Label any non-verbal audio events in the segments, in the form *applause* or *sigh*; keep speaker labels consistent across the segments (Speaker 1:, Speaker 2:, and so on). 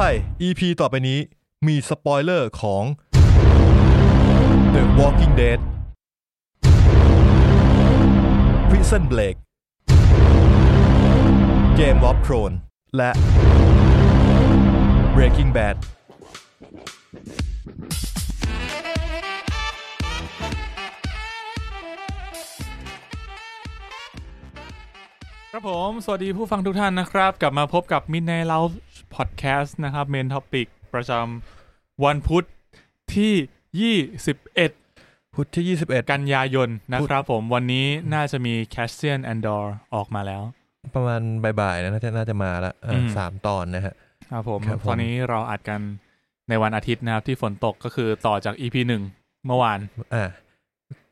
Speaker 1: ภัย EP ต่อไปนี้มีสปอยเลอร์ของ The Walking Dead Prison Break Game of Thrones และ Breaking Bad
Speaker 2: ครับผม สวัสดีผู้ฟังทุกท่านนะครับ กลับมาพบกับ Midnight Love Podcast นะครับ Main Topic ประจำวันพุธที่ 21
Speaker 1: พุธที่ 21
Speaker 2: กันยายนนะครับผมวันนี้น่าจะมี c a s s i a n and Dor ออกมาแล้ว
Speaker 1: ประมาณบ่ายๆนะน่าจะน่าจะมาละเอออ
Speaker 2: ม
Speaker 1: สามตอนนะฮะ
Speaker 2: ครับผม
Speaker 1: ครับผม
Speaker 2: ตอนนี้เราอัดกันในวันอาทิตย์นะครับ ที่ฝนตกก็คือต่อจาก EP 1 เมื่อวาน
Speaker 1: อ่ะ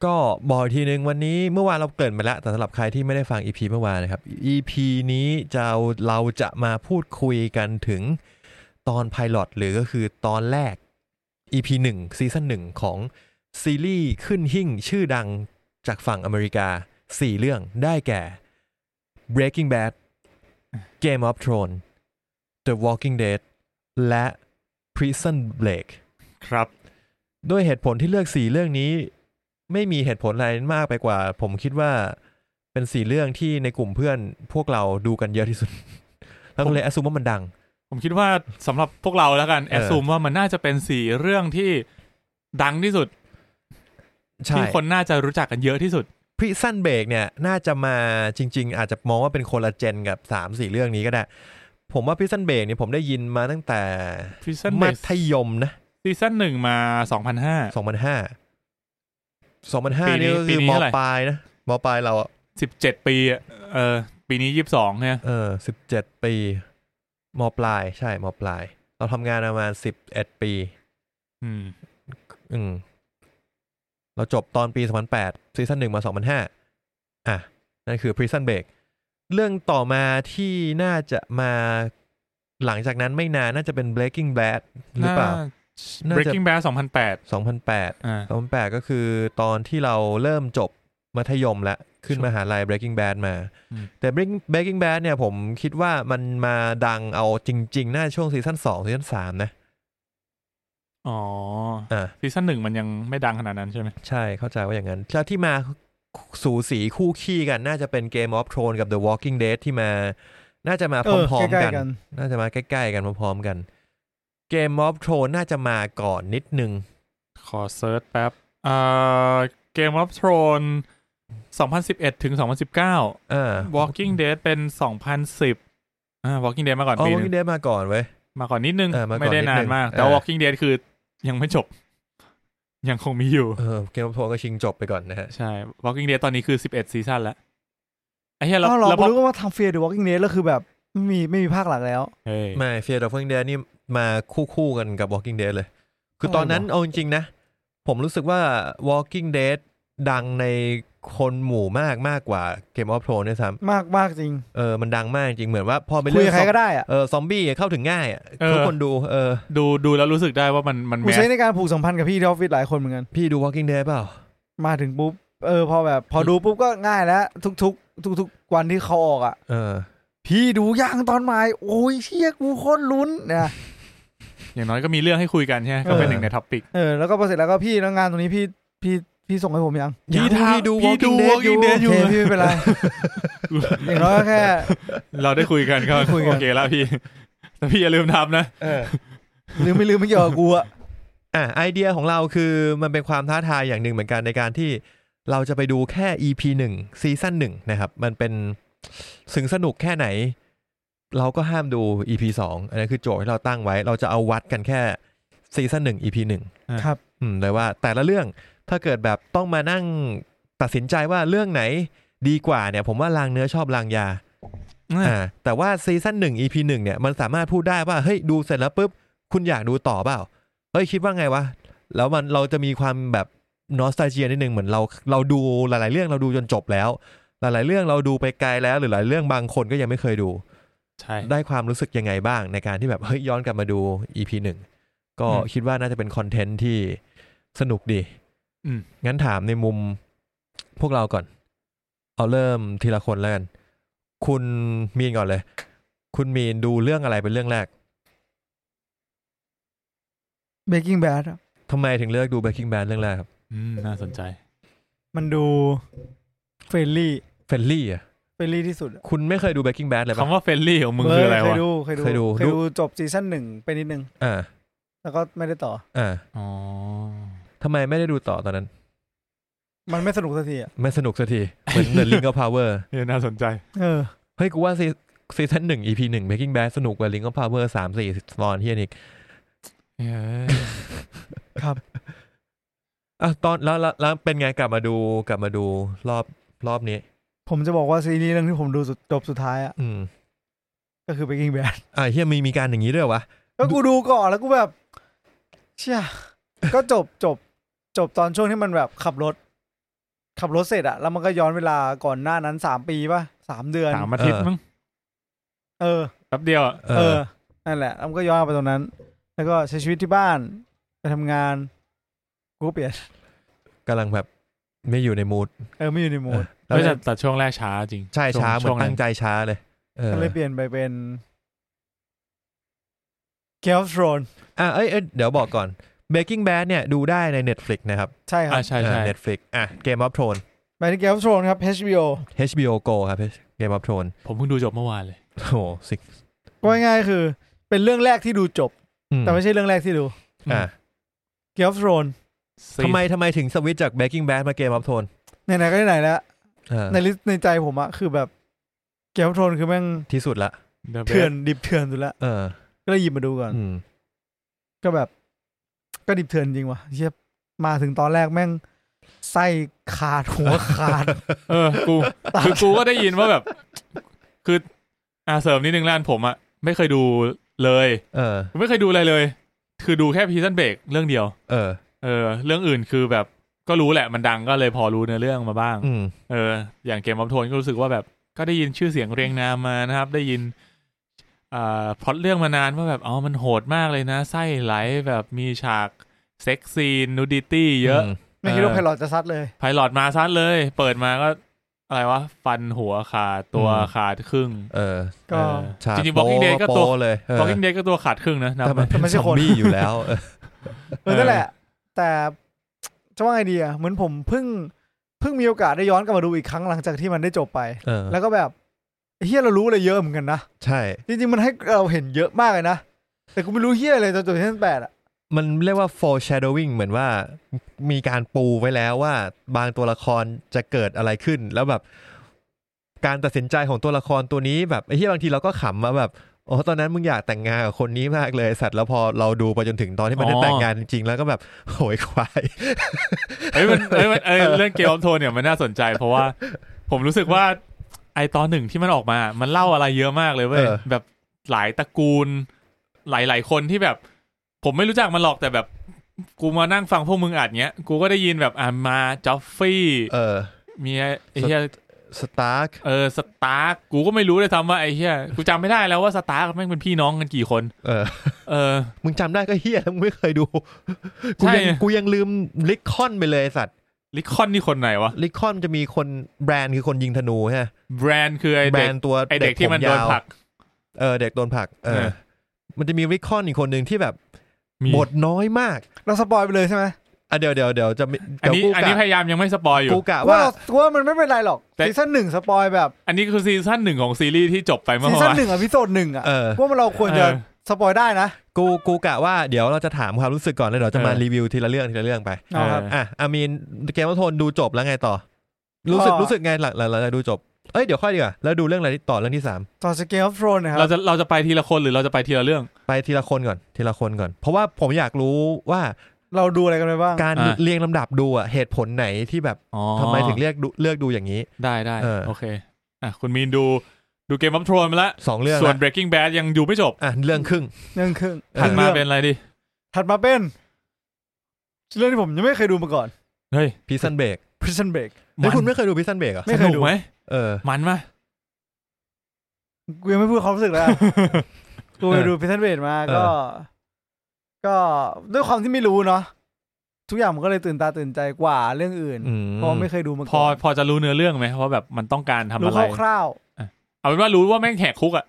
Speaker 1: ก็บอกอีกทีนึงวันนี้เมื่อวานเราเกริ่นไปแล้ว แต่สำหรับใครที่ไม่ได้ฟัง EP เมื่อวานนะครับ EP นี้จะเอาเราจะมาพูดคุยกันถึงตอนไพลอตหรือก็คือตอนแรก EP 1ซีซั่น1ของซีรีส์ขึ้นหิ่งชื่อดังจากฝั่งอเมริกา 4 เรื่องได้แก่ Breaking Bad Game of Thrones The Walking Dead และ Prison Break
Speaker 2: ครับ
Speaker 1: ด้วยเหตุผลที่เลือกสี่เรื่องนี้ไม่มีเหตุผลอะไรมากไปกว่า ผมคิดว่าเป็นสี่เรื่องที่ในกลุ่มเพื่อนพวกเราดูกันเยอะที่สุด *laughs* แล้วก็เลยอ s ซูมว่ามันดัง
Speaker 2: ผมคิดว่าสำหรับพวกเราแล้วกัน
Speaker 1: เอ
Speaker 2: แอ
Speaker 1: อ
Speaker 2: ดซูมว่ามันน่าจะเป็นสี่เรื่องที่ดังที่สุด
Speaker 1: ใช่
Speaker 2: ที่คนน่าจะรู้จักกันเยอะที่สุด
Speaker 1: พริซันเบรกเนี่ยน่าจะมาจริง ๆ อาจจะมองว่าเป็นคนละเจนกับ 3 4 เรื่องนี้ก็ได้ ผมว่าพริซันเบรกเนี่ยผมได้ยินมาตั้งแต่
Speaker 2: Prison
Speaker 1: มั
Speaker 2: Break
Speaker 1: ธยมนะ
Speaker 2: ซีซั่นหนึ่งมาสองพันห้า
Speaker 1: 2005
Speaker 2: ปี
Speaker 1: 2005
Speaker 2: นี้
Speaker 1: นี่ก็
Speaker 2: ปี
Speaker 1: คือ
Speaker 2: นี้
Speaker 1: ม
Speaker 2: เท่าไหร่
Speaker 1: ปลายนะมปลายเราอะ
Speaker 2: สิบเจ็ดปีอะเออ ปีนี้ยี่สิบสองเนี่ย
Speaker 1: เออสิบเจ็ดปีมปลายใช่มปลาย เราทำงานประมาณสิบเอ็ดปี
Speaker 2: อืม
Speaker 1: อืม เราจบตอนปีสองพันแปดซีซั่นหนึ่งมาสองพันห้าอ่ะ นั่นคือ Prison Break เรื่องต่อมาที่น่าจะมาหลังจากนั้นไม่นานน่าจะเป็น Breaking Bad หรือเปล่า น่าจะ
Speaker 2: Breaking Bad สองพันแปด
Speaker 1: สองพันแปด
Speaker 2: อ่า
Speaker 1: สองพันแปดก็คือตอนที่เราเริ่มจบมัธยมแล้ว ขึ้นมหาลัย Breaking Bad มา
Speaker 2: อืม
Speaker 1: แต่ Breaking- Breaking Bad เนี่ยผมคิดว่ามันมาดังเอาจริง ๆ น่าจะช่วงซีซั่นสองซีซั่นสามนะ
Speaker 2: อ๋อ
Speaker 1: อ่า
Speaker 2: ซีซั่นหนึ่งมันยังไม่ดังขนาดนั้นใช่ไหม
Speaker 1: ใช่เข้าใจว่าอย่างนั้นแล้วที่มาสูสีคู่ขี้กัน น่าจะเป็น Game of Thrones กับ The Walking Dead ที่มา น่าจะมาพร้อม
Speaker 3: เใก
Speaker 1: ๆ
Speaker 3: ล้
Speaker 1: กัน
Speaker 3: ๆ
Speaker 1: น่าจะมาใกล้ๆกันพร้อมๆกัน Game of Thrones น่าจะมาก่อนนิดนึง
Speaker 2: ขอเซิร์ชแป๊บอ่า Game of Thrones 2011 ถึง 2019
Speaker 1: อ่า *laughs*
Speaker 2: Walking Dead เป็น 2010อ่า Walking Dead มาก่อน
Speaker 1: อ๋อ
Speaker 2: ปีหนึง
Speaker 1: Walking Dead มาก่อนเว้ย
Speaker 2: มาก่อนนิดนึง
Speaker 1: เออมาก่อน
Speaker 2: ไม่ได้นา
Speaker 1: นิด
Speaker 2: น
Speaker 1: นึง
Speaker 2: มาก
Speaker 1: เออ
Speaker 2: แต่ Walking Dead คือยังไม่จบ *laughs* ยังคงมีอยู่
Speaker 1: เออ Game of Thrones ก็ชิงจบไปก่อนนะฮะ
Speaker 2: ใช่ Walking Dead ตอนนี้คือ 11 ซีซั่นแล้วไอ้เหี้ยแล้ว
Speaker 3: อ้าวเหรอ
Speaker 2: แล้ว
Speaker 3: ผม
Speaker 2: พอ
Speaker 3: รู้ว่าทำเฟียร์เดอะวอล์กอิงเดแล้วคือแบบไม่มีไม่มีภาคหลังแล้ว
Speaker 2: เฮ้ย
Speaker 1: ไม่ Fear of Walking Dead นี่มาคู่คู่กันกับ Walking Dead เลย คือ
Speaker 3: อะไรวะ
Speaker 1: ตอนนั้นเอาจริงๆนะ ผมรู้สึกว่า Walking Dead ดังในคนหมู่มากมากกว่า Game of Thrones ด้วยซ้
Speaker 3: มากมากจริง
Speaker 1: ำเออ มันดังมากจริง เหมือนว่าพอเป็น
Speaker 3: คุย
Speaker 1: เรื่อ
Speaker 3: กั
Speaker 1: ง
Speaker 3: บใค
Speaker 1: ซ
Speaker 3: ร
Speaker 1: อม
Speaker 3: ก็ได้อะ
Speaker 1: เออซอมบี้เข้าถึงง่ายอะ
Speaker 2: เออ
Speaker 1: ทุกคนดู เออ
Speaker 2: ดูดูแล้วรู้สึกได้ว่ามันมัน
Speaker 3: กู
Speaker 2: แมส
Speaker 3: ใช้ในการผูกสัมพันธ์กับพี่ที่ออฟฟิศหลายคนเหมือนกัน
Speaker 1: พี่ดู Walking Dead เปล่า
Speaker 3: มาถึงปุ๊บเออพอแบบพอดูปุ๊บก็ง่ายแล้ว ทุกทุกทุกทุกๆวันที่เขาออกอ่ะ
Speaker 1: เออ
Speaker 3: พี่ดูยังตอนใหม่โอ้ยเชี่ยกูโคตรลุ้นเนี่ย
Speaker 2: อย่างน้อยก็มีเรื่องให้คุยกันใช่ไหมก็เป็
Speaker 1: เอ
Speaker 2: น
Speaker 1: อ
Speaker 2: หนึ่งในท็อปิก
Speaker 3: เออแล้วก็พอเสร็จแล้วก็พี่แล้วงานตรงนี้พี่พี่พี่ส่งให้ผมยัง
Speaker 1: พี่ทำพี่ดู
Speaker 2: พี่
Speaker 1: Walking
Speaker 2: ดู
Speaker 1: Dead อยู่
Speaker 2: Walking Dead
Speaker 3: โอ
Speaker 2: อยู่
Speaker 3: เคพี่ไม่เป็นไรอย่างน้อยก็แค่
Speaker 2: เราได้คุยกันก็
Speaker 3: คุยกัน
Speaker 2: โอเคแล้วพี่ *laughs* แต่พี่อย่าลืมทำนะ
Speaker 1: เออ
Speaker 3: ลืมไม่ลืมไม่เกี่ยวกับกูอะ
Speaker 1: อ่ะไอเดียของเราคือมันเป็นความท้าทายอย่างหนึ่งเหมือนกันในการที่เราจะไปดูแค่ EP หนึ่งซีซั่นหนึ่งนะครับ มันเป็นถึงสนุกแค่ไหน เราก็ห้ามดู EP สองอันนั้นคือโจทย์ที่เราตั้งไว้ เราจะเอาวัดกันแค่ซีซั่นหนึ่ง EP หนึ่ง
Speaker 3: ครับ
Speaker 1: อืมเลยว่าแต่ละเรื่องถ้าเกิดแบบต้องมานั่งตัดสินใจว่าเรื่องไหนดีกว่าเนี่ย ผมว่าลางเนื้อชอบลางยา อ่าแต่ว่าซีซั่นหนึ่ง EP หนึ่งเนี่ยมันสามารถพูดได้ว่าเฮ้ยดูเสร็จแล้วปุ๊บ คุณอยากดูต่อเปล่า เฮ้ยคิดว่าไงวะ แล้วมันเราจะมีความแบบนอสตาเจียนิดนึงเหมือนเราเราดูหลาย ๆ เรื่องเราดูจนจบแล้ว หลาย ๆ เรื่องเราดูไปไกลแล้วหรือหลายเรื่องบางคนก็ยังไม่เคยดู
Speaker 2: ใช่
Speaker 1: ได้ความรู้สึกยังไงบ้างในการที่แบบเฮ้ยย้อนกลับมาดู EP หนึ่งก็
Speaker 2: อืม
Speaker 1: คิดว่าน่าจะเป็นคอนเทนต์ที่สนุกดี
Speaker 2: อืม
Speaker 1: งั้นถามในมุมพวกเราก่อน เอาเริ่มทีละคนแล้วกัน คุณมีนก่อนเลย คุณมีนดูเรื่องอะไรเป็นเรื่องแรก
Speaker 3: เบกกิ้งแบด
Speaker 1: ทำไมถึงเลือกดู Breaking Bad เรื่องแรกครับ
Speaker 2: อืมน่าสนใจ
Speaker 3: มันดูเฟรนลี่
Speaker 1: เฟนลี่อ่ะ
Speaker 3: เฟรนลี่ที่สุดอะ
Speaker 1: คุณไม่เคยดู Breaking Bad เลยปะ
Speaker 2: คำว่าเฟลลี่ของมึงคืออะ
Speaker 3: เเยว
Speaker 2: ไระ
Speaker 3: ยดูเคยดู
Speaker 1: เคยดู
Speaker 3: เคย
Speaker 1: ดู
Speaker 3: ดูจบซีซั่นหนึ่งไปนิดนึง
Speaker 1: อ่า
Speaker 3: แล้วก็ไม่ได้ต่อ
Speaker 1: อ่า
Speaker 2: อ๋อ
Speaker 1: ทำไมไม่ได้ดูต่อตอนนั้น
Speaker 3: มันไม่สนุกสักทีอ่ะ
Speaker 1: ไม่สนุกสักที เหมือน The Ring of Power
Speaker 2: เนี่ยน่าสนใจ
Speaker 3: เออ
Speaker 1: เฮ้ยกูว่าซีซีซั่นหนึ่ง EP หนึ่ง Breaking Bad สนุกกว่า Ring of Power สามสี่ตอนเฮียนิก
Speaker 2: เอ้ย
Speaker 1: อ่ะตอนแล้วแล้วแล้วเป็นไงกลับมาดูกลับมาดูรอบรอบนี้
Speaker 3: ผมจะบอกว่าซีรีส์เรื่องที่ผมดูสุดจบสุดท้ายอ่ะ
Speaker 1: อืม
Speaker 3: ก็คือเบกกิ้งแบด
Speaker 1: อ่ะเฮียมีมีการอย่างนี้ด้วยเหรอวะ
Speaker 3: ก็กูดูก่อนแล้วกูแบบ เชี่ยก็จบจบ จบตอนช่วงที่มันแบบขับรถ ขับรถเสร็จอะแล้วมันก็ย้อนเวลาก่อนหน้านั้นสามปีป่ะสามเดือน
Speaker 2: สามอาทิตย์
Speaker 1: เออ
Speaker 2: มั้ง
Speaker 3: เออ
Speaker 2: แป๊บเดียวอะ
Speaker 1: เอ
Speaker 3: เอ
Speaker 1: อ
Speaker 3: อ นั่นแหละแล้วมันก็ย้อนไปตรงนั้น แล้วก็ใช้ชีวิตที่บ้าน ไปทำงาน กูก็เปลี่ยน
Speaker 1: กำลังแบบไม่อยู่ในมูด
Speaker 3: เออ ไม่อยู่ในโหมด
Speaker 1: แล้ว
Speaker 2: ไม่
Speaker 1: จะ
Speaker 2: แต่แต่ช่วงแรกช้าจริง
Speaker 1: ใช่ช้าเหมื
Speaker 2: ช่
Speaker 1: อ
Speaker 2: วง
Speaker 1: น
Speaker 2: นั้
Speaker 1: ตั้
Speaker 2: น
Speaker 1: งใจช้าเลย เออ
Speaker 3: ก็เลยเปลี่ยนไปเป็นเกียร์โทรน
Speaker 1: อ่ะเอ้ยเอ้ยเดี๋ยวบอกก่อน Breaking Bad เนี่ยดูได้ใน Netflix นะครับ
Speaker 3: ใช่ครั
Speaker 2: อ่า
Speaker 3: บ
Speaker 2: ใช่ใช่
Speaker 1: เน็ตฟลิกอ่ะเกมออฟโทน
Speaker 3: ไปที่เกียร์โทรนครับ HBO
Speaker 1: HBO Go ครับ Game of Thrones
Speaker 2: ผมเพิ่งดูจบเมื่อวานเลย
Speaker 1: โอ้โหสิ
Speaker 3: ก็ง่ายๆคือ เป็นเรื่องแรกที่ดูจบ
Speaker 1: อืม
Speaker 3: แต่ไม่ใช่เรื่องแรกที่ดู
Speaker 1: อ่ะ
Speaker 3: เกียร์โทรน
Speaker 1: ทำไมทำไมถึงสวิตช์จาก Breaking Bad มา Game of Thrones
Speaker 3: ไหนๆก็ไหนๆแล้ว
Speaker 1: อ่า
Speaker 3: ในลิสต์ในใจผมอะคือแบบเกียร์โทรนคือแม่ง
Speaker 1: ที่สุดละ
Speaker 2: The Best
Speaker 3: เถื่อนดิบเถื่อนสุดละ
Speaker 1: เออ
Speaker 3: ก็เลยหยิบมาดูก่อน
Speaker 1: อืม
Speaker 3: ก็แบบ ก็ดิบเถื่อนจริงว่ะเชียมาถึงตอนแรกแม่งไส้ขาดหัวขา
Speaker 1: *laughs*
Speaker 3: ด
Speaker 2: เออ กู คือกูก็ได้ยินว่าแบบ คือ อ่าเสริมนิดนึงล้านผมอะไม่เคยดูเลย
Speaker 1: เออ
Speaker 2: ผมไม่เคยดูอะไรเลย คือดูแค่พีซันเบรกเรื่องเดียว
Speaker 1: เออ
Speaker 2: เออ เรื่องอื่นคือแบบก็รู้แหละมันดังก็เลยพอรู้เนื้อเรื่องมาบ้าง
Speaker 1: อืม
Speaker 2: เออ อย่างเกมอัพโทนก็รู้สึกว่าแบบ ก็ได้ยินชื่อเสียงเรียงนามมานะครับ ได้ยินอ่าพล็อตเรื่องมานานว่าแบบอ๋อมันโหดมากเลยนะ ไส้ไหลแบบมีฉากเซ็กซีนนูดิตี้เยอะ
Speaker 3: ไม่คิดว่า
Speaker 2: เออ
Speaker 3: ไพลอตจะซัดเลย
Speaker 2: ไพลอตมาซัดเลย เปิดมาก็อะไรวะ ฟันหัวขาดตัว
Speaker 1: อืม
Speaker 2: ขาดครึ่ง
Speaker 1: เออ
Speaker 3: ก็
Speaker 2: เออ
Speaker 1: ฉาก
Speaker 2: จริงๆ Walking Dead ก็ตัว
Speaker 1: โป๊ะเลยเออ
Speaker 2: Walking Dead ก็ตัวขาดครึ่งนะนับ
Speaker 1: แต่มัน
Speaker 2: ไหม
Speaker 1: เป็น
Speaker 3: แต่ไม่ใช่
Speaker 1: ซอม
Speaker 3: คน
Speaker 1: บี้อยู่
Speaker 2: *laughs*
Speaker 1: แล้วเออ
Speaker 3: เออนั่นแหละ แต่จะว่าไงดีอะเหมือนผมเพิ่งเพิ่งมีโอกาสได้ย้อนกลับมาดูอีกครั้งหลังจากที่มันได้จบไป
Speaker 1: เออ
Speaker 3: แล้วก็แบบเฮียเรารู้อะไรเยอะเหมือนกันนะ
Speaker 1: ใช่
Speaker 3: จริงๆมันให้เราเห็นเยอะมากเลยนะแต่กูไม่รู้เฮียอะไรจนจบที่แปดอะ
Speaker 1: มันเรียกว่า foreshadowing เหมือนว่ามีการปูไว้แล้วว่าบางตัวละครจะเกิดอะไรขึ้น แล้วแบบ การตัดสินใจของตัวละครตัวนี้แบบไอ้ที่บางทีเราก็ขำมาแบบโอ้ตอนนั้นมึงอยากแต่งงานกับคนนี้มากเลยสัตว์แล้วพอเราดูไปจนถึงตอนที่มัน
Speaker 2: อ๋อ
Speaker 1: ได้แต่งงานจริงๆ แล้วก็แบบ *laughs* โหยควาย
Speaker 2: เฮ้ยมันเฮ้ยมันเออเรื่องเกมออฟโทนเนี่ยมันน่าสนใจ เพราะว่าผมรู้สึกว่า ไอตอนหนึ่งที่มันออกมา มันเล่าอะไรเยอะมากเลยเว้ย
Speaker 1: เออ
Speaker 2: แบบหลายตระกูล หลาย ๆ คนที่แบบ ผมไม่รู้จักมันหรอกแต่แบบ กูมานั่งฟังพวกมึงอัดเนี้ย กูก็ได้ยินแบบอ่ามาจอฟฟี่
Speaker 1: เออ
Speaker 2: มีไอ้ไอ้เหี้ย
Speaker 1: สตาร์ก
Speaker 2: เออสตาร์กกูก็ไม่รู้เลยทำว่าไอ้เหี้ยกูจำไม่ได้แล้วว่าสตาร์กแม่งเป็นพี่น้องกันกี่คน
Speaker 1: เออ
Speaker 2: เออ
Speaker 1: มึงจำได้ก็เฮียแล้วมึงไม่เคยดู *laughs* กู
Speaker 2: ใช่
Speaker 1: ยังกูยังลืมลิคอนไปเลยสัตว์
Speaker 2: ลิคอนนี่คนไหนวะ
Speaker 1: ลิคอนจะมีคนแบรนด์คือคนยิงธนูฮะ
Speaker 2: แบรนด์คือไอ้
Speaker 1: แบร
Speaker 2: เด็ก
Speaker 1: นด์ตัว
Speaker 2: ไอ้เด็กที่มัน
Speaker 1: ผ
Speaker 2: โดน
Speaker 1: ยาว
Speaker 2: ผลัก
Speaker 1: เออเด็กโดนผลักเอ
Speaker 2: เอ
Speaker 1: อ
Speaker 2: อ
Speaker 1: มันจะมีริคคอนอีกคนหนึ่งที่แบบ
Speaker 2: มี
Speaker 1: บทน้อยมาก
Speaker 3: เราสปอยไปเลยใช่ไหม
Speaker 1: อ่ะเดี๋ยวเดี๋ยวเดี๋ยวจะมี
Speaker 2: อัน
Speaker 1: เดี๋ยว
Speaker 2: นี้
Speaker 1: กู
Speaker 2: อันนี้
Speaker 1: กะ
Speaker 2: พยายามยังไม่สปอยอยู่
Speaker 1: กูกะ
Speaker 3: ว่า
Speaker 1: ว่า
Speaker 3: เราว่ามันไม่เป็นไรหรอก
Speaker 2: แต่
Speaker 3: ซีซั่นหนึ่งสปอยแบบ
Speaker 2: อันนี้คือซีซั่นหนึ่งของซีรีส์ที่จบไปเมื่อ
Speaker 3: ซีซั่น
Speaker 2: วาน
Speaker 3: หนึ่งอะพิโซดหนึ่งอะ
Speaker 1: เออ
Speaker 3: ว่ามันเราควรจะ
Speaker 2: เออ
Speaker 3: สปอยได้นะ
Speaker 1: กูกูกะว่าเดี๋ยวเราจะถามความรู้สึกก่อนแล้วเดี๋ยวจะมา
Speaker 2: เออ
Speaker 1: รีวิวทีละเรื่องทีละเรื่องไป
Speaker 3: เอาครับ
Speaker 2: เออ
Speaker 1: อ่ะอามีนเกมวัทนดูจบแล้วไงต่อ รู้สึก
Speaker 3: ก็
Speaker 1: รู้สึกไงหลังหลังหลังจากดูจบเอ้ยเดี๋ยวค่อยดีกว่าแล้วดูเรื่องอะไรต่อเรื่องที่สาม
Speaker 3: ต่อจากเกมออฟโทรนนะค
Speaker 2: เรา
Speaker 3: รับ
Speaker 2: จะเราจะไปทีละคนหรือเราจะไปทีละเรื่อง
Speaker 1: ไปทีละคนก่อนทีละคนก่อน เพราะว่าผมอยากรู้ว่า
Speaker 3: เราดูอะไรกันไปบ้าง
Speaker 1: การ
Speaker 2: อ่ะ
Speaker 1: เรียงลำดับดูอ่ะเหตุผลไหนที่แบบ
Speaker 2: อ๋อ
Speaker 1: ทำไมถึงเลือกดูเลือกดูอย่างนี้
Speaker 2: ได้ได้
Speaker 1: เออ
Speaker 2: โอเคอ่ะคุณมีนดูดูเกมอัพโทนไปละ
Speaker 1: สองเรื่อง
Speaker 2: ส่วน
Speaker 1: ละ
Speaker 2: breaking bad ยังดูไม่จบ
Speaker 1: อ่ะเรื่องครึ่ง
Speaker 3: เรื่องครึ่ง
Speaker 1: เออ
Speaker 2: ถัดมาเป็น
Speaker 3: รื่อง
Speaker 2: อะไรดิ
Speaker 3: ถัดมาเป็นเรื่องที่ผมยังไม่เคยดูมาก่อน
Speaker 2: เฮ้ย
Speaker 1: พีซันเบรก
Speaker 3: Prison Break
Speaker 1: ไม่คุณ
Speaker 2: น
Speaker 1: ไม่เคยดูพีซันเบรกอ่ะ
Speaker 3: ไม่เค
Speaker 2: ส
Speaker 3: ย
Speaker 2: นุก
Speaker 3: ดู
Speaker 2: ไหม
Speaker 1: เออ
Speaker 2: มันมะ
Speaker 3: กูยังไม่พูดความรู้สึกแล้วกัน กูไปดู Prison Break มา
Speaker 1: เออ
Speaker 3: ก็ ก็ด้วยความที่ไม่รู้เนาะทุกอย่างมันก็เลยตื่นตาตื่นใจกว่าเรื่องอื่น
Speaker 1: อืม
Speaker 3: เพราะไม่เคยดูมา
Speaker 2: พอ
Speaker 3: ก่อน
Speaker 2: พอจะรู้เนื้อเรื่องไหมว่าแบบมันต้องการทำ
Speaker 3: รู้
Speaker 2: อะไร
Speaker 3: คร่าว
Speaker 2: เอาเป็นว่ารู้ว่าแม่งแหกคุกอ่ะ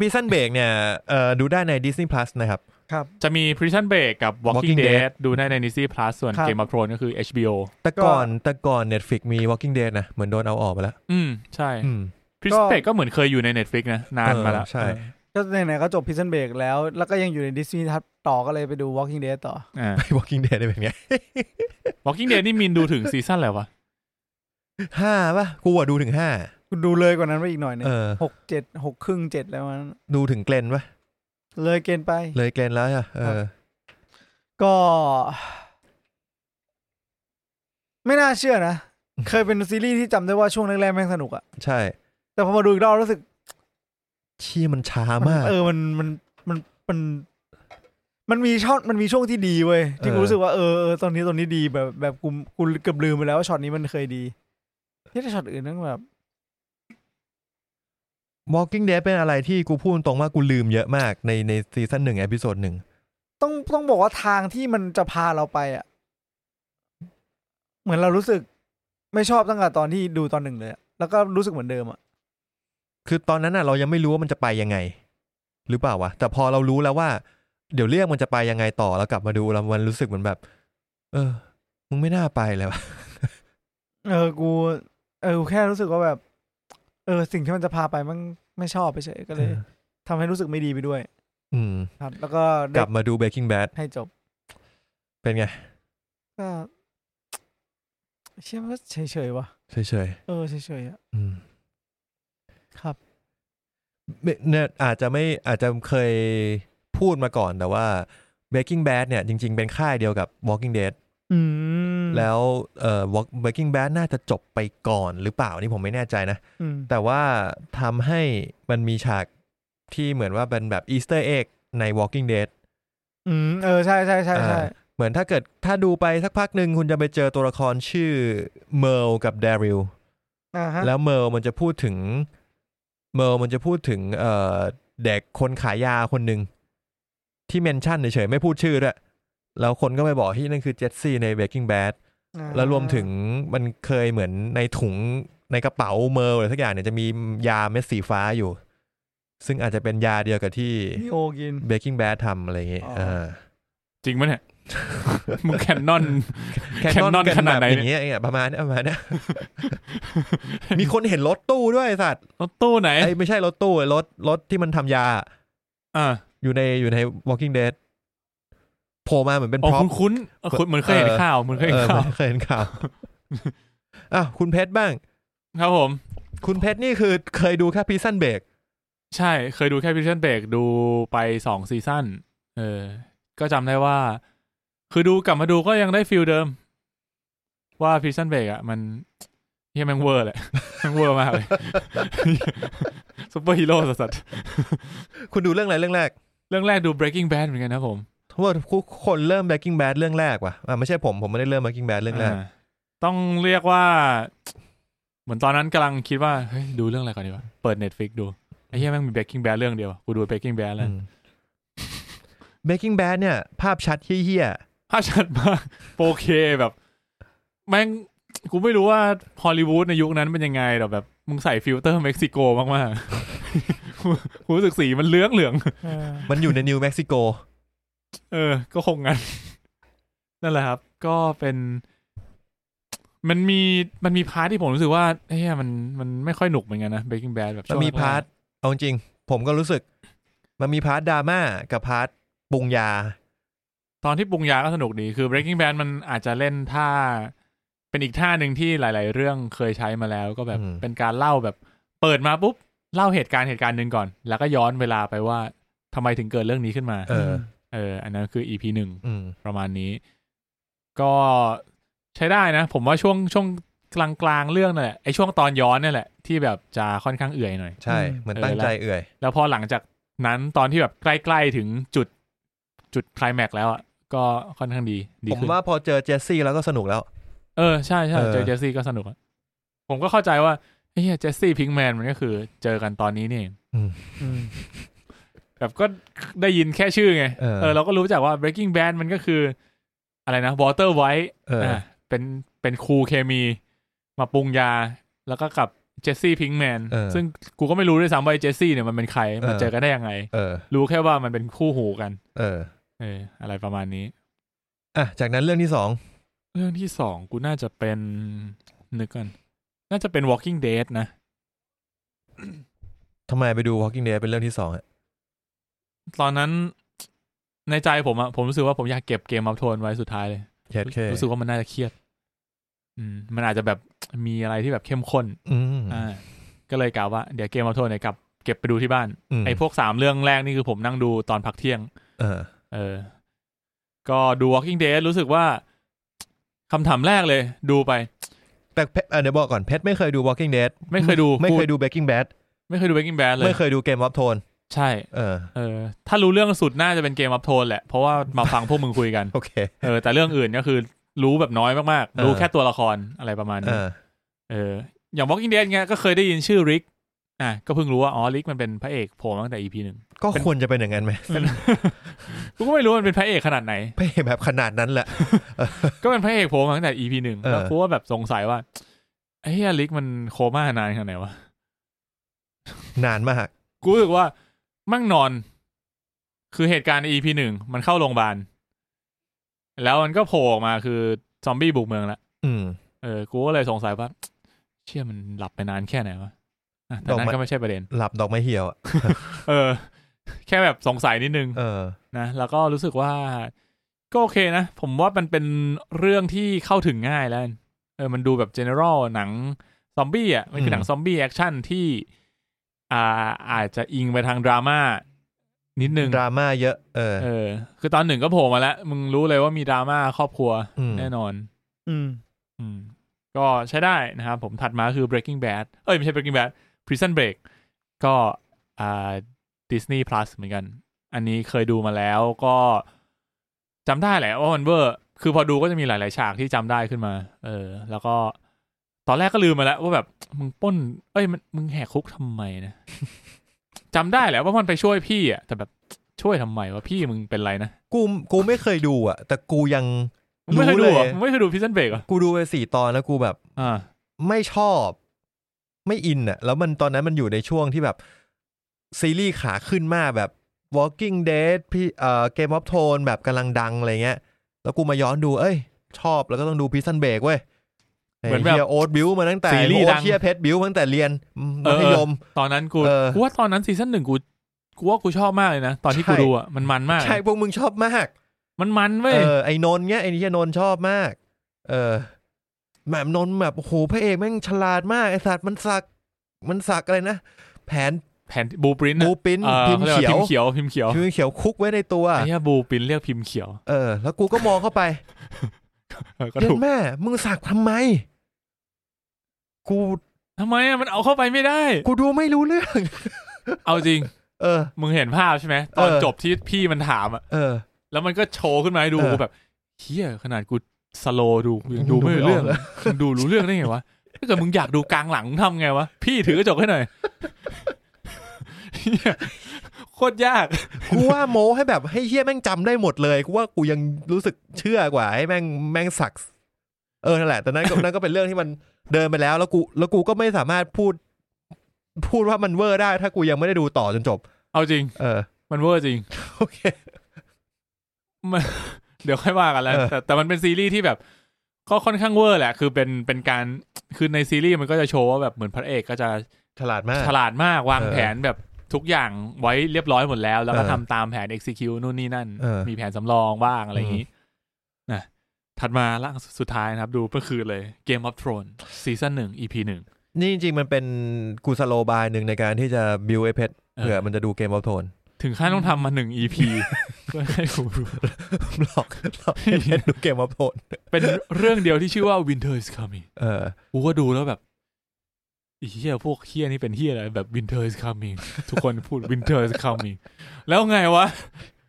Speaker 1: พีซันเบรกเนี่ยเอ่อดูได้ใน Disney Plus นะครับ
Speaker 3: ครับ
Speaker 2: จะมี Prison Break กับ Walking
Speaker 1: Walking Dead
Speaker 2: Dead ดูได้ใน Disney Plus ส่วน
Speaker 3: ครับ
Speaker 2: Game of Thrones ก็คือ HBO
Speaker 1: แต่ก่อนแต่ก่อน Netflix มี Walking Dead นะเหมือนโดนเอาออกไปแล้ว
Speaker 2: อืม ใช่
Speaker 1: อืม
Speaker 2: Prison Break ก็เหมือนเคยอยู่ใน Netflix นะ นานมาแล้ว
Speaker 1: เออใช่
Speaker 2: เออ
Speaker 3: ก็ไหนๆก็จบพิซซันเบรกแล้ว แล้วก็ยังอยู่ในดิสนีย์ทับต่อก็เลยไปดู Walking Dead ต่อ
Speaker 2: อ่า
Speaker 1: ไป Walking Dead ได้เป็นไง
Speaker 2: Walking Dead นี่มินดูถึงซีซั่นอะไรวะ
Speaker 1: ห้าป่ะกูอะดูถึงห้า
Speaker 3: คุณดูเลยกว่านั้นไปอีกหน่อยหนึง
Speaker 1: เออ
Speaker 3: หกเจ็ดหกครึ่งเจ็ดแล้วมัน
Speaker 1: ดูถึงเกลนป่ะ
Speaker 3: เลยเกินไป
Speaker 1: เลยเกลนแล้วอ่ะเออ
Speaker 3: ก็ ไม่น่าเชื่อนะ เคยเป็นซีรีส์ที่จำได้ว่าช่วงแรกๆแม่งสนุกอะ
Speaker 1: ใช่
Speaker 3: แต่พอมาดูอีกรอบรู้สึก
Speaker 1: เชี่ยมันช้าน มาก
Speaker 3: เออมันมันมันมัน มันมีช่องมันมีช่วงที่ดีเว้ยที่
Speaker 1: เอ
Speaker 3: กู
Speaker 1: อ
Speaker 3: รู้สึกว่าเออเออตอนนี้ตอนนี้ดีแบบแบบกูกูเกือบลืมไปแล้วว่าช็อตนี้มันเคยดีที่แต่ช็อตอื่นนั่งแบบ
Speaker 1: Walking Dead เป็นอะไรที่กูพูดตรงว่ากูลืมเยอะมากในในซีซั่นหนึ่งเอพิโซดหนึ่ง
Speaker 3: ต้องต้องบอกว่าทางที่มันจะพาเราไปอะเหมือนเรารู้สึก ไม่ชอบตั้งแต่ตอนที่ดูตอนหนึ่งเลยอะแล้วก็รู้สึกเหมือนเดิมอะ
Speaker 1: คือตอนนั้นน่ะเรายังไม่รู้ว่ามันจะไปยังไง หรือเปล่าวะ แต่พอเรารู้แล้วว่า เดี๋ยวเรื่องมันจะไปยังไงต่อแล้วกลับมาดูแล้วมันรู้สึกเหมือนแบบ เออ มึงไม่น่าไปเลยวะ
Speaker 3: เออกู เออกูแค่รู้สึกว่าแบบ เออ สิ่งที่มันจะพาไปมันไม่ชอบไปเฉยก็เลย
Speaker 1: เออ
Speaker 3: ทำให้รู้สึกไม่ดีไปด้วย
Speaker 1: อืม
Speaker 3: ครับ แล้วก็
Speaker 1: ก
Speaker 3: ได้
Speaker 1: ลับมาดู Breaking Bad
Speaker 3: ให้จบ
Speaker 1: เป็นไง
Speaker 3: ก็เชื่อว่าเฉยๆวะ
Speaker 1: เฉย
Speaker 3: เออเฉยๆอะ
Speaker 1: ๆอืม
Speaker 3: ครับ
Speaker 1: เนี่ยอาจจะไม่อาจจะเคยพูดมาก่อนแต่ว่า Breaking Bad เนี่ยจริงๆเป็นค่ายเดียวกับ Walking Dead
Speaker 3: อืม
Speaker 1: แล้วเอ่อ Walk- Breaking Bad น่าจะจบไปก่อนหรือเปล่านี่ผมไม่แน่ใจนะ
Speaker 3: อืม
Speaker 1: แต่ว่าทำให้มันมีฉากที่เหมือนว่าเป็นแบบ Easter egg ใน Walking Dead
Speaker 3: อืมเออใช่ใช่ใช่ใช่
Speaker 1: เหมือนถ้าเกิดถ้าดูไปสักพักหนึ่งคุณจะไปเจอตัวละครชื่อเมลกับเดริล
Speaker 3: อ่าฮะ
Speaker 1: แล้วเมลมันจะพูดถึงเมลมันจะพูดถึงเอ่อเด็กคนขายยาคนหนึ่งที่เมนชั่นเฉยๆไม่พูดชื่อด้วยแล้วคนก็ไปบอกที่นั่นคือเจสซี่ใน Breaking Bad
Speaker 3: อ่า
Speaker 1: แล้วรวมถึงมันเคยเหมือนในถุงในกระเป๋าเมลหรือสักอย่างเนี่ยจะมียาเม็ดสีฟ้าอยู่ ซึ่งอาจจะเป็นยาเดียวกับที่
Speaker 3: นิโอกิน
Speaker 1: Breaking Bad ทำอะไรอย่างเงี้ย
Speaker 3: อ๋อ
Speaker 1: อ่า
Speaker 2: จริงไหม
Speaker 1: *laughs*
Speaker 2: เนี่ย มึงแคนนอน Canon
Speaker 1: กั
Speaker 2: ขนาดไหน
Speaker 1: อย่างเงี้ยอย่างเงี้ยประมาณเนี้ยประมาณเนี้ย *laughs* มีคนเห็นรถตู้ด้วยไอ้สัตว์
Speaker 2: รถตู้ไหน
Speaker 1: ไอ้ยไม่ใช่รถตู้รถรถที่มันทำยา
Speaker 2: อ่า
Speaker 1: อยู่ในอยู่ใน Walking Dead โผล่มาเหมือนเป็น
Speaker 2: อ๋
Speaker 1: พ
Speaker 2: อ
Speaker 1: ร็อพ
Speaker 2: คุ้นคุ้นๆเออคุ้นเหมือนเคยเห็น
Speaker 1: เออ
Speaker 2: ข่าวเหมือนเคย
Speaker 1: เอ
Speaker 2: เห็น
Speaker 1: อ
Speaker 2: ข่าว
Speaker 1: เคยเห็นข่าว *laughs* อ่ะคุณเพชรบ้าง
Speaker 2: ครับผม
Speaker 1: คุณเพชรนี่คือเคยดูแค่พิซซันเบรก
Speaker 2: ใช่เคยดูแค่ Prison Break ดูไปสองซีซั่นเออ ก็จำได้ว่า คือดูกลับมาดูก็ยังได้ฟิลเดิม ว่า Prison Break อ่ะ มันเฮียแมง *laughs* เวอร์แหละ แมงเวอร์มากเลย *laughs* ซูเปอร์ฮีโร่สัส
Speaker 1: คุณดูเรื่องอะไรเรื่องแรก
Speaker 2: ๆเรื่องแรกดู Breaking Bad เหมือนกันนะผม
Speaker 1: เพราะว่าทุกคนเริ่ม Breaking Bad เรื่องแรกว่ะอ่ะไม่ใช่ผมผมไม่ได้เริ่ม Breaking Bad เรื่องแรก
Speaker 2: าต้องเรียกว่า เหมือนตอนนั้นกำลังคิดว่าเฮ้ยดูเรื่องอะไรก่อนดีวะ เปิด Netflix ดูไอ้เฮียแม่งมี Breaking Bad เรื่องเดียวกูดู Breaking Bad แล้ว
Speaker 1: อืม Breaking Bad เนี่ย ภาพชัดเฮี้ย
Speaker 2: ภาพชัดมากโปรเคแบบ แม่งกูไม่รู้ว่าฮอลลีวูดในยุคนั้นเป็นยังไงแต่แบบ มึงใส่ฟิลเตอร์เม็กซิโกมากๆ *laughs* กูกูรู้สึกสีมันเหลืองเหลือง
Speaker 3: เออ
Speaker 1: ๆมันอยู่ในนิวเม็กซิโก
Speaker 2: ๆเออ ก็คงงั้น นั่นแหละครับ ก็เป็น มันมีมันมีพาร์ทที่ผมรู้สึกว่าเฮ้ยมันมันไม่ค่อยหนุกเหมือนกันนะ Breaking Bad แบบ
Speaker 1: มันมี
Speaker 2: ช่วงแรกๆ
Speaker 1: พาร์ทเอาจริงๆผมก็รู้สึก มันมีพาร์ทดราม่ากับพาร์ทปรุงยา
Speaker 2: ตอนที่ปรุงยาก็สนุกดีคือ Breaking Bad มันอาจจะเล่นท่า เป็นอีกท่าหนึ่งที่หลาย ๆ เรื่องเคยใช้มาแล้วก็แบบ
Speaker 1: อืม
Speaker 2: เป็นการเล่าแบบ เปิดมาปุ๊บ เล่าเหตุการณ์เหตุการณ์หนึ่งก่อน แล้วก็ย้อนเวลาไปว่าทำไมถึงเกิดเรื่องนี้ขึ้นมา
Speaker 1: เออ
Speaker 2: เออ อันนั้นคือ EP หนึ่ง
Speaker 1: อืม
Speaker 2: ประมาณนี้ ก็ใช้ได้นะ ผมว่าช่วงช่วงกลางกลางๆเรื่องนั่นแหละไอช่วงตอนย้อนนี่แหละที่แบบจะค่อนข้างเอื่อยหน่อย
Speaker 1: ใช่ เหมือนตั้งใจเอื่อย
Speaker 2: แล้วพอหลังจากนั้นตอนที่แบบใกล้ๆถึงจุดจุดไคลแม็กซ์แล้วอ่ะก็ค่อนข้างดีดี
Speaker 1: ผม
Speaker 2: ขึ้น
Speaker 1: ว่าพอเจอเจสซี่แล้วก็สนุกแล้ว
Speaker 2: เออ ใช่ใช่
Speaker 1: เออ
Speaker 2: เจอเจสซี่ก็สนุกอะผมก็เข้าใจว่าเฮ้ยเจสซี่พิงแมนมันก็คือเจอกันตอนนี้นี่เอง
Speaker 3: อืม
Speaker 2: แบบก็ได้ยินแค่ชื่อไง
Speaker 1: เออ
Speaker 2: เออเราก็รู้จักว่า breaking bad มันก็คือ อะไรนะ water white
Speaker 1: เออ
Speaker 2: อ่ะเป็นเป็นครูเคมี มาปรุงยา แล้วก็กับเจสซี่พิงแมน
Speaker 1: เออ
Speaker 2: ซึ่งกูก็ไม่รู้ด้วยซ้ำว่าไอ้เจสซี่เนี่ยมันเป็นใคร มัน
Speaker 1: เออ
Speaker 2: เจอกันได้ยังไง
Speaker 1: เออ
Speaker 2: รู้แค่ว่ามันเป็นคู่หูกัน
Speaker 1: เออ
Speaker 2: เอออะไรประมาณนี้
Speaker 1: อ่ะจากนั้นเรื่องที่สอง
Speaker 2: เรื่องที่สองกูน่าจะเป็นนึกก่อนน่าจะเป็น Walking Dead นะ
Speaker 1: ทำไมไปดู Walking Dead เป็นเรื่องที่สองอะ
Speaker 2: ตอนนั้นในใจผมอะผมรู้สึกว่าผมอยากเก็บเกมอัพโทนไว้สุดท้ายเลย
Speaker 1: เฮ็ดเค
Speaker 2: รู้สึกว่ามันน่าจะเครียด อืม มันอาจจะแบบมีอะไรที่แบบเข้มข้น
Speaker 1: อืม
Speaker 2: อ่า ก็เลยกล่าวว่าเดี๋ยวเกมอัพโทนเนี่ยกลับเก็บไปดูที่บ้าน
Speaker 1: ม
Speaker 2: ไอ้พวกสามเรื่องแรกนี่คือผมนั่งดูตอนพักเที่ยง
Speaker 1: เออ
Speaker 2: เออ ก็ดู Walking Dead รู้สึกว่าคำถามแรกเลย ดูไป
Speaker 1: แต่เพชรอ่ะเดี๋ยวบอกก่อนเพชรไม่เคยดู Walking Dead
Speaker 2: ไม่เคยดู
Speaker 1: ไม่เคย
Speaker 2: กู
Speaker 1: ดู Breaking Bad
Speaker 2: ไม่เคยดู Breaking Bad เลย
Speaker 1: ไม่เคยดู Game of Thrones
Speaker 2: ใช่
Speaker 1: เออ
Speaker 2: เออ ถ้ารู้เรื่องสุดน่าจะเป็นเกมอัพโทนแหละ เพราะว่ามาฟังพวกมึงคุยกัน
Speaker 1: โอเค
Speaker 2: เออ แต่เรื่องอื่นก็คือรู้แบบน้อยมากๆ รู้
Speaker 1: เออ
Speaker 2: แค่ตัวละครอะไรประมาณ
Speaker 1: เอ
Speaker 2: นี้
Speaker 1: อ
Speaker 2: เอออย่าง Walking Dead เงี้ยก็เคยได้ยินชื่อริกอ่ะก็เพิ่งรู้ว่าอ๋อริกมันเป็นพระเอกโผล่มาตั้งแต่ EP หนึ่ง
Speaker 1: ก็
Speaker 2: เป็น
Speaker 1: ควรจะเป็นอย่างนั้นไหม *laughs*
Speaker 2: กูก็ไม่รู้มันเป็นพระเอกขนาดไหน
Speaker 1: ไม่แบบขนาดนั้นแหละ
Speaker 2: ก็เป็นพระเอกโผล่มาตั้งแต่ EP หนึ่ง
Speaker 1: เออ
Speaker 2: แล้วกูว่าแบบสงสัยว่าไอ้เฮียริกมันโคม่านานขนาดไหนวะ
Speaker 1: นานมาก
Speaker 2: กูรู้สึกว่ามั่งนอน คือเหตุการณ์ใน EP หนึ่งมันเข้าโรงพยาบาลแล้วมันก็โผล่ออกมาคือซอมบี้บุกเมืองละ
Speaker 1: อืม
Speaker 2: เออกูก็เลยสงสัยว่าเชี่ยมันหลับไปนานแค่ไหนวะอ่ะแต่นั้นก็ไม่ใช่ประเด็น
Speaker 1: หลับดอกไม้เหี่ยวอะ
Speaker 2: เออ *laughs* แค่แบบสงสัยนิดนึง
Speaker 1: เออ
Speaker 2: นะแล้วก็รู้สึกว่าก็โอเคนะ ผมว่ามันเป็นเรื่องที่เข้าถึงง่ายแล้วกันเออมันดูแบบ general หนังซอมบี้อ่ะมันคือ
Speaker 1: ม
Speaker 2: หนังซอมบี้แอคชั่นที่อ่าอาจจะอิงไปทางดราม่านิดนึง
Speaker 1: ดราม่าเยอะเออ
Speaker 2: เออ คือตอนหนึ่งก็โผล่มาแล้ว มึงรู้เลยว่ามีดราม่าครอบครัว
Speaker 1: อืม
Speaker 2: แน่นอน
Speaker 3: อืม
Speaker 2: อืม ก็ใช้ได้นะครับผมถัดมาคือ Breaking Bad เอ้ย ไม่ใช่ Breaking Bad Prison Break ก็อ่า Disney Plus เหมือนกัน อันนี้เคยดูมาแล้วก็จำได้แหละว่ามันเวอร์ คือพอดูก็จะมีหลาย ๆ ฉากที่จำได้ขึ้นมา เออ แล้วก็ตอนแรกก็ลืมมาแล้วว่าแบบ มึงปล้น เอ้ยมันมึงแหกคุกทำไมนะ จำได้แหละว่ามันไปช่วยพี่อ่ะ แต่แบบช่วยทำไมวะพี่มึงเป็นไรนะ
Speaker 1: กูกูไม่เคยดูอะแต่กูยัง
Speaker 2: มึงไม่เคยดูเหรอ
Speaker 1: รู้เลย
Speaker 2: มึงไม่เคยดู Prison Break เหรอ
Speaker 1: กูดูไปสี่ตอนแล้วกูแบบ
Speaker 2: อ่า
Speaker 1: ไม่ชอบ ไม่อินอะแล้วมันตอนนั้นมันอยู่ในช่วงที่แบบ ซีรีส์ขาขึ้นมากแบบ Walking Dead พี่เอ่อ Game of Thrones แบบกำลังดังอะไรเงี้ย แล้วกูมาย้อนดู เอ้ย ชอบแล้วก็ต้องดู Prison Break เว้ย
Speaker 2: เหมือน
Speaker 1: ไหี้ยโอ๊ตบิวมาตั้งแต่
Speaker 2: ซีรีส์
Speaker 1: โอ๊
Speaker 2: ดั
Speaker 1: ต
Speaker 2: ง
Speaker 1: เชียเพชรบิวมาตั้งแต่เรียนมัธยม
Speaker 2: ตอนนั้นกู
Speaker 1: เออ
Speaker 2: กูว่าตอนนั้นซีซั่นหนึ่งกูกูว่ากูชอบมากเลยนะ ตอนที่กูดูอ่ะมันมันมาก
Speaker 1: ใช่พวกมึงชอบมาก
Speaker 2: มันมันเว้ย
Speaker 1: เออไอ้นนท์เนี้ยไอ้นี่นนท์ชอบมาก เออแบบนนท์แบบโอ้โหพระเอกแม่งฉลาดมากไอ้สัตว์มันสัก มันสักอะไรนะ แผน
Speaker 2: แผ่นบูปริน
Speaker 1: บูปรินท์พิมพ์เขียว
Speaker 2: พิมพ์เขียวพิมพ์เขียว
Speaker 1: พิมพ์เขียวคุกไว้ในตัว
Speaker 2: ไอ้เหี้ยบูปรินเรียกพิมพ์เขียว
Speaker 1: เออ แล้วกูก็มองเข้าไป
Speaker 2: เออก็
Speaker 1: เย็
Speaker 2: ถู
Speaker 1: น
Speaker 2: ก
Speaker 1: แม่ มึงสักทำไม กู
Speaker 2: ทำไมอ่ะมันเอาเข้าไปไม่ได้
Speaker 1: กูดูไม่รู้เรื่อง
Speaker 2: เอาจริง
Speaker 1: เออ
Speaker 2: มึงเห็นภาพใช่ไหมตอน
Speaker 1: เออ
Speaker 2: จบที่พี่มันถามอ่ะ
Speaker 1: เออ
Speaker 2: แล้วมันก็โชว์ขึ้นมาให้ดู
Speaker 1: เออ
Speaker 2: กูแบบเฮียขนาดกูสโลว์ดูกูยังดูไม่รู้เรื่อง
Speaker 1: ดูไม่ออกเลย
Speaker 2: มึงดูรู้เรื่องได้ไงวะถ้าเกิดมึงอยากดูกลางหลังมึงทำไงวะพี่ถือกระจกให้หน่อย *laughs* เหี้ยโคตรยาก
Speaker 1: กูว่าโมให้แบบให้เฮี้ยแม่งจำได้หมดเลยกูว่ากูยังรู้สึกเชื่อกว่าให้แม่งแม่งสัก เออนั่นแหละแต่นั้นก็นั่นก็เป็นเรื่องที่มันเดินไปแล้ว แล้วกูแล้วกูก็ไม่สามารถพูด พูดว่ามันเวอร์ได้ ถ้ากูยังไม่ได้ดูต่อจนจบ
Speaker 2: เอาจริง
Speaker 1: เออ
Speaker 2: มันเวอร์จริง
Speaker 1: โอเค
Speaker 2: เดี๋ยวค่อยว่ากันแล้ว
Speaker 1: เออ
Speaker 2: แต่แต่มันเป็นซีรีส์ที่แบบ ก็ค่อนข้างเวอร์แหละ คือเป็นเป็นการคือในซีรีส์มันก็จะโชว์ว่าแบบเหมือนพระเอกก็จะ
Speaker 1: ฉลาดมาก
Speaker 2: ฉลาดมากวาง
Speaker 1: เออ
Speaker 2: แผนแบบทุกอย่างไว้เรียบร้อยหมดแล้ว แล้วก็
Speaker 1: เออ
Speaker 2: ทำตามแผน execute นู่นนี่นั่น
Speaker 1: เออ
Speaker 2: มีแผนสำรองบ้างอะไรอย่างนี้นะถัดมาล่างสุดท้ายนะครับ ดูเมื่อคืนเลย Game of Thrones ซีซั่นหนึ่ง EP หนึ่ง
Speaker 1: นี่จริงๆมันเป็นกูสโลบายหนึ่งในการที่จะบิวไอเพชร
Speaker 2: เออ
Speaker 1: เผื่อมันจะดูเกมบอลโทน *laughs*
Speaker 2: ถึงขั้นต้องทำมาหนึ่ง EP เพื่อให้ดู
Speaker 1: หลอกหลอกให้เพชรดูเกมบอลโทน
Speaker 2: เป็นเรื่องเดียวที่ชื่อว่า Winter is Coming
Speaker 1: เออ
Speaker 2: กูก็ดูแล้วแบบไอ้เฮียพวกเฮียนี่เป็นเฮียอะไรแบบ winter is coming ทุกคนพูด winter is coming แล้วไงวะ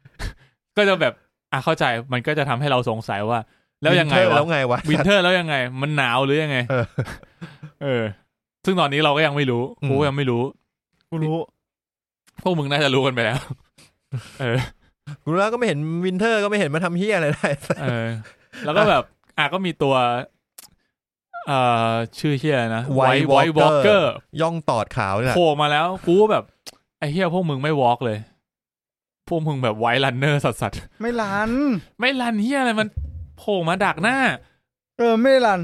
Speaker 2: *laughs* ก็จะแบบ อ่ะเข้าใจมันก็จะทำให้เราสงสัยว่า แล้วยังไง
Speaker 1: Winter แล้ว
Speaker 2: ะ
Speaker 1: วไงวะ
Speaker 2: วินเทอร์แล้วยังไง มันหนาวหรือยังไง
Speaker 1: *laughs* เออ
Speaker 2: เออ ซึ่งตอนนี้เราก็ยังไม่รู้
Speaker 1: อืม
Speaker 2: กูก็ยังไม่รู้
Speaker 3: กูรู้
Speaker 2: พวกมึงน่าจะรู้กันไปแล้ว *laughs* เออ
Speaker 1: กูแล้วก็ไม่เห็นวินเทอร์ก็ไม่เห็นมันทำเฮี้ยอะไรได้
Speaker 2: เอ
Speaker 1: *laughs*
Speaker 2: อ แล้วก็แบบ อ่ะก็มีตัว เอ่อชื่อเฮียอะไรนะ
Speaker 1: White
Speaker 2: วอลเกอ
Speaker 1: Walker
Speaker 2: ร์
Speaker 1: ย่องตอดขาวนี่แหละ
Speaker 2: โผล่มาแล้วกูแบบไอ้เฮียพวกมึงไม่วอล์กเลย พวกมึงแบบไวท์ลันเนอร์สัส
Speaker 3: ไม่รัน
Speaker 2: ๆไม่ลันเฮียอะไรมันโผล่มาดักหน้า
Speaker 3: เออไม่ได้รัน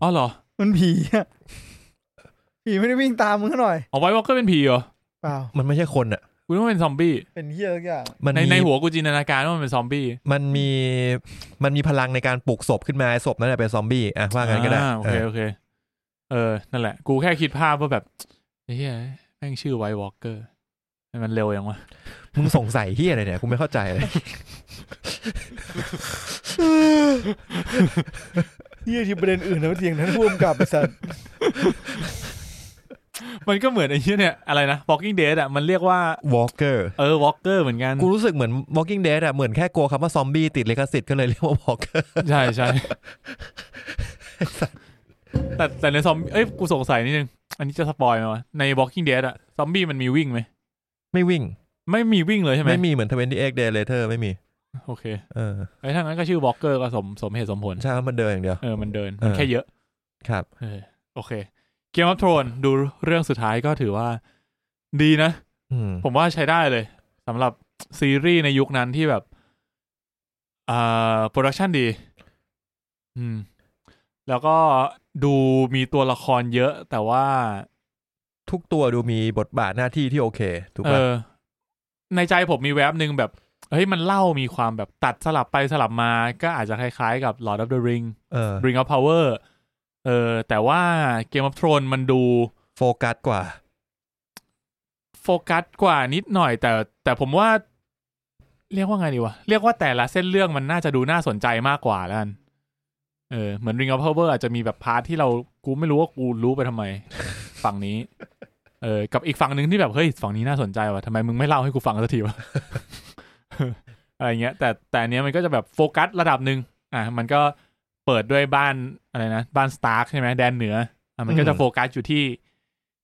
Speaker 2: อ๋อเหรอ
Speaker 3: มันผีอะผีไม่ได้วิ่งตามมึงซะหน่อย
Speaker 2: เอาไว้วอลเกอร์เป็นผีเหรอ
Speaker 3: เปล่า
Speaker 1: มันไม่ใช่คนอ่ะ
Speaker 2: กูนึกว่าเป็นซอมบี้
Speaker 3: เป็นเฮียสักอย่าง
Speaker 1: มัน
Speaker 2: ในใน
Speaker 1: มี
Speaker 2: หัวกูจินตนาการว่ามันเป็นซอมบี้
Speaker 1: มันมีมันมีพลังในการปลุกศพขึ้นมาไอ้ศพนั่นแหละเป็นซอมบี้อ่ะว่างั้นก็ได้
Speaker 2: อ่าโอเค
Speaker 1: เออ
Speaker 2: โอเค เออ นั่นแหละ กูแค่คิดภาพว่าแบบเฮ้ยแม่งชื่อไววอลเกอร์มันเร็วยังวะ
Speaker 1: มึงสงสัยที่อะไรเนี่ยกูไม่เข้าใจเลย
Speaker 3: เฮียที่ประเด็นอื่นนะเถียงนั้นร่วมกับไอ้สัตว์
Speaker 2: มันก็เหมือนไอ้เหี้ยเนี่ยอะไรนะ Walking Dead อ่ะมันเรียกว่า
Speaker 1: Walker
Speaker 2: เออวอลเกอร์เหมือนกัน
Speaker 1: กูรู้สึกเหมือน Walking Dead อะเหมือนแค่กลัวคำว่าซอมบี้ติดเลขสิทธิ์ก็เลยเรียกว่า Walker
Speaker 2: ใช่ใช่แต่แต่ในซอมเอ้ยกูสงสัยนิดนึง อันนี้จะสปอยไหมวะใน Walking Dead อ่ะซอมบี้มันมีวิ่งไหม
Speaker 1: ไม่วิ่ง
Speaker 2: ไม่มีวิ่งเลยใช่ไหม
Speaker 1: ไม่มีเหมือน28 Day Later ไม่มี
Speaker 2: โอเค
Speaker 1: เออ
Speaker 2: ไอ้ยถ้างั้นก็ชื่อวอลเกอร์ก็สมสมเหตุสมผล
Speaker 1: ใช่ครับมันเดินอย่างเดียว
Speaker 2: เออมันเดินมันแค่เยอะ
Speaker 1: ครับ
Speaker 2: เออโอเค เกมอัพโทนดูเรื่องสุดท้ายก็ถือว่า ดีนะ
Speaker 1: อืม
Speaker 2: ผมว่าใช้ได้เลยสำหรับซีรีส์ในยุคนั้นที่แบบอ่าโปรดักชันดี อืม แล้วก็ดูมีตัวละครเยอะ แต่ว่า
Speaker 1: ทุกตัวดูมีบทบาทหน้าที่ที่โอเค ถูก
Speaker 2: เอ
Speaker 1: ป่ะ
Speaker 2: อ ในใจผมมีแวบหนึ่งแบบเฮ้ยมันเล่ามีความแบบตัดสลับไปสลับมา ก็อาจจะคล้ายๆกับ Lord of the Ring
Speaker 1: เออ
Speaker 2: Ring of Power เออ แต่ว่า Game of Thrones มันดู
Speaker 1: โฟกัสกว่า
Speaker 2: โฟกัสกว่านิดหน่อย แต่แต่ผมว่า เรียกว่าไงดีวะ เรียกว่าแต่ละเส้นเรื่องมันน่าจะดูน่าสนใจมากกว่าแล้วกันเออเหมือน Ring of Power อาจจะมีแบบพาร์ทที่เรากูไม่รู้ว่ากูรู้ไปทำไม *laughs* ฝั่งนี้ เออกับอีกฝั่งหนึ่งที่แบบเฮ้ยฝั่งนี้น่าสนใจว่ะทำไมมึงไม่เล่าให้กูฟังสักทีวะ *laughs* อะไรเงี้ย แต่แต่อันเนี้ยมันก็จะแบบโฟกัสระดับหนึ่งอ่ะมันก็เปิดด้วยบ้านอะไรนะบ้านสตาร์ใช่ไหมแดนเหนืออ่ะมันก็จะ
Speaker 1: อืม
Speaker 2: โฟกัสอยู่ที่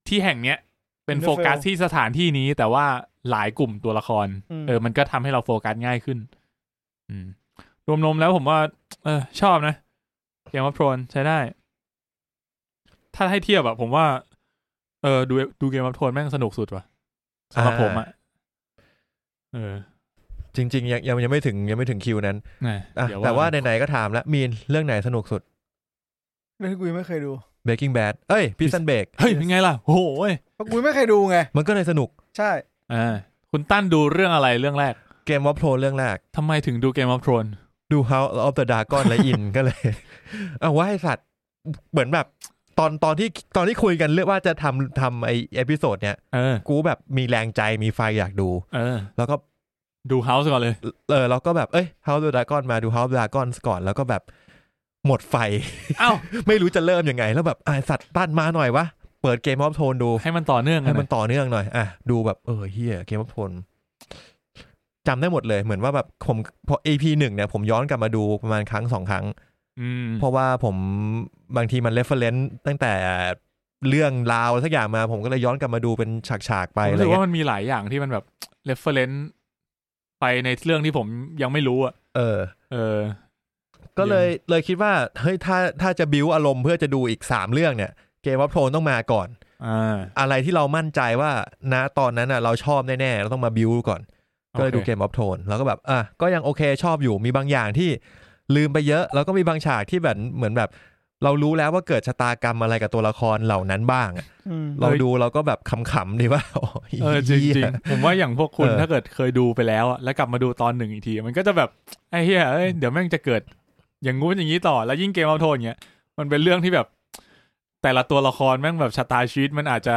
Speaker 2: ที่แห่งเนี้ย เป็นโฟกัสที่สถานที่นี้แต่ว่าหลายกลุ่มตัวละคร เออ มันก็ทำให้เราโฟกัสง่ายขึ้น อืม รวมๆแล้วผมว่า เออ ชอบนะเกมวัฟโทนใช้ได้ ถ้าให้เทียบอะผมว่า เออ ดูดูเกมวัฟโทนแม่งสนุกสุดว่ะสำหรับผมอะเออ
Speaker 1: จริง ๆ ยังยังยังไม่ถึงยังไม่ถึงคิวนั้น
Speaker 2: แน่
Speaker 1: อ่ะ
Speaker 2: เดี๋ย
Speaker 1: แต่ว่าไหนๆก็ถามแล้วมีนเรื่องไหนสนุกสุด
Speaker 3: เรื่องที่กูยังไม่เคยดู
Speaker 1: Breaking Bad เอ้ย Prison Break
Speaker 2: เฮ้ยเป็นไงล่ะโอ้โหย
Speaker 3: เพราะกูไม่เคยดูไง
Speaker 1: มันก็เลยสนุก
Speaker 3: ใช่
Speaker 2: อ่าคุณตั้นดูเรื่องอะไรเรื่องแรก
Speaker 1: เกมวอลโพลเรื่องแรก
Speaker 2: ทำไมถึงดูเกมวัฟโทน
Speaker 1: ดู House of the Dragon และอิน *laughs* ก็เลย เอาว่าให้สัตว์เหมือนแบบ ตอนตอนที่ตอนที่คุยกันเรื่องว่าจะทำทำไอเอพิโซดเนี้ย
Speaker 2: เออ
Speaker 1: กูแบบมีแรงใจมีไฟอยากดู
Speaker 2: เออ
Speaker 1: แล้วก็
Speaker 2: ดูเฮาส์ก่อนเลย
Speaker 1: เออแล้วก็แบบเอ้ย House of the Dragon มาดู House of the Dragon ก่อนแล้วก็แบบหมดไฟ
Speaker 2: เอ้า
Speaker 1: ไม่รู้จะเริ่มยังไง แล้วแบบไอะสัตว์ปั้นมาหน่อยวะ เปิดเกมออฟโทนดู
Speaker 2: ให้มันต่อเนื่องกั
Speaker 1: ให้
Speaker 2: นนะ
Speaker 1: มันต่อเนื่องหน่อย อ่ะ ดูแบบ เออเฮียเกมพับพลจำได้หมดเลย เหมือนว่าแบบผมพอ AP หนึ่งเนี่ย ผมย้อนกลับมาดูประมาณครั้งสองครั้ง
Speaker 2: อืม
Speaker 1: เพราะว่าผมบางทีมันเรฟเฟ e n c e ตั้งแต่เรื่องราวสักอย่างมา ผมก็เลยย้อนกลับมาดูเป็นฉาก ๆ ไป
Speaker 2: ผม
Speaker 1: อะไร
Speaker 2: รู้สึก
Speaker 1: เงี้
Speaker 2: ว่าย มันมีหลายอย่างที่มันแบบ reference ไปในเรื่องที่ผมยังไม่รู้อ่ะ
Speaker 1: เออ
Speaker 2: เออ
Speaker 1: ก็เลยเลยคิดว่า เฮ้ย ถ้าถ้าจะบิวอารมณ์เพื่อจะดูอีกสามเรื่องเนี่ย เกมวัฟโทนต้องมาก่อน
Speaker 2: อ่า
Speaker 1: อะไรที่เรามั่นใจว่าณตอนนั้นอ่ะเราชอบแน่ๆเราต้องมาบิวก่อน ก็เลยดูเก
Speaker 2: โอค
Speaker 1: มออฟโทนแล้วก็แบบอ่ะก็ยังโอเคชอบอยู่มีบางอย่างที่ลืมไปเยอะ แล้วก็มีบางฉากที่แบบเหมือนแบบ เรารู้แล้วว่าเกิดชะตากรรมอะไรกับตัวละครเหล่านั้นบ้างอะ
Speaker 3: อืม
Speaker 1: เราดูเราก็แบบขำๆดีว่า *laughs* โอ้ย
Speaker 2: เออจริงจริง
Speaker 1: เหี้ย
Speaker 2: ผมว่าอย่างพวกคุณ
Speaker 1: เออ
Speaker 2: ถ้าเกิดเคยดูไปแล้วอะแล้วกลับมาดูตอนหนึ่งอีกที มันก็จะแบบไอ้เหี้ยเอ้ยเดี๋ยวแม่งจะเกิด อย่างงู้นอย่างนี้ต่อ แล้วยิ่งเกมเอาโทนเงี้ยมันเป็นเรื่องที่แบบ แต่ละตัวละครแม่งแบบชะตาชีวิตมันอาจจะ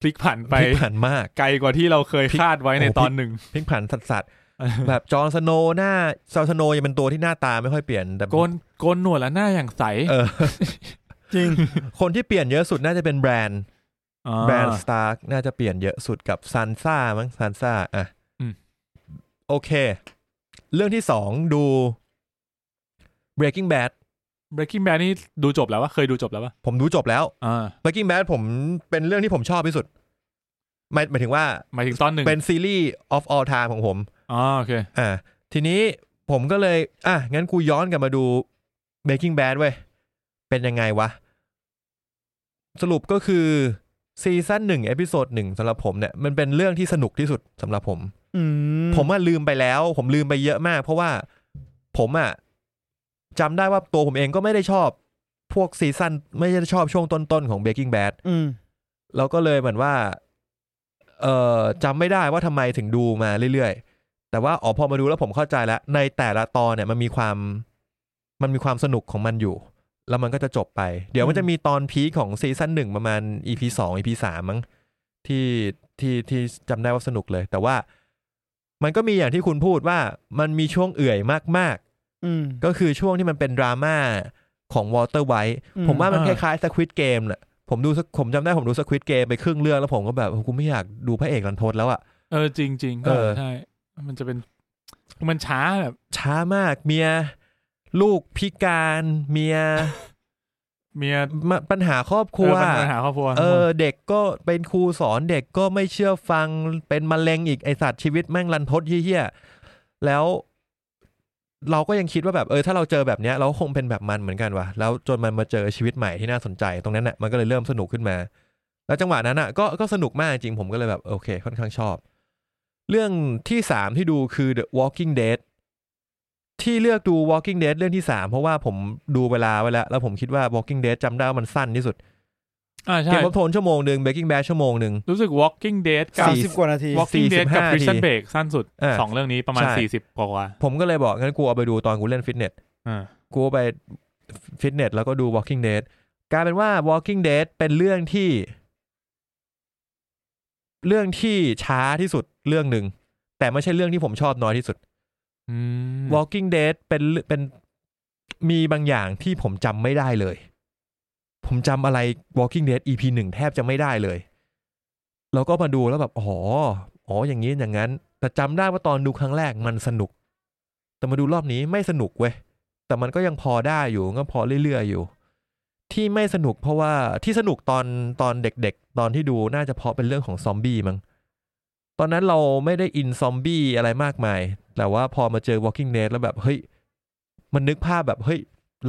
Speaker 2: พลิกผันไป
Speaker 1: พลิกผันมาก
Speaker 2: ไกลกว่าที่เราเคย
Speaker 1: พลิก
Speaker 2: คาดไว้ใน
Speaker 1: โอ้โห
Speaker 2: ตอนหนึ่ง
Speaker 1: พลิกผันสัสๆแบบจอร์นสโนว์หน้าจอร์นสโนว์ยังเป็นตัวที่หน้าตาไม่ค่อยเปลี่ยนแต่
Speaker 2: โกนโกนหนวดแล้วหน้าอย่างใส
Speaker 1: เออ
Speaker 3: จริง
Speaker 1: คนที่เปลี่ยนเยอะสุดน่าจะเป็นแบรนด์
Speaker 2: า
Speaker 1: แบรนด์สตาร์น่าจะเปลี่ยนเยอะสุดกับซานซ่ามั้งซานซ่าอ่ะ
Speaker 2: อืม
Speaker 1: โอเค เรื่องที่สองดู Breaking Bad
Speaker 2: Breaking Bad นี่ดูจบแล้ววะเคยดูจบแล้ววะ
Speaker 1: ผมดูจบแล้ว
Speaker 2: อ่า
Speaker 1: Breaking Bad ผมเป็นเรื่องที่ผมชอบที่สุดหมายหมายถึงว่า
Speaker 2: หมายถึงตอนหนึ่ง
Speaker 1: เป็นซีรีส์ of all time ของผม
Speaker 2: อ๋อโอเค
Speaker 1: อ่าทีนี้ผมก็เลย อ่ะ งั้นกูย้อนกลับมาดู Breaking Bad เว้ย เป็นยังไงวะ สรุปก็คือซีซั่นหนึ่งเอพิโซดหนึ่งสำหรับผมเนี่ย มันเป็นเรื่องที่สนุกที่สุดสำหรับผม
Speaker 3: อืม
Speaker 1: ผมอะลืมไปแล้ว ผมลืมไปเยอะมาก เพราะว่าผมอะจำได้ว่าตัวผมเองก็ไม่ได้ชอบพวกซีซั่นไม่ได้ชอบช่วงต้นๆของ Breaking Bad
Speaker 3: อืม
Speaker 1: แล้วก็เลยเหมือนว่า เอ่อจำไม่ได้ว่าทำไมถึงดูมาเรื่อยๆ แต่ว่าอ๋อพอมาดูแล้วผมเข้าใจแล้ว ในแต่ละตอนเนี่ยมันมีความ มันมีความสนุกของมันอยู่ แล้วมันก็จะจบไป เดี๋ยวมัน
Speaker 3: อืม
Speaker 1: จะมีตอนพีคของซีซั่นหนึ่งประมาณ EP สอง EP สามมั้งที่ที่ที่จำได้ว่าสนุกเลย แต่ว่ามันก็มีอย่างที่คุณพูดว่ามันมีช่วงเอื่อยมาก
Speaker 3: อืม
Speaker 1: ๆ ก็คือช่วงที่มันเป็นดราม่าของวอเตอร์ไว ผมว่ามันค
Speaker 2: อ่า
Speaker 1: ล้ายๆสควิตเกมน่ะ ผมดู Squ- ผมจำได้ผมดูสควิตเกมไปครึ่งเรื่องแล้วผมก็แบบกูไม่อยากดูพระเอกรันทดแล้วอ่ะ
Speaker 2: เออจริงจริงๆ
Speaker 1: เออ
Speaker 2: ใช่มันจะเป็นมันช้าแบบ
Speaker 1: ช้ามากเมียลูกพิการเมีย
Speaker 2: *laughs* เมีย
Speaker 1: มาปัญหาครอบครัว
Speaker 2: เออปัญหาครอบครัว
Speaker 1: เออเด็กก็เป็นครูสอนเด็กก็ไม่เชื่อฟังเป็นมะเร็งอีกไอสัตว์ชีวิตแม่งรันทดเหี้ยๆแล้ว เราก็ยังคิดว่าแบบเออถ้าเราเจอแบบเนี้ยเราก็คงเป็นแบบมันเหมือนกันว่ะแล้วจนมันมาเจอชีวิตใหม่ที่น่าสนใจตรงนั้นน่ะมันก็เลยเริ่มสนุกขึ้นมา แล้วจังหวะนั้นน่ะก็ก็สนุกมากจริงผมก็เลยแบบโอเค ค่อนข้างชอบ เรื่องที่สามที่ดูคือ The Walking Dead ที่เลือกดู Walking Dead เรื่องที่สามเพราะว่าผมดูเวลาไว้แล้วแล้วผมคิดว่า Walking Dead จำได้ว่ามันสั้นที่สุด
Speaker 2: อ่า
Speaker 1: เก
Speaker 2: ใช่
Speaker 1: มวอฟโทนชั่วโมงหนึ่งเบ k กิ้งแบ d ชั่วโมงหนึ่ง
Speaker 2: รู้สึก Walking Dead กับ
Speaker 3: สามสิบกว่านาที
Speaker 2: Walking Dead กับ
Speaker 1: 45
Speaker 2: Prison
Speaker 1: ที
Speaker 2: Break สั้นสุด
Speaker 1: อ่า
Speaker 2: สองเรื่องนี้ประมาณ
Speaker 1: ใช่
Speaker 2: สี่สิบกว่า
Speaker 1: ผมก็เลยบอกงั้นกูเอาไปดูตอนกูเล่นฟิตเนส
Speaker 2: ๆอ่า
Speaker 1: กูไปฟิตเนสแล้วก็ดู Walking Dead กลายเป็นว่า Walking Dead เป็นเรื่องที่ เรื่องที่ช้าที่สุดเรื่องหนึ่ง แต่ไม่ใช่เรื่องที่ผมชอบน้อยที่สุด
Speaker 2: อืม
Speaker 1: Walking Dead เป็นเป็นมีบางอย่างที่ผมจำไม่ได้เลย ผมจำอะไร Walking Dead EP หนึ่งแทบจะไม่ได้เลย แล้วก็มาดูแล้วแบบอ๋ออ๋ออย่างนี้อย่างนั้น แต่จำได้ว่าตอนดูครั้งแรกมันสนุก แต่มาดูรอบนี้ไม่สนุกเว้ย แต่มันก็ยังพอได้อยู่ก็พอเรื่อยๆอยู่ ที่ไม่สนุกเพราะว่าที่สนุกตอนตอนเด็กๆ ตอนที่ดูน่าจะเพราะเป็นเรื่องของซอมบี้มั้งตอนนั้นเราไม่ได้อินซอมบี้อะไรมากมาย แต่ว่าพอมาเจอ Walking Dead แล้วแบบเฮ้ย มันนึกภาพแบบเฮ้ย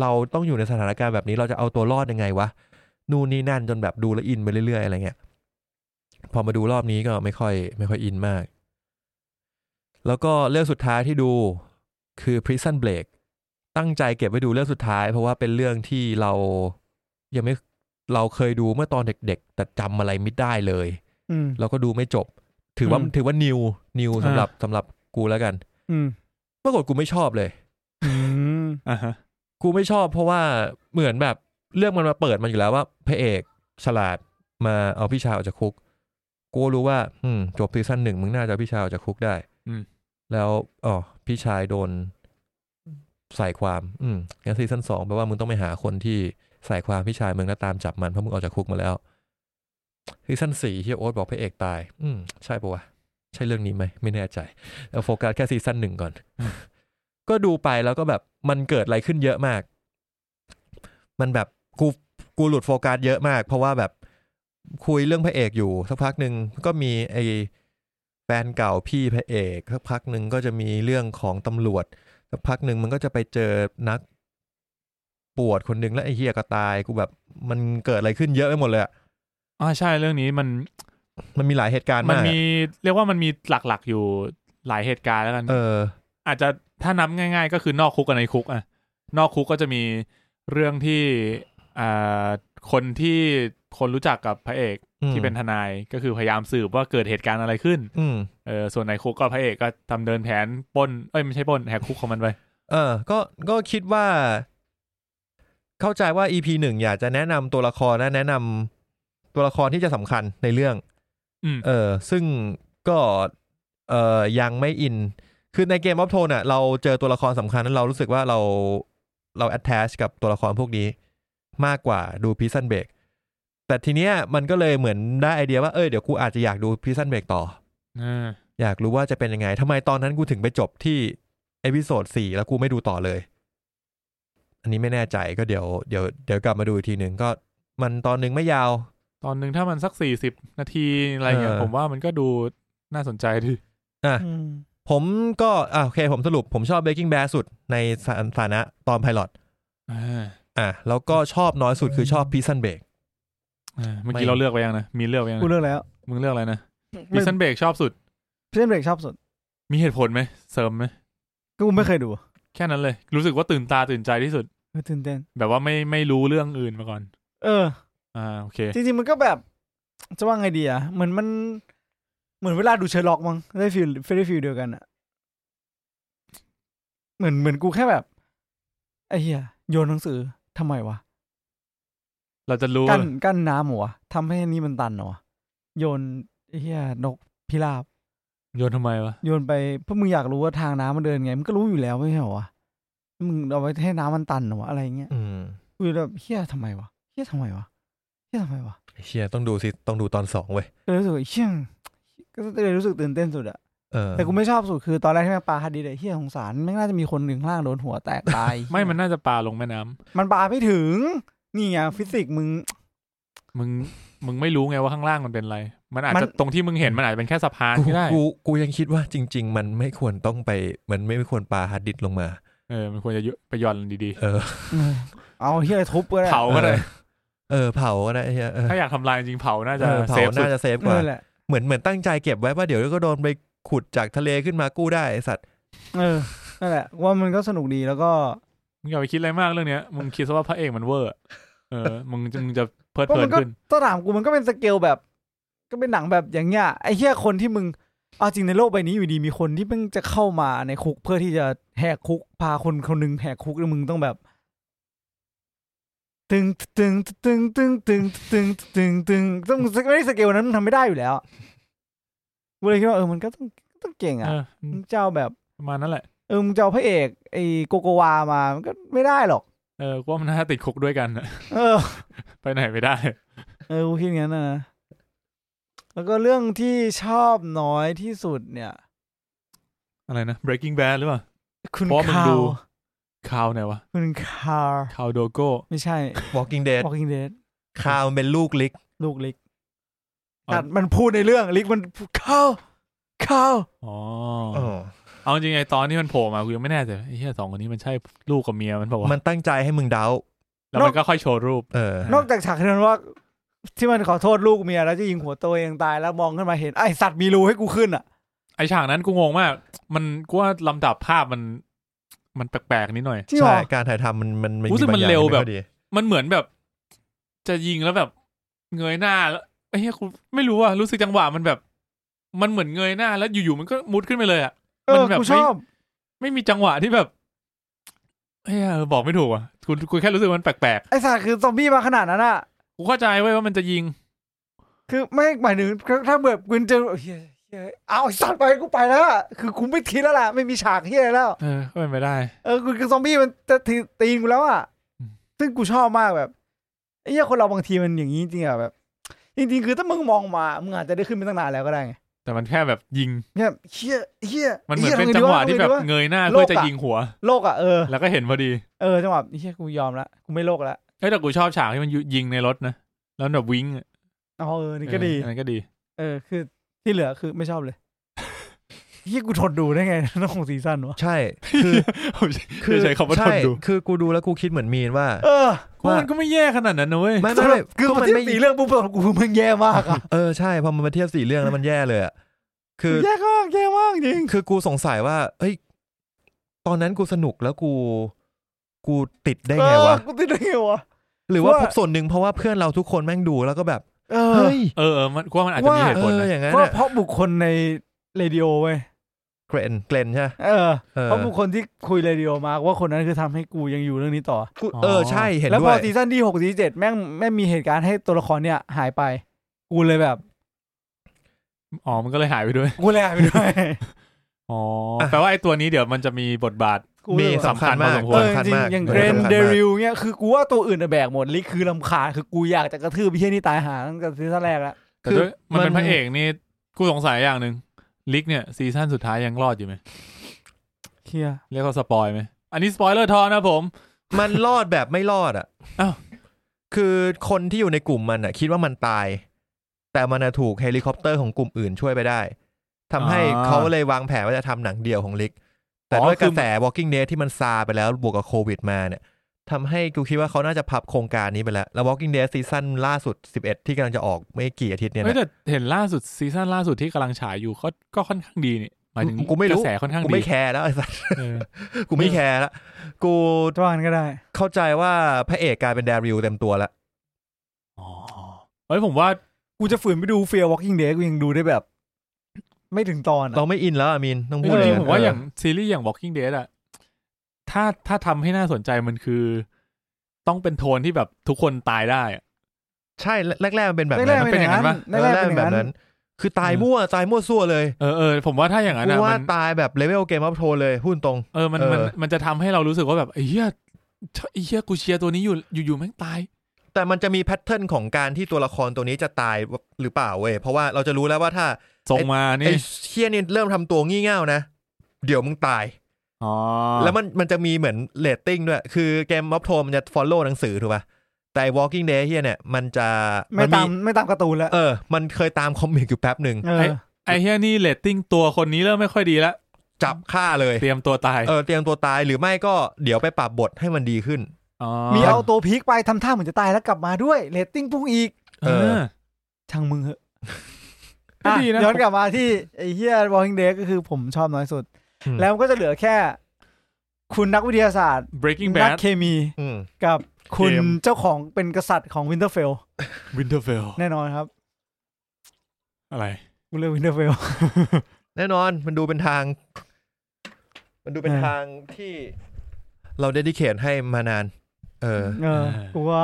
Speaker 1: เราต้องอยู่ในสถานการณ์แบบนี้เราจะเอาตัวรอดยังไงวะ นู่นนี่นั่นจนแบบดูแล้วอินไปเรื่อยๆอะไรเงี้ย พอมาดูรอบนี้ก็ไม่ค่อย ไม่ค่อยอินมาก แล้วก็เรื่องสุดท้ายที่ดูคือ Prison Break ตั้งใจเก็บไว้ดูเรื่องสุดท้าย เพราะว่าเป็นเรื่องที่เรายังไม่เราเคยดูเมื่อตอนเด็ก ๆ แต่จำอะไรไม่ได้เลย
Speaker 3: อืม
Speaker 1: แล้วก็ดูไม่จบ ถือว่า
Speaker 3: อืม
Speaker 1: ถือว่านิวนิว
Speaker 2: อ่า
Speaker 1: สำหรับสำหรับกูแล้วกัน
Speaker 3: อืม
Speaker 1: ปรากฏกูไม่ชอบเลย
Speaker 3: อืม
Speaker 2: อ่าฮะ
Speaker 1: กูไม่ชอบเพราะว่าเหมือนแบบเรื่องมันมาเปิดมันอยู่แล้วว่าพระเอกฉลาดมาเอาพี่ชายออกจากคุก กูก็รู้ว่า อืมจบซีซั่นหนึ่งมึงน่าจะเอาพี่ชายออกจากคุกได้
Speaker 2: อืม
Speaker 1: แล้วอ๋อพี่ชายโดนใส่ความ อืมงั้นซีซั่นสองแปลว่ามึงต้องไปหาคนที่ใส่ความพี่ชายมึงแล้วตามจับมันเพราะมึงออกจากคุกมาแล้วซีซั่นสี่ที่โอ๊ตบอกพระเอกตาย อืมใช่ปะวะใช่เรื่องนี้ไหมไม่แน่ใจเอาโฟกัสแค่ซีซั่นหนึ่งก่อน
Speaker 2: อืม
Speaker 1: ก็ดูไปแล้วก็แบบมันเกิดอะไรขึ้นเยอะมาก มันแบบกูกูหลุดโฟกัสเยอะมาก เพราะว่าแบบคุยเรื่องพระเอกอยู่ สักพักหนึ่งก็มีไอ แฟนเก่าพี่พระเอกสักพักหนึ่งก็จะมีเรื่องของตำรวจสักพักหนึ่งมันก็จะไปเจอนักปวดคนหนึ่งแล้วไอ้เฮียก็ตายกูแบบมันเกิดอะไรขึ้นเยอะไปหมดเลยอะ
Speaker 2: อ่าใช่เรื่องนี้มัน
Speaker 1: มันมีหลายเหตุการณ์
Speaker 2: มัน
Speaker 1: มาก
Speaker 2: มีเรียกว่ามันมีหลักๆอยู่หลายเหตุการณ์แล้วกัน
Speaker 1: เออ
Speaker 2: อาจจะถ้านับง่าย ๆ ก็คือนอกคุกกับในคุกอ่ะนอกคุกก็จะมีเรื่องที่อ่าคนที่คนรู้จักกับพระเอก
Speaker 1: อืม
Speaker 2: ที่เป็นทนายก็คือพยายามสืบว่าเกิดเหตุการณ์อะไรขึ้น
Speaker 1: อืม
Speaker 2: เออส่วนในคุกก็พระเอกก็ทำเดินแผนปล้นเอ้ยไม่ใช่ปล้นแหกคุกของมันไป
Speaker 1: เออ ก็ก็คิดว่า เข้าใจว่า EP หนึ่งอยากจะแนะนำตัวละครและแนะนำตัวละครที่จะสำคัญในเรื่อง
Speaker 2: อืม
Speaker 1: เออซึ่งก็เออยังไม่อิน คือในเกมออฟโทนอ่ะ เราเจอตัวละครสำคัญแล้วเรารู้สึกว่าเราเราแอดแทชกับตัวละครพวกนี้มากกว่าดูพีซันเบกแต่ทีเนี้ยมันก็เลยเหมือนได้ไอเดียว่าเออเดี๋ยวกูอาจจะอยากดูพีซันเบกต่อ
Speaker 2: อ่า
Speaker 1: อยากรู้ว่าจะเป็นยังไงทำไมตอนนั้นกูถึงไปจบที่เอพิโซดสี่แล้วกูไม่ดูต่อเลย อันนี้ไม่แน่ใจก็เดี๋ยวเดี๋ยวเดี๋ยวกลับมาดูอีกทีหนึ่งก็มันตอนหนึ่งไม่ยาว
Speaker 2: ตอนหนึ่งถ้ามันสักสี่สิบนาทีอะไรเงี้ย
Speaker 1: เออ
Speaker 2: ผมว่ามันก็ดูน่าสนใจดี
Speaker 3: อืม
Speaker 1: ผมก็อ่ะโอเค ผมสรุป ผมชอบ Breaking Bad สุดในสถาฐานะตอนไพลอต
Speaker 2: อ่า
Speaker 1: อ่ะแล้วก็ชอบน้อยสุดคือชอบ Prison Break
Speaker 2: อ่าเมื่อ
Speaker 1: ไม่
Speaker 2: กี้เราเลือกไปยังนะ มีเลือกไปยัง
Speaker 3: กู
Speaker 2: นะ
Speaker 3: เลือกแล้ว
Speaker 2: มึงเลือกอะไรนะ
Speaker 3: ไม่
Speaker 2: พิซันเบรกชอบสุด
Speaker 3: เพื่อนเบรกชอบสุด
Speaker 2: มีเหตุผลไหมเสริมไหม
Speaker 3: กูไม่เคยดู
Speaker 2: แค่นั้นเลย รู้สึกว่าตื่นตาตื่นใจที่สุด
Speaker 3: เออตื่นเต้น
Speaker 2: แบบว่าไม่ไม่รู้เรื่องอื่นมาก่อน
Speaker 3: เออ
Speaker 2: อ่าโอเค
Speaker 3: จริงๆมันก็แบบ จะว่าไงดีอ่ะเหมือนมัน เหมือนเวลาดูเชอร์ล็อกมั้งได้ฟิลได้ฟิลเดียวกันอ่ะ เหมือนเหมือนกูแค่แบบไอ้เหี้ยโยนหนังสือทำไมวะ
Speaker 2: เราจะรู้
Speaker 3: กั้นกั้นน้ำเหรอวะทำให้อันนี้มันตันเหรอวะโยนไอ้เหี้ยนกพิราบ
Speaker 2: โยนทำไมวะ
Speaker 3: โยนไปเพราะมึงอยากรู้ว่าทางน้ำมันเดินไงมึงก็รู้อยู่แล้วไม่ใช่เหรอวะมึงเอาไว้ให้น้ำมันตันเหรอวะอะไรเงี้ย
Speaker 1: อืม
Speaker 3: กูแบบเฮี้ยทำไมวะเฮี้ยทำไมวะเฮี้ยทำไมวะ
Speaker 1: เชียต้องดูสิต้องดูตอนสองเว้ย
Speaker 3: ก็เลยรู้สึกว่าเฮี้ยก็เลยรู้สึกตื่นเต้นสุดอะ
Speaker 1: เออ
Speaker 3: แต่กูไม่ชอบสุดคือตอนแรกที่แม่งปาฮัดดิเลยเฮี้ยสงสารแม่งน่าจะมีคนหนึ่งข้างล่างโดนหัวแตกตาย
Speaker 2: ไม่มันน่าจะปาลงแม่น้ำ
Speaker 3: มันปาไม่ถึง นี่ไงฟิสิกส์มึง
Speaker 2: มึงมึงไม่รู้ไงว่าข้างล่างมันเป็นอะไร มันอาจ
Speaker 3: มัน
Speaker 2: จะตรงที่มึงเห็นมันอาจจะเป็นแค่สะพาน
Speaker 1: กู
Speaker 2: ก็ได้
Speaker 1: กูกูยังคิดว่าจริง ๆ มันไม่ควรต้องไป มันไม่ควรปาฮาร์ดดิสก์ลงมา
Speaker 2: เออมันควรจะโยไปหย่อนดี
Speaker 1: เออ
Speaker 3: เอาเฮี้ยอะไรทุบก็ได้
Speaker 2: ๆเผาก็ได้
Speaker 1: เออเผาก็ได้ไอ้เหี้ยเออ
Speaker 2: ถ้าอยากทำลายจริงๆเผาน่าจะ
Speaker 1: เออเผา
Speaker 2: เซฟสุด
Speaker 1: น่าจะเซฟกว่า
Speaker 3: นั่นแหละ
Speaker 1: เหมือนเหมือนตั้งใจเก็บไว้ว่าเดี๋ยวก็โดนไปขุดจากทะเลขึ้นมากู้ได้ไอ้สัตว์
Speaker 3: เออนั่นแหละ ว่ามันก็สนุกดีแล้วก็
Speaker 2: มึงอย่าไปคิดอะไรมากเรื่องเนี้ยมึงคิดซะว่าพระเอกมันเวอร์อะเออมึงจะมึงจะเพลิด
Speaker 3: เพราะ
Speaker 2: เพลิ
Speaker 3: มัน นก็
Speaker 2: ขึ้น
Speaker 3: ถ้าถามกูมันก็เป็นสเกลแบบ ก็เป็นหนังแบบอย่างเงี้ยไอ้เฮี้ยคนที่มึงเอาจริงในโลกใบนี้อยู่ดีมีคนที่เพิ่งจะเข้ามาในคุกเพื่อที่จะแหกคุกพาคนคนหนึงแหกคุกแล้วมึงต้องแบบ ตึงตึงตึงตึงตึงตึงตึงตึงต้องไม่ได้สเกลนั้นมันทำไม่ได้อยู่แล้วกูเลยคิดว่าเออมันก็ต้องต้องเก่งอ่ะ
Speaker 2: เออ
Speaker 3: มึงจะเอาแบบ
Speaker 2: ประมาณนั้นแหละ
Speaker 3: เออมึงจะเอาพระเอกไอ้โกโกวามามันก็ไม่ได้หรอก
Speaker 2: เออกูว่ามันน่าจะติดคุกด้วยกันอะ *laughs*
Speaker 3: เออ
Speaker 2: ไปไหนไม่ได้
Speaker 3: เออกูคิดงั้นนะนะแล้วก็เรื่องที่ชอบน้อยที่สุดเนี่ย
Speaker 2: อะไรนะ breaking bad หรือเปล่า
Speaker 3: คุณ
Speaker 2: เพราะมึง
Speaker 3: คา
Speaker 2: ดู
Speaker 3: ว
Speaker 2: คาวไหนวะ
Speaker 3: คุณคาว
Speaker 2: คาวโดโก้
Speaker 3: ไม่ใช่
Speaker 1: Walking Dead
Speaker 3: Walking Dead
Speaker 1: คาวมันเป็นลูกลิก
Speaker 3: ลูกลิก
Speaker 2: อ๋อ
Speaker 3: ตัดมันพูดในเรื่องลิกมันข้าวข้าว
Speaker 2: อ๋อ
Speaker 1: เออ
Speaker 2: เอาจริงๆไอตอนที่มันโผล่มากูยังไม่แน่ใจไอ้เหี้ยสองคนนี้มันใช่ลูกกับเมียมันเปล่าวะ
Speaker 1: มันตั้งใจให้มึงเดา
Speaker 2: แล้วมันก็ค่อยโชว์รูป
Speaker 1: เออ
Speaker 3: นอกจากฉากที่มันว่า ที่มันขอโทษลูกเมียแล้วจะยิงหัวตัวเองตายแล้วมองขึ้นมาเห็นไอสัตว์มีรูให้กูขึ้นอ่ะ
Speaker 2: ไอฉากนั้นกูงงมาก มันกูว่าลำดับภาพมัน มันแปลกๆนิดหน่อย
Speaker 3: จริงเหร
Speaker 1: ใช่
Speaker 3: อ
Speaker 1: การถ่ายทำมันมัน
Speaker 2: รู้สึกมันเร็วแบบ
Speaker 1: ที่ไม่ค่อยดี
Speaker 2: มันเหมือนแบบ จะยิงแล้วแบบ เงยหน้าแล้วไอ้เหี้ยกูไม่รู้อ่ะรู้สึกจังหวะมันแบบ มันเหมือนเงยหน้า แล้วอยู่ๆมันก็มุดขึ้นไปเลยอ่ะ
Speaker 3: เอ
Speaker 2: มัน
Speaker 3: อ
Speaker 2: แบบ
Speaker 3: กู
Speaker 2: ไม่
Speaker 3: ชอบ
Speaker 2: ไม่มีจังหวะที่แบบเฮ้ยเออบอกไม่ถูกอ่ะกูกูแค่รู้สึกมันแปลก
Speaker 3: ไอสัตว์คือซอมบี้มาขนาดนั้นอ่ะ
Speaker 2: ๆกูเข้าใจเว้ยว่ามันจะยิง
Speaker 3: คือไม่หมายถึงถ้าแบบกูเจอเฮียเหี้ยเอาไอ้สัตว์ไปกูไปแล้วอะคือกูไม่ทีแล้วล่ะไม่มีฉากเฮียอะไรแล้ว
Speaker 2: เออก็เป็นไปได้
Speaker 3: เออกูคือซอมบี้มันจะทีตีนกูแล้วอ่ะ
Speaker 2: อืม
Speaker 3: ซึ่งกูชอบมากแบบไอ้เหี้ยคนเราบางทีมันอย่างนี้จริงๆอ่ะแบบ จริงๆคือถ้ามึงมองมามึงอาจจะได้ขึ้นไปตั้งนานแล้วก็ได้ไง
Speaker 2: แต่มันแค่แบบยิง
Speaker 3: เนี่ยเฮียเฮีย
Speaker 2: มันเหมือน
Speaker 3: หี้ย
Speaker 2: เป็นจังหวะที่แบบ
Speaker 3: เอาไดีะ
Speaker 2: เงยหน้า
Speaker 3: โลกอะ
Speaker 2: เพื่อจะยิงหัว
Speaker 3: โลกอ่ะเออ
Speaker 2: แล้วก็เห็นพอดี
Speaker 3: เออจังหวะเฮียกูยอมละกูไม่โลกละ
Speaker 2: เอ้ยแต่กูชอบฉากที่มันยิงในรถนะ แล้วแบบวิ่งอะ
Speaker 3: อ๋อเออนี่ก็ดี
Speaker 2: เอออันนั้นก็ดี
Speaker 3: เออคือที่เหลือคือไม่ชอบ
Speaker 2: *laughs*
Speaker 3: เลยเฮียกูทนดูได้ไง *laughs* น้องของซีซั่นวะ
Speaker 1: ใช่ คือ
Speaker 2: คื
Speaker 1: คือ อ
Speaker 2: ใช้คำว่าท
Speaker 1: ใช่
Speaker 2: นดู
Speaker 1: คือกูดูแล้วกูคิดเหมือนมีนว่า
Speaker 3: เออ
Speaker 2: กูว่ามันก็ไม่แย่ขนาดนั้นนะเว้ย
Speaker 1: ไม่
Speaker 3: สำ
Speaker 1: ไม่
Speaker 3: หรั
Speaker 1: ไม่
Speaker 3: บคือ
Speaker 1: ก็
Speaker 3: มั
Speaker 1: มัน น
Speaker 3: ไม่
Speaker 1: ไม่
Speaker 3: สี่เรื่องปุ๊บแบบกูมึงแย่มากอะ
Speaker 1: เออใช่พอมันมาเทียบสี่เรื่องแล้วมันแย่เลยอะคือ
Speaker 3: แย่มากแย่มากจริง
Speaker 1: คือกูสงสัยว่าเอ้ย ตอนนั้นกูสนุกแล้วกู กูติดได้ไงวะ
Speaker 3: เออกูติดได้ไงวะ
Speaker 1: หรือว่า
Speaker 3: ว่า
Speaker 1: พบส่วนหนึ่งเพราะว่าเพื่อนเราทุกคนแม่งดูแล้วก็แบบ
Speaker 3: เออ
Speaker 1: เฮ้ย
Speaker 2: เออเออมันกูว่ามันอาจจะมีเหตุ
Speaker 1: เอ
Speaker 2: ผล
Speaker 1: อ
Speaker 2: นะ
Speaker 1: อย่างนั้น
Speaker 3: เพราะ
Speaker 1: อะ
Speaker 3: เพราะบุคคลในเรดิโอเว้ย
Speaker 1: เกรนเกรนใช่ไหม
Speaker 3: เออ
Speaker 1: เออ
Speaker 3: เพราะบุคคลที่คุยเรดิโอมาว่าคนนั้นคือทำให้กูยังอยู่เรื่องนี้ต่อ
Speaker 1: กูเออใช่เห็น
Speaker 3: แล้ว
Speaker 1: ด้
Speaker 3: พ
Speaker 1: ว
Speaker 3: อย ซีซั่นที่หกซีเจ็ดแม่งแม่งมีเหตุการณ์ให้ตัวละครเนี่ย หายไป กูเลยแบบ
Speaker 2: อ๋อมันก็เลยหายไปด้วย
Speaker 3: กูเลยหายไปด้วย
Speaker 2: อ๋อแปลว่าไอ้ตัวนี้เดี๋ยวมันจะมีบทบาท
Speaker 3: กูเลยแบบ
Speaker 2: สำคัญมาก
Speaker 1: สำ
Speaker 3: เอ
Speaker 1: คัญ
Speaker 3: อ
Speaker 1: มาก
Speaker 3: จริงๆอย่างเกร
Speaker 1: สำคั
Speaker 3: น
Speaker 1: ญมาก
Speaker 3: เดริลเนี่ยคือกูว่าตัวอื่นอะแบกหมดลิคือลำคาญคือกูอยากจะกระทืบพี่เฮียนี่ตายหาตั้งแต่ซีซั่นแรกแล้ว
Speaker 2: แต่ด้วยมันเป็นพระเอกนี่กูสงสัยอย่างหนึ่งลิกเนี่ยซีซั่นสุดท้ายยังรอดอยู่ไหม
Speaker 3: เฮีย
Speaker 2: เรียกว่าสปอยไหมอันนี้สปอยเลอร์ทอนนะผม
Speaker 1: มันรอดแบบไม่รอดอ่ะ
Speaker 2: อ้าว
Speaker 1: คือคนที่อยู่ในกลุ่มมันอ่ะ คิดว่ามันตาย แต่มันอะถูกเฮลิคอปเตอร์ของกลุ่มอื่นช่วยไปได้ทำให้เขาเลยวางแผนว่าจะทำหนังเดียวของลิก แต่ด้วยกระแส Walking Dead ที่มันซาไปแล้วบวกกับโควิดมาเนี่ยทำให้กูคิดว่าเขาน่าจะพับโครงการนี้ไปแล้ว แล้ว Walking Dead ซีซั่นล่าสุด 11 ที่กำลังจะออกไม่กี่อาทิตย์เนี่ย
Speaker 2: เฮ้ย
Speaker 1: นะ
Speaker 2: แต่เห็นล่าสุดซีซั่นล่าสุดที่กำลังฉายอยู่ก็ก็ค่อนข้างดีนี่ หมายถึง
Speaker 1: กูไม่รู้
Speaker 2: กระแสค่อนข้าง
Speaker 1: กู
Speaker 2: ดี
Speaker 1: ไม่แคร์แล้วไอ้สัส
Speaker 2: เออ
Speaker 1: กูไม่
Speaker 2: เออ
Speaker 1: แคร์แล้วกู
Speaker 3: ทวานก็ได้
Speaker 1: เข้าใจว่าพระเอกกลายเป็นแดริวเต็มตัวแล้ว
Speaker 2: อ๋อเฮ้ยผมว่า
Speaker 3: กูจะฝืนไปดูเฟียร์วอล์กอิงเดย์กูยังดูได้แบบ ไม่ถึงตอนอะ
Speaker 1: เราไม่อินแล้วอามินต้องพูด
Speaker 2: จริ
Speaker 1: ย่
Speaker 2: ง
Speaker 1: ง
Speaker 2: ๆผ
Speaker 1: นั้น
Speaker 2: มว่า
Speaker 1: เ
Speaker 2: อย่างซีรีส์อย่าง Walking Dead อะถ้าถ้าทำให้น่าสนใจมันคือ ต้องเป็นโทนที่แบบทุกคนตายได้อะ
Speaker 1: ใช่แรกๆมันเป็นแบบ
Speaker 3: แรก
Speaker 1: นั้
Speaker 3: ๆ
Speaker 1: น
Speaker 3: เป็นอย่างนั้น
Speaker 2: มัน
Speaker 3: แรกๆเป็น
Speaker 1: มั
Speaker 3: อนย่า
Speaker 1: แบบ
Speaker 3: งนั้
Speaker 1: นั้น น คือตาย
Speaker 2: เออ
Speaker 1: มั่วตายมั่วซั่วเลย
Speaker 2: เออเออผมว่าถ้าอย่างนั้น
Speaker 1: กู
Speaker 2: อะ
Speaker 1: ว่า
Speaker 2: มัน
Speaker 1: ตายแบบเลเวลเกมอัพโทเลยพูดตรง
Speaker 2: เออมัน
Speaker 1: เออ
Speaker 2: มันมันจะทำให้เรารู้สึกว่าแบบไอ้เหี้ยไอ้เหี้ยกูเชียร์ตัวนี้อยู่อยู่ๆแม่งตาย
Speaker 1: แต่มันจะมีแพทเทิร์นของการที่ตัวละครตัวนี้จะตายหรือเปล่าเว้ยเพราะว่าเราจะรู้แล้วว่าถ้า
Speaker 2: ส่งมานี่
Speaker 1: ไอ้เชี่ยนี่เริ่มทำตัวงี่เง่านะ เดี๋ยวมึงตาย
Speaker 2: อ๋อ
Speaker 1: แล้วมันมันจะมีเหมือนเรตติ้งด้วย คือเกมม็อบโทมันจะฟอลโล่หนังสือถูกป่ะ แต่ Walking Dead เฮียเนี่ยมันจะ
Speaker 3: ไม่ตาม
Speaker 1: น
Speaker 3: ไม่ตามการ์ตูนแล้ว
Speaker 1: เออ มันเคยตามคอมิกอยู่แป๊บหนึ่ง
Speaker 3: เออ
Speaker 2: ไอ้เหี้ยนี่เรตติ้งตัวคนนี้เริ่มไม่ค่อยดีละ
Speaker 1: จับฆ่าเลย
Speaker 2: เตรียมตัวตาย
Speaker 1: เออเตรียมตัวตายหรือไม่ก็เดี๋ยวไปปรับบทให้มันดีขึ้น
Speaker 2: อ๋อ
Speaker 3: มีเอาตัวพีคไปทำท่าเหมือนจะตายแล้วกลับมาด้วยเรตติ้งพุ่งอีก
Speaker 2: เออ
Speaker 3: ช่างมึงเหอะ
Speaker 2: ก็ดีนะ
Speaker 3: *laughs* อ่ย้อนกลับมาที่ไอ้เฮียวอลิงเดย์ก็คือผมชอบน้อยสุด
Speaker 1: อืม
Speaker 3: แล้วมันก็จะเหลือแค่ คุณนักวิทยาศาสตร์
Speaker 2: breaking
Speaker 3: นัก
Speaker 2: bad
Speaker 3: เคมี
Speaker 1: อืม
Speaker 3: กับคุณ
Speaker 2: เกม
Speaker 3: เจ้าของเป็นกษัตริย์ของวินเทอร์เฟล
Speaker 2: winterfell
Speaker 3: แน่นอนครับ
Speaker 2: อะไร
Speaker 3: กูเลือกวินเทอร์เฟล
Speaker 1: แน่นอนมันดูเป็นทาง มันดูเป็น
Speaker 3: เออ
Speaker 1: ทางที่เราเดดิเคทให้มานาน เออ
Speaker 3: เออกูว่า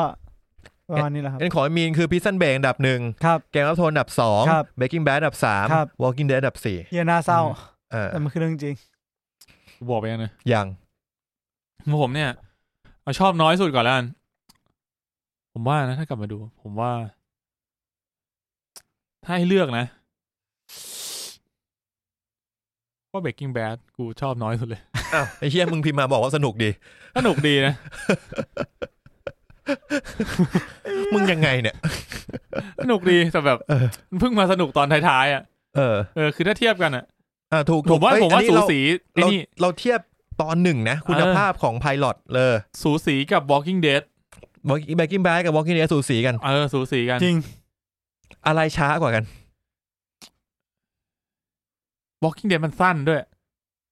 Speaker 3: ประมาณนี้แหละครับ
Speaker 1: งั้นของมีนคือพิซซันเบงดับหนึ่ง
Speaker 3: ครับ
Speaker 1: แกงรับโทนอันดับสอง
Speaker 3: ครับ
Speaker 1: เบกกิ้งแบดอันดับสาม
Speaker 3: ครับ
Speaker 1: วอลกิ้งเดดอันดับสี่
Speaker 3: เฮียน่าเศร้า
Speaker 1: เออ
Speaker 3: แต่มันคือเรื่องจริง
Speaker 2: กูบอกไปยังนะ
Speaker 1: อย่าง
Speaker 2: ของผมเนี่ยเอาชอบน้อยสุดก่อนแล้วกัน ผมว่านะถ้ากลับมาดู ผมว่า ถ้าให้เลือกนะก็ Breaking Bad กูชอบน้อยสุดเลย
Speaker 1: อ้าวไอ้เฮียมึงพิมพ์มาบอกว่าสนุกดี
Speaker 2: สนุกดีนะ *laughs*
Speaker 1: มึงยังไงเนี่ย
Speaker 2: สนุกดีแต่แบบ
Speaker 1: เออ
Speaker 2: มันเพิ่งมาสนุกตอนท้ายๆอ่ะ
Speaker 1: เออ
Speaker 2: เออคือถ้าเทียบกันอ่ะ
Speaker 1: อ่าถูก
Speaker 2: ผ
Speaker 1: ถู
Speaker 2: ม
Speaker 1: ก
Speaker 2: ว่า
Speaker 1: เอ้ย
Speaker 2: ผม
Speaker 1: อั
Speaker 2: ว่าสู
Speaker 1: เรา
Speaker 2: สีไอ้
Speaker 1: เรา
Speaker 2: นี่
Speaker 1: เราเทียบตอนหนึ่งนะ คุณ
Speaker 2: เออ
Speaker 1: ภาพของไพลอตเลย
Speaker 2: สูสีกับ Walking Dead
Speaker 1: เบกกิ้งแบดกับวอลกิ้งเดดสูสีกัน
Speaker 2: เออ สูสีกัน
Speaker 3: จริง
Speaker 1: อะไรช้ากว่ากัน
Speaker 2: Walking Dead มันสั้นด้วย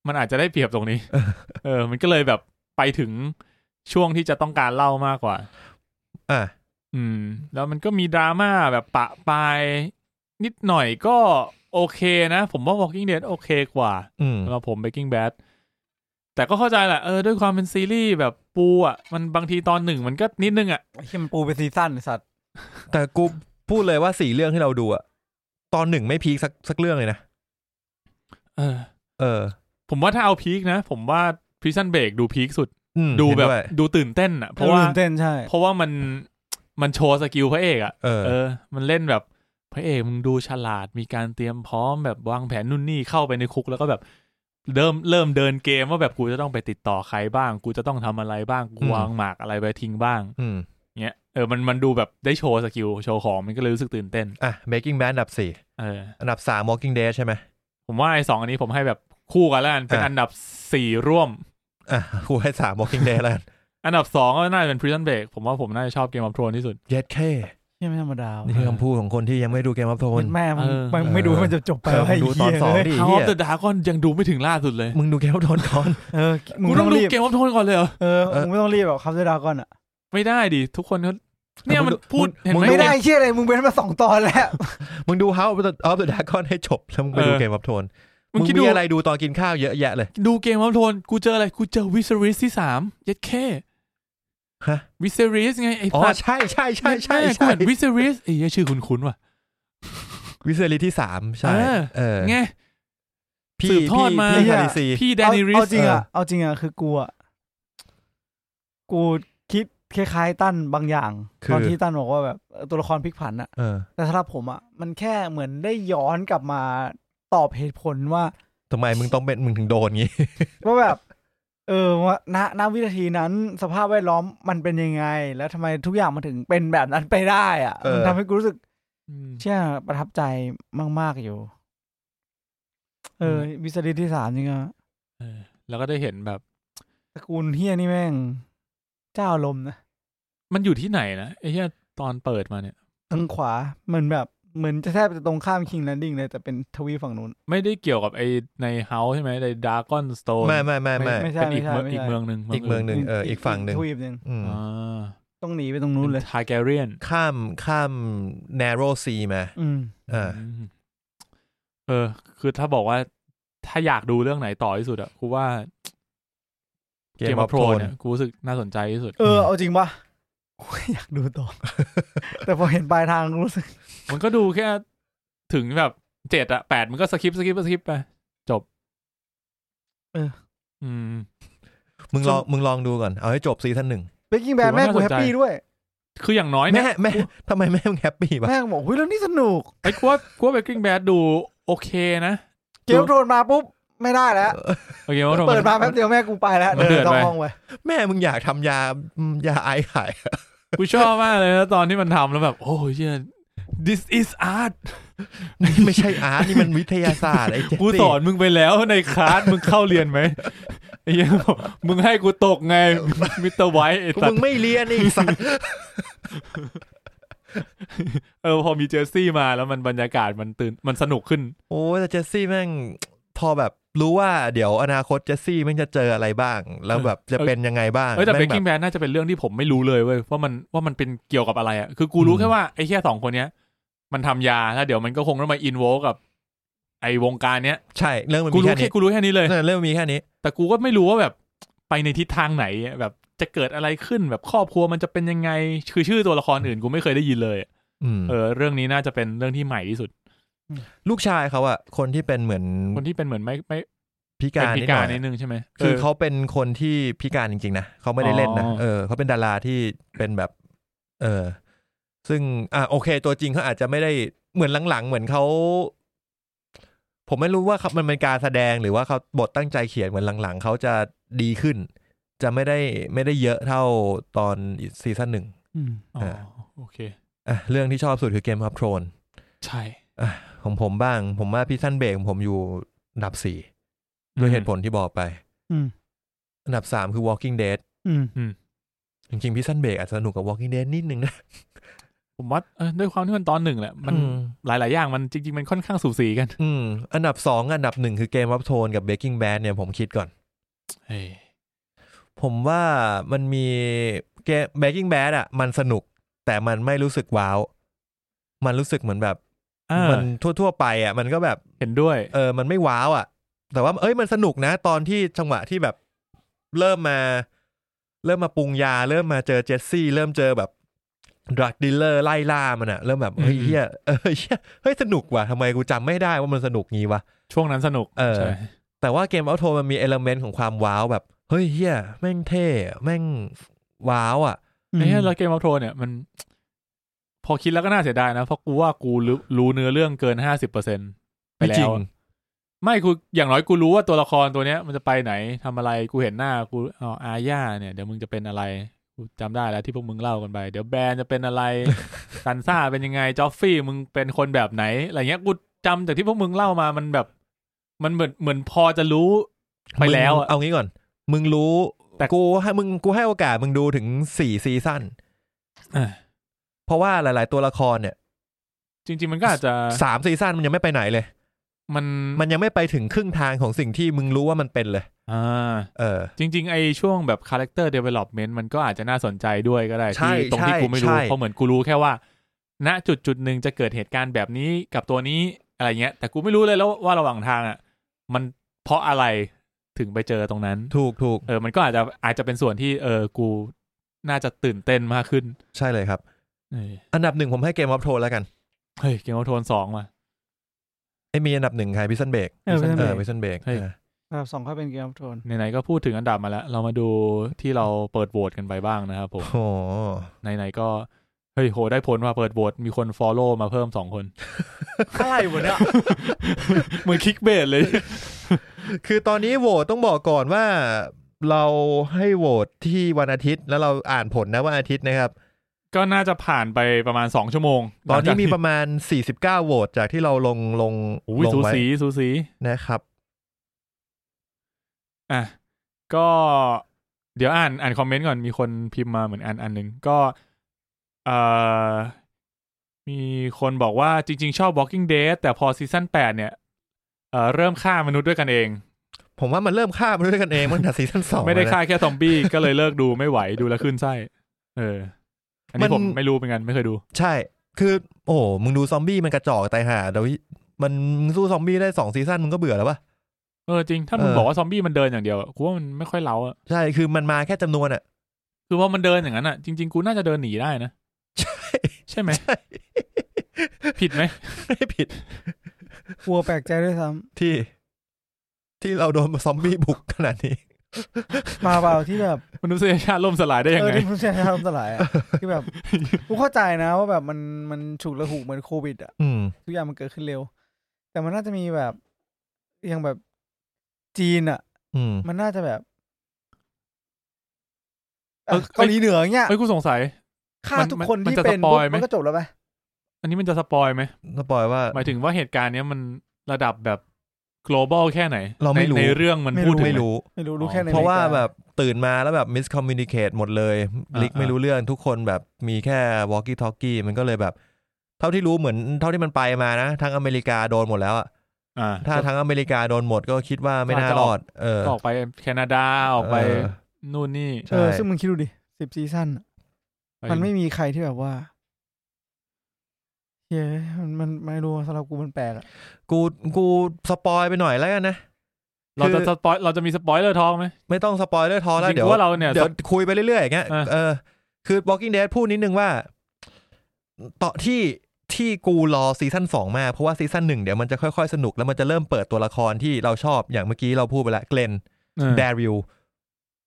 Speaker 2: มันอาจจะได้เปรียบตรงนี้
Speaker 1: เออ
Speaker 2: เออ มันก็เลยแบบไปถึงช่วงที่จะต้องการเล่ามากกว่า
Speaker 1: อ่า
Speaker 2: อืม แล้วมันก็มีดราม่าแบบปะปายนิดหน่อยก็โอเคนะ ผมว่า Walking Dead โอเคกว่า
Speaker 1: อืม
Speaker 2: สำหรับผม Breaking Bad แต่ก็เข้าใจแหละเออด้วยความเป็นซีรีส์แบบปูอ่ะ มันบางทีตอนหนึ่งมันก็นิดนึงอ่ะ
Speaker 3: ไอ้เฮียมันปูไปนซีซั่นไอ้สัตว์
Speaker 1: แต่กูพูดเลยว่าสี่เรื่องที่เราดูอะตอนหนึ่งไม่พีคสักสักเรื่องเลยนะ
Speaker 2: เออ
Speaker 1: เออ
Speaker 2: ผมว่าถ้าเอาพีคนะ ผมว่า Prison Break ดูพีคสุด
Speaker 1: อืม
Speaker 2: ดู
Speaker 1: เห็น
Speaker 2: แบบ
Speaker 1: วย
Speaker 2: ดูตื่นเต้นอ่ะ เพ
Speaker 3: เพราะ
Speaker 2: ราะ
Speaker 3: ว่า
Speaker 2: ว่า
Speaker 3: เต้นใช่
Speaker 2: เพราะว่ามันมันโชว์สกิลพระเอกอ่ะ
Speaker 1: เออ
Speaker 2: เออ มันเล่นแบบพระเอกมึงดูฉลาด มีการเตรียมพร้อมแบบวางแผนนู่นนี่เข้าไปในคุกแล้วก็แบบเริ่มเริ่มเดินเกมว่าแบบกูจะต้องไปติดต่อใครบ้าง กูจะต้องทำอะไรบ้าง กูวางหมากอะไรไปทิ้งบ้าง
Speaker 1: อืม
Speaker 2: เงี้ย เออ มันมันดูแบบได้โชว์สกิลโชว์ของมันก็เลยรู้สึกตื่นเต้น
Speaker 1: อ่ะเบกกิ้งแบดอันดับสี่
Speaker 2: เออ
Speaker 1: อันดับสามวอลกิ้งเดดใช่ไหม
Speaker 2: ผมว่าไอ้สองอันนี้ผมให้แบบคู่กันแล้วกันเป็น
Speaker 1: อ่ะ
Speaker 2: อันดับสี่ร่วม
Speaker 1: อ่ะกูให้สามวอลกิ้งเดดแล้วกัน
Speaker 2: อันดับสองก็น่าจะเป็น Prison Break ผมว่าผมน่าจะชอบเกมอัพโทนที่สุด
Speaker 1: เย็ดเค
Speaker 3: เฮียไม่ธรรมดา
Speaker 1: นี่คือคำพูดของคนที่ยังไม่ดูเกมอัพโทน
Speaker 3: แม่มัน
Speaker 2: เออ
Speaker 3: มันไม่ดู
Speaker 1: เออ
Speaker 3: มันจะจบไป
Speaker 1: เออ
Speaker 3: ไอ้
Speaker 1: มึงดูตอน
Speaker 3: เฮีย
Speaker 1: สอง
Speaker 3: เลย
Speaker 1: ดิ
Speaker 2: House of the Dragon ยังดูไม่ถึงล่าสุดเลย
Speaker 1: มึงดูเกมอัพโทนก่อน
Speaker 3: เออมึง
Speaker 2: กู
Speaker 3: ไม่
Speaker 2: ต้
Speaker 3: ต้
Speaker 2: อ
Speaker 3: อง ง
Speaker 2: ดู
Speaker 3: รีบ
Speaker 2: เกมอัพโทนก่อนเลยเหรอ
Speaker 3: เออ
Speaker 1: เออ
Speaker 3: มึงไม่ต้องรีบหรอกครับเดดาก่อนอ่ะ
Speaker 2: ไม่ได้ดิทุกคนเขาเนี่ยมั
Speaker 1: มึ
Speaker 2: น
Speaker 1: งดู
Speaker 2: พูด
Speaker 1: มึงมึ
Speaker 2: เห็นไหม
Speaker 1: ง
Speaker 3: ไม่ได้
Speaker 2: เนี่ย
Speaker 3: เฮียอะไรมึงเป็นมาสองตอนแล้ว
Speaker 1: มึงดู House of the Dragon ให้จบ แล้วมึงไปดู
Speaker 2: เออ
Speaker 1: เกมอัพโทน
Speaker 2: มึ
Speaker 1: มึ
Speaker 2: ง
Speaker 1: ง
Speaker 2: คิด
Speaker 1: มี
Speaker 2: ดู
Speaker 1: อะไรดูตอนกินข้าวเยอะแยะเลย
Speaker 2: ดูเกมอัพโทนกูเจออะไร กูเจอวิสริสที่สามยัดแค่
Speaker 1: ฮะ
Speaker 2: วิสริสไงไอ้
Speaker 1: อ๋อ
Speaker 2: ปัด
Speaker 1: ใช่ใช่ใช่ใช่
Speaker 2: แม่กู
Speaker 1: ใช่
Speaker 2: เห็นวิสริสไอ้เหี้ยชื่อคุ้นๆว่ะ
Speaker 1: วิเซอรีที่สามใช่
Speaker 2: เออ
Speaker 1: เออ
Speaker 2: ไง
Speaker 1: พี่
Speaker 2: สืบทอดมา
Speaker 1: พี่
Speaker 3: เหี้
Speaker 1: คาย ริซี
Speaker 2: พี่แด
Speaker 3: เอา
Speaker 2: นิริ
Speaker 3: เอา
Speaker 2: ส
Speaker 3: จริงอ่ะ
Speaker 1: เออ
Speaker 3: เอาจริงอ่ะคือกูอ่ะกูคิดคล้ายๆตั้นบางอย่าง
Speaker 1: คือ
Speaker 3: ตอนที่ตั้นบอกว่าแบบเออตัวละครพลิกผันอ่ะ
Speaker 1: เออ
Speaker 3: แต่สำหรับผมอ่ะมันแค่เหมือนได้ย้อนกลับมาตอบเหตุผลว่า
Speaker 1: ทำไมมึงต้องเป็นมึงถึงโดนงี้
Speaker 3: ว่าแบบ เออว่าณณวินาทีนั้น สภาพแวดล้อมมันเป็นยังไง แล้วทำไมทุกอย่างมันถึงเป็นแบบนั้นไปได้อะ
Speaker 1: เออ
Speaker 3: มันทำให้กูรู้สึก
Speaker 2: อืม
Speaker 3: เชื่อประทับใจมาก ๆ อยู่ เออ
Speaker 2: อืม
Speaker 3: วิสริตที่สามจริงอะ
Speaker 2: เออแล้วก็ได้เห็นแบบ
Speaker 3: ตระกูลเฮียนี่แม่ง เจ้าอารมณ์นะ
Speaker 2: มันอยู่ที่ไหนนะไอ้เหี้ยตอนเปิดมาเนี่ย
Speaker 3: ทางขวามันแบบ เหมือนจะแทบจะตรงข้ามคิงแลนดิ้งเลยแต่เป็นทวีปฝั่งนู้น
Speaker 2: ไม่ได้เกี่ยวกับไอในเฮาใช่ไหมในดากอนสโตน
Speaker 1: ไม่ไม่ไม่ไม่
Speaker 3: ไม่ใช่
Speaker 2: เป็นอีก
Speaker 3: ไม่ใช่
Speaker 2: เมือง
Speaker 3: ไม่ใช่
Speaker 2: อีกเมืองหนึ่ง
Speaker 1: อีกเมืองหนึ่งเอออีกฝั่งหนึ่ง
Speaker 3: ทวีปหนึ่ง
Speaker 1: อืม
Speaker 2: อ่า
Speaker 3: ต้องหนีไปตรงนู้นเลย
Speaker 2: ทาแกเรียน
Speaker 1: ข้ามข้าม narrow sea มา
Speaker 3: อืม
Speaker 1: อ่า
Speaker 2: อืมเออ คือถ้าบอกว่าถ้าอยากดูเรื่องไหนต่อที่สุดอะกูว่า
Speaker 1: Game
Speaker 2: เกมอ
Speaker 1: of
Speaker 2: โปร
Speaker 1: Thrones
Speaker 2: เนี่ยกูรู้สึกน่าสนใจที่สุด
Speaker 3: เออ เอาจริงปะกูก็อยากดู
Speaker 1: *laughs*
Speaker 3: ต่อ แต่พอเห็นปลายทางรู้สึก
Speaker 2: มันก็ดูแค่ถึงแบบเจ็ดอะแปดมันก็สคิปสคิปสคิปไป จบ
Speaker 3: เออ
Speaker 2: อืม
Speaker 1: มึงลองมึงลองดูก่อน เอาให้จบซีซั่นหนึ่ง
Speaker 3: เบกกิ้งแบดแม่
Speaker 2: ถือว่า
Speaker 3: กู
Speaker 2: น่าสนใจ
Speaker 3: แฮปปี้ด้วย
Speaker 2: คืออย่างน้อยเนี่ย
Speaker 1: แม่แม่ทำไมแม่มึงแฮปปี้ปะ
Speaker 3: แม่งบอกเฮ้ยเรื่องนี้สนุก
Speaker 2: ไอ้กูว่ากูว่าเบกกิ้งแบดดูโอเคนะ
Speaker 3: เกมโดนมาปุ๊บ ไม่ได้แล้ว
Speaker 2: โอเคว่า
Speaker 3: เปิดมาแป๊บเดียวแม่กูไปแล้ว
Speaker 2: มันเดื
Speaker 3: เดิ
Speaker 2: อ
Speaker 3: น
Speaker 2: ด
Speaker 3: เข้า
Speaker 2: ไป
Speaker 3: ห้องไป
Speaker 1: แม่มึงอยากทำยาอืมยาไอขาย
Speaker 2: กูชอบมากเลยนะตอนที่มันทำแล้วแบบ โอ้ยเหี้ย this is art
Speaker 1: นี่ไม่ใช่อาร์ตนี่มันวิทยาศาสตร์ไอ้เจ๊
Speaker 2: กูสอนมึงไปแล้วในคลาสมึงเข้าเรียนไหมไอ้เหี้ยบอกมึงให้กูตกไง มิสเตอร์ไวท์ไอ้สั
Speaker 1: มึ
Speaker 2: ต
Speaker 1: ง
Speaker 2: ว์
Speaker 1: ไม่เรียนนี่สัตว์
Speaker 2: เออพอมีเจอร์ซี่มาแล้วมันบรรยากาศมันตื่นมันสนุกขึ้น
Speaker 1: โอ้ยแต่เจสซี่แม่งพอแบบรู้ว่าเดี๋ยวอนาคตเจสซี่แม่งจะเจออะไรบ้าง แล้วแบบจะเป็นยังไงบ้าง
Speaker 2: เอ้ยแต่
Speaker 1: ม่ง
Speaker 2: Breaking Bad น่าจะเป็นเรื่องที่ผมไม่รู้เลยเว้ยว่ามันว่ามันเป็นเกี่ยวกับอะไรอ่ะคือกูรู้
Speaker 1: อืม
Speaker 2: แค่ว่าไอ้แค่สองคนเนี้ย มันทำยาแล้วเดี๋ยวมันก็คงต้องมาอินโวกับ ไอ้วงการเนี้ย
Speaker 1: ใช่เรื่องมัน
Speaker 2: กู
Speaker 1: มี
Speaker 2: รู้
Speaker 1: แค่
Speaker 2: แค่
Speaker 1: นี้
Speaker 2: กูรู้แค่นี้เลย
Speaker 1: *laughs* เออเรื่องมันมีแค่นี้
Speaker 2: แต่กูก็ไม่รู้ว่าแบบไปในทิศทางไหนอะแบบจะเกิดอะไรขึ้นแบบครอบครัวมันจะเป็นยังไง คือชื่อตัวละครอื่นกูไม่เคยได้ยินเลยอะ
Speaker 1: อืม
Speaker 2: เออเรื่องนี้น่าจะเป็นเรื่องที่ใหม่ที่สุด
Speaker 1: ลูกชายเขาอะคนที่เป็นเหมือน
Speaker 2: คนที่เป็นเหมือนไม่ไม่
Speaker 1: พิ
Speaker 2: เป็
Speaker 1: กาน ร
Speaker 2: พิ
Speaker 1: นิดห
Speaker 2: กา
Speaker 1: น่อ
Speaker 2: ร
Speaker 1: ย
Speaker 2: นิดนึงใช่ไหม
Speaker 1: คือ
Speaker 2: เออ
Speaker 1: เขาเป็นคนที่พิการจริงๆนะเขาไม่ได้เล่นนะ
Speaker 2: อ๋อ
Speaker 1: เออเขาเป็นดาราที่เป็นแบบ เออ ซึ่งอ่ะโอเค ตัวจริงเขาอาจจะไม่ได้เหมือนหลังๆ เหมือนเขาผมไม่รู้ว่าเขามันเป็นการแสดงหรือว่าเขาบทตั้งใจเขียนเหมือนหลังๆเขาจะดีขึ้น จะไม่ได้ไม่ได้เยอะเท่าตอนซีซั่นหนึ่ง
Speaker 2: อ๋อโอเค
Speaker 1: อ่ะเรื่องที่ชอบสุดคือเกมพับโทน
Speaker 2: ใช่
Speaker 1: ของผมบ้าง ผมว่าพี่สั้นเบรกของผมอยู่อันดับสี่ด้วยเหตุผลที่บอกไป
Speaker 3: อืม
Speaker 1: อันดับสามคือ Walking Dead
Speaker 3: อืม
Speaker 1: จริงๆ พี่สั้นเบรกอาจจะสนุกกับ Walking Dead นิดนึงนะ
Speaker 2: ผมว่าเออด้วยความที่มันตอนหนึ่งแหละมัน
Speaker 1: อืม
Speaker 2: หลาย ๆ อย่างมันจริง ๆ มันค่อนข้างสูสีกัน
Speaker 1: อืมอันดับสองอันดับหนึ่งคือเกมวับโทนกับ Breaking Bad เนี่ยผมคิดก่อน ผมว่ามันมีเกม Breaking Bad อ่ะ มันสนุก แต่มันไม่รู้สึกว้าว มันรู้สึกเหมือนแบบ
Speaker 2: อ่ามั
Speaker 1: มันทั่ว ๆ ไปอ่ะ มันก็แบบ
Speaker 2: เห็นด้วย
Speaker 1: เออ มันไม่ว้าวอะ่ะ แต่ว่า เอ้ย มันสนุกนะ ตอนที่จังหวะที่แบบเริ่มมา เริ่มมาปรุงยา เริ่มมาเจอเจสซี่ เริ่มเจอแบบดรักดีลเลอร์ไล่ล่ามันอะ่ะ เริ่มแบบเฮ้ย
Speaker 2: อืม
Speaker 1: เฮียเออเฮียเฮ้ย สนุกว่ะทำไมกูจำไม่ได้ว่ามันสนุกงี้วะ
Speaker 2: ช่วงนั้นสนุก
Speaker 1: เออ
Speaker 2: ใช่
Speaker 1: แต่ว่าเกมเอาโทมันมีเอลเมนต์ของความว้าวแบบ เฮ้ยเฮียแม่งเท่แม่งว้าวอะ่ะ
Speaker 2: ไอ้เหี้ยแล้วเกมอัพโทนเนี่ยมัน พอคิดแล้วก็น่าเสียดายนะ เพราะกูว่ากูรู้รู้เนื้อเรื่องเกินห้าสิบเปอร์เซ็นไป
Speaker 1: ไม่จ
Speaker 2: แล้
Speaker 1: ริง
Speaker 2: ว ไม่กูอย่างน้อยกูรู้ว่าตัวละครตัวเนี้ย มันจะไปไหนทำอะไรกูเห็นหน้ากูอ๋ออาญาเนี่ยเดี๋ยวมึงจะเป็นอะไรกูจำได้แล้วที่พวกมึงเล่ากันไป เดี๋ยวแบรนด์จะเป็นอะไร ซันซ่าเป็นยังไงจอฟฟี่มึงเป็นคนแบบไหนอะไรเงี้ยกูจำจากที่พวกมึงเล่ามามันแบบ มันเหมือนเหมือนพอจะรู้ ไปแล้ว
Speaker 1: มึ
Speaker 2: อะ
Speaker 1: งเอางี้ก่อน มึงรู้
Speaker 2: แต่
Speaker 1: แต่กูให้มึงกูให้โอกาสมึงดูถึงสี่ซีซั่น
Speaker 2: อ่ะ
Speaker 1: เพราะว่าหลาย ๆ ตัวละครเนี่ย
Speaker 2: จริง ๆ มันก็อาจจะ
Speaker 1: สามซีซั่นมันยังไม่ไปไหนเลย
Speaker 2: มัน
Speaker 1: มันยังไม่ไปถึงครึ่งทางของสิ่งที่มึงรู้ว่ามันเป็นเลย
Speaker 2: อ่า
Speaker 1: เออ
Speaker 2: จริง ๆ ไอช่วงแบบคาแรคเตอร์เดเวล็อปเมนต์มันก็อาจจะน่าสนใจด้วยก็ได้
Speaker 1: ใช่
Speaker 2: ที่ตรงที่
Speaker 1: ใช่
Speaker 2: กูไม่รู้
Speaker 1: ใช่
Speaker 2: เพราะเหมือนกูรู้แค่ว่า ณจุดจุดๆหนึ่งจะเกิดเหตุการณ์แบบนี้กับตัวนี้อะไรเงี้ย แต่กูไม่รู้เลยแล้วว่าระหว่างทางอ่ะ มันเพราะอะไรถึงไปเจอตรงนั้น
Speaker 1: ถูกถูก
Speaker 2: เออ มันก็อาจจะอาจจะเป็นส่วนที่เออกูน่าจะตื่นเต้นมากขึ้น
Speaker 1: ใช่เลยครับ
Speaker 2: เออ
Speaker 1: อันดับหนึ่งผมให้เกมวอฟโทนแล้วกัน
Speaker 2: เฮ้ยเกมโอโทนสองว่ะ
Speaker 1: ไอ้มีอันดับหนึ่งใครพิซันเบก
Speaker 3: เออ Prison
Speaker 1: เอ
Speaker 3: Break
Speaker 1: อพิซันเบก
Speaker 2: เฮ้ย
Speaker 3: แบบสองค่อยเป็นเกมอัพโทน
Speaker 2: ไหนๆก็พูดถึงอันดับมาแล้ว เรามาดูที่เราเปิดโหวตกันไปบ้างนะครับผม
Speaker 1: โอ้โห
Speaker 2: ไหนๆก็เฮ้ยโหได้ผลว่าเปิดโหวตมีคนฟอลโล่มาเพิ่มสองคน
Speaker 3: อะไรวะเนี่ย
Speaker 2: *laughs* เหมือนคิกเบสเลย *laughs*
Speaker 1: คือตอนนี้โหวตต้องบอกก่อนว่า เราให้โหวตที่วันอาทิตย์แล้วเราอ่านผลนะวันอาทิตย์นะครับ
Speaker 2: ก็น่าจะผ่านไปประมาณสองชั่วโมง
Speaker 1: ตอนนี้มี
Speaker 2: ห
Speaker 1: ป
Speaker 2: ลังจก
Speaker 1: ระมาณ 49 โหวตจากที่เราลงลง
Speaker 2: ที่อุ้ย
Speaker 1: ลง
Speaker 2: สู
Speaker 1: ไว้
Speaker 2: สีสูสี
Speaker 1: นะครับ
Speaker 2: อ่ะก็เดี๋ยวอ่านอ่านคอมเมนต์ก่อนมีคนพิมพ์มาเหมือนอันอันหนึ่งก็เอ่อ มีคนบอกว่าจริง ๆ ชอบ Walking Dead แต่พอซีซั่น8เนี่ยเอ่อเริ่มฆ่ามนุษย์ด้วยกันเอง
Speaker 1: ผมว่ามันเริ่มฆ่ามันด้วยกันเองมันแต่ซีซั่นสอง
Speaker 2: ไม่ได้
Speaker 1: แล้วนะ
Speaker 2: ฆ่าแค่ซอมบี้ *laughs* ก็เลยเลิกดูไม่ไหวดูแล้วขึ้นไส้ เออ อันนี้
Speaker 1: มัน
Speaker 2: ผมไม่รู้เหมือนกันไม่เคยดู
Speaker 1: ใช่ คือ โอ้โหมึงดูซอมบี้มันกระจอกตายห่าเดี๋ยวมันสู้ซอมบี้ได้สองซีซั่นมึงก็เบื่อแล้วปะ
Speaker 2: เออจริง ถ้ามึง
Speaker 1: เออ
Speaker 2: บอกว่าซอมบี้มันเดินอย่างเดียวอะกูว่ามันไม่ค่อยเล้าอะ
Speaker 1: ใช่ คือมันมาแค่จำนวนอ่ะ
Speaker 2: คือพอมันเดินอย่างนั้นอะจริง ๆ กูน่าจะเดินหนีได้นะ ใช่ไหมผิดไหม
Speaker 1: ไม่ผิด
Speaker 3: กลัวแปลกใจด้วยซ้
Speaker 1: ที่ ที่เราโดนซอมบี้บุกขนาดนี้
Speaker 2: *laughs*
Speaker 3: ำมาเปล่าที่แบบ
Speaker 2: มนุษยชาติล่มสลายได้ยัง
Speaker 3: เออ
Speaker 2: ไง
Speaker 3: ที่มนุษยชาติล่มส
Speaker 2: *laughs*
Speaker 3: ลายอะที่แบบกูเข้าใจนะว่าแบบมันมันฉุกละหุกเหมือนโควิดอะ
Speaker 1: อืม
Speaker 3: ทุกอย่างมันเกิดขึ้นเร็ว แต่มันน่าจะมีแบบอย่างแบบจีนอะ
Speaker 1: อืม
Speaker 3: มันน่าจะแบบ
Speaker 2: เออ
Speaker 3: เกาหลีเหนือเนี่ย
Speaker 2: เอ้ยกูสงสัย
Speaker 3: ฆ่าทุก
Speaker 2: มัน
Speaker 3: คน
Speaker 2: มัน
Speaker 3: ที่
Speaker 2: จะ
Speaker 3: เป็น
Speaker 2: สปอยไหม
Speaker 3: มันก็จบแล้วไปะ
Speaker 2: อันนี้มันจะสปอยไหม
Speaker 1: สปอยว่า
Speaker 2: หมายถึงว่าเหตุการณ์เนี้ยมันระดับแบบ global แค่ไหน
Speaker 1: เราไม่
Speaker 2: ใน
Speaker 1: รู้
Speaker 2: ในเรื่องมันพูดถึง
Speaker 1: ไม่รู้
Speaker 3: ไม่รู้รู้แค่ใน
Speaker 1: เพราะว่า
Speaker 3: อมก
Speaker 1: แบบตื่นมาแล้วแบบมิสคอมมิ n i นิเคตหมดเลยลิกไม่รู้เรื่องทุกคนแบบมีแค่วอ l กี้ทอกกี้มันก็เลยแบบ เท่าที่รู้เหมือนเท่าที่มันไปมานะ ทั้งอเมริกาโดนหมดแล้วอะ
Speaker 2: อ่า
Speaker 1: ถ้าทั้งอเมริกาโดนหมดก็คิดว่าไม่น่ารอด เออ
Speaker 2: ก็ออกไปแคนาดาออกไป
Speaker 1: เ
Speaker 2: นู่นนี่
Speaker 1: ใช่
Speaker 3: เออซึ่งมึงคิดดูดิสิบซีซั่นอะมันไม่มีใครที่แบบว่าเฮ้ยมันมันไม่รู้สำหรับกูมันแปลกอะ
Speaker 1: กูกูสปอยไปหน่อยแล้วกันนะ
Speaker 2: เราจะสปอยเราจะมีสปอยเลอร์ทองไหม
Speaker 1: ไม่ต้องสปอยเลอร์ทอแล้ว
Speaker 2: จริงๆ
Speaker 1: เดี๋ยว
Speaker 2: ว่าเราเนี่ย
Speaker 1: เดี๋ยวคุยไปเรื่อยๆอย่างเงี้ย
Speaker 2: อ่ะ
Speaker 1: เออ คือ Walking Dead พูดนิดนึงว่าต่อที่ที่กูรอซีซั่นสองมาก เพราะว่าซีซั่นหนึ่งเดี๋ยวมันจะค่อยๆ สนุกแล้วมันจะเริ่มเปิดตัวละครที่เราชอบอย่างเมื่อกี้เราพูดไปแล้วเกลน
Speaker 2: เออ
Speaker 1: ดาริล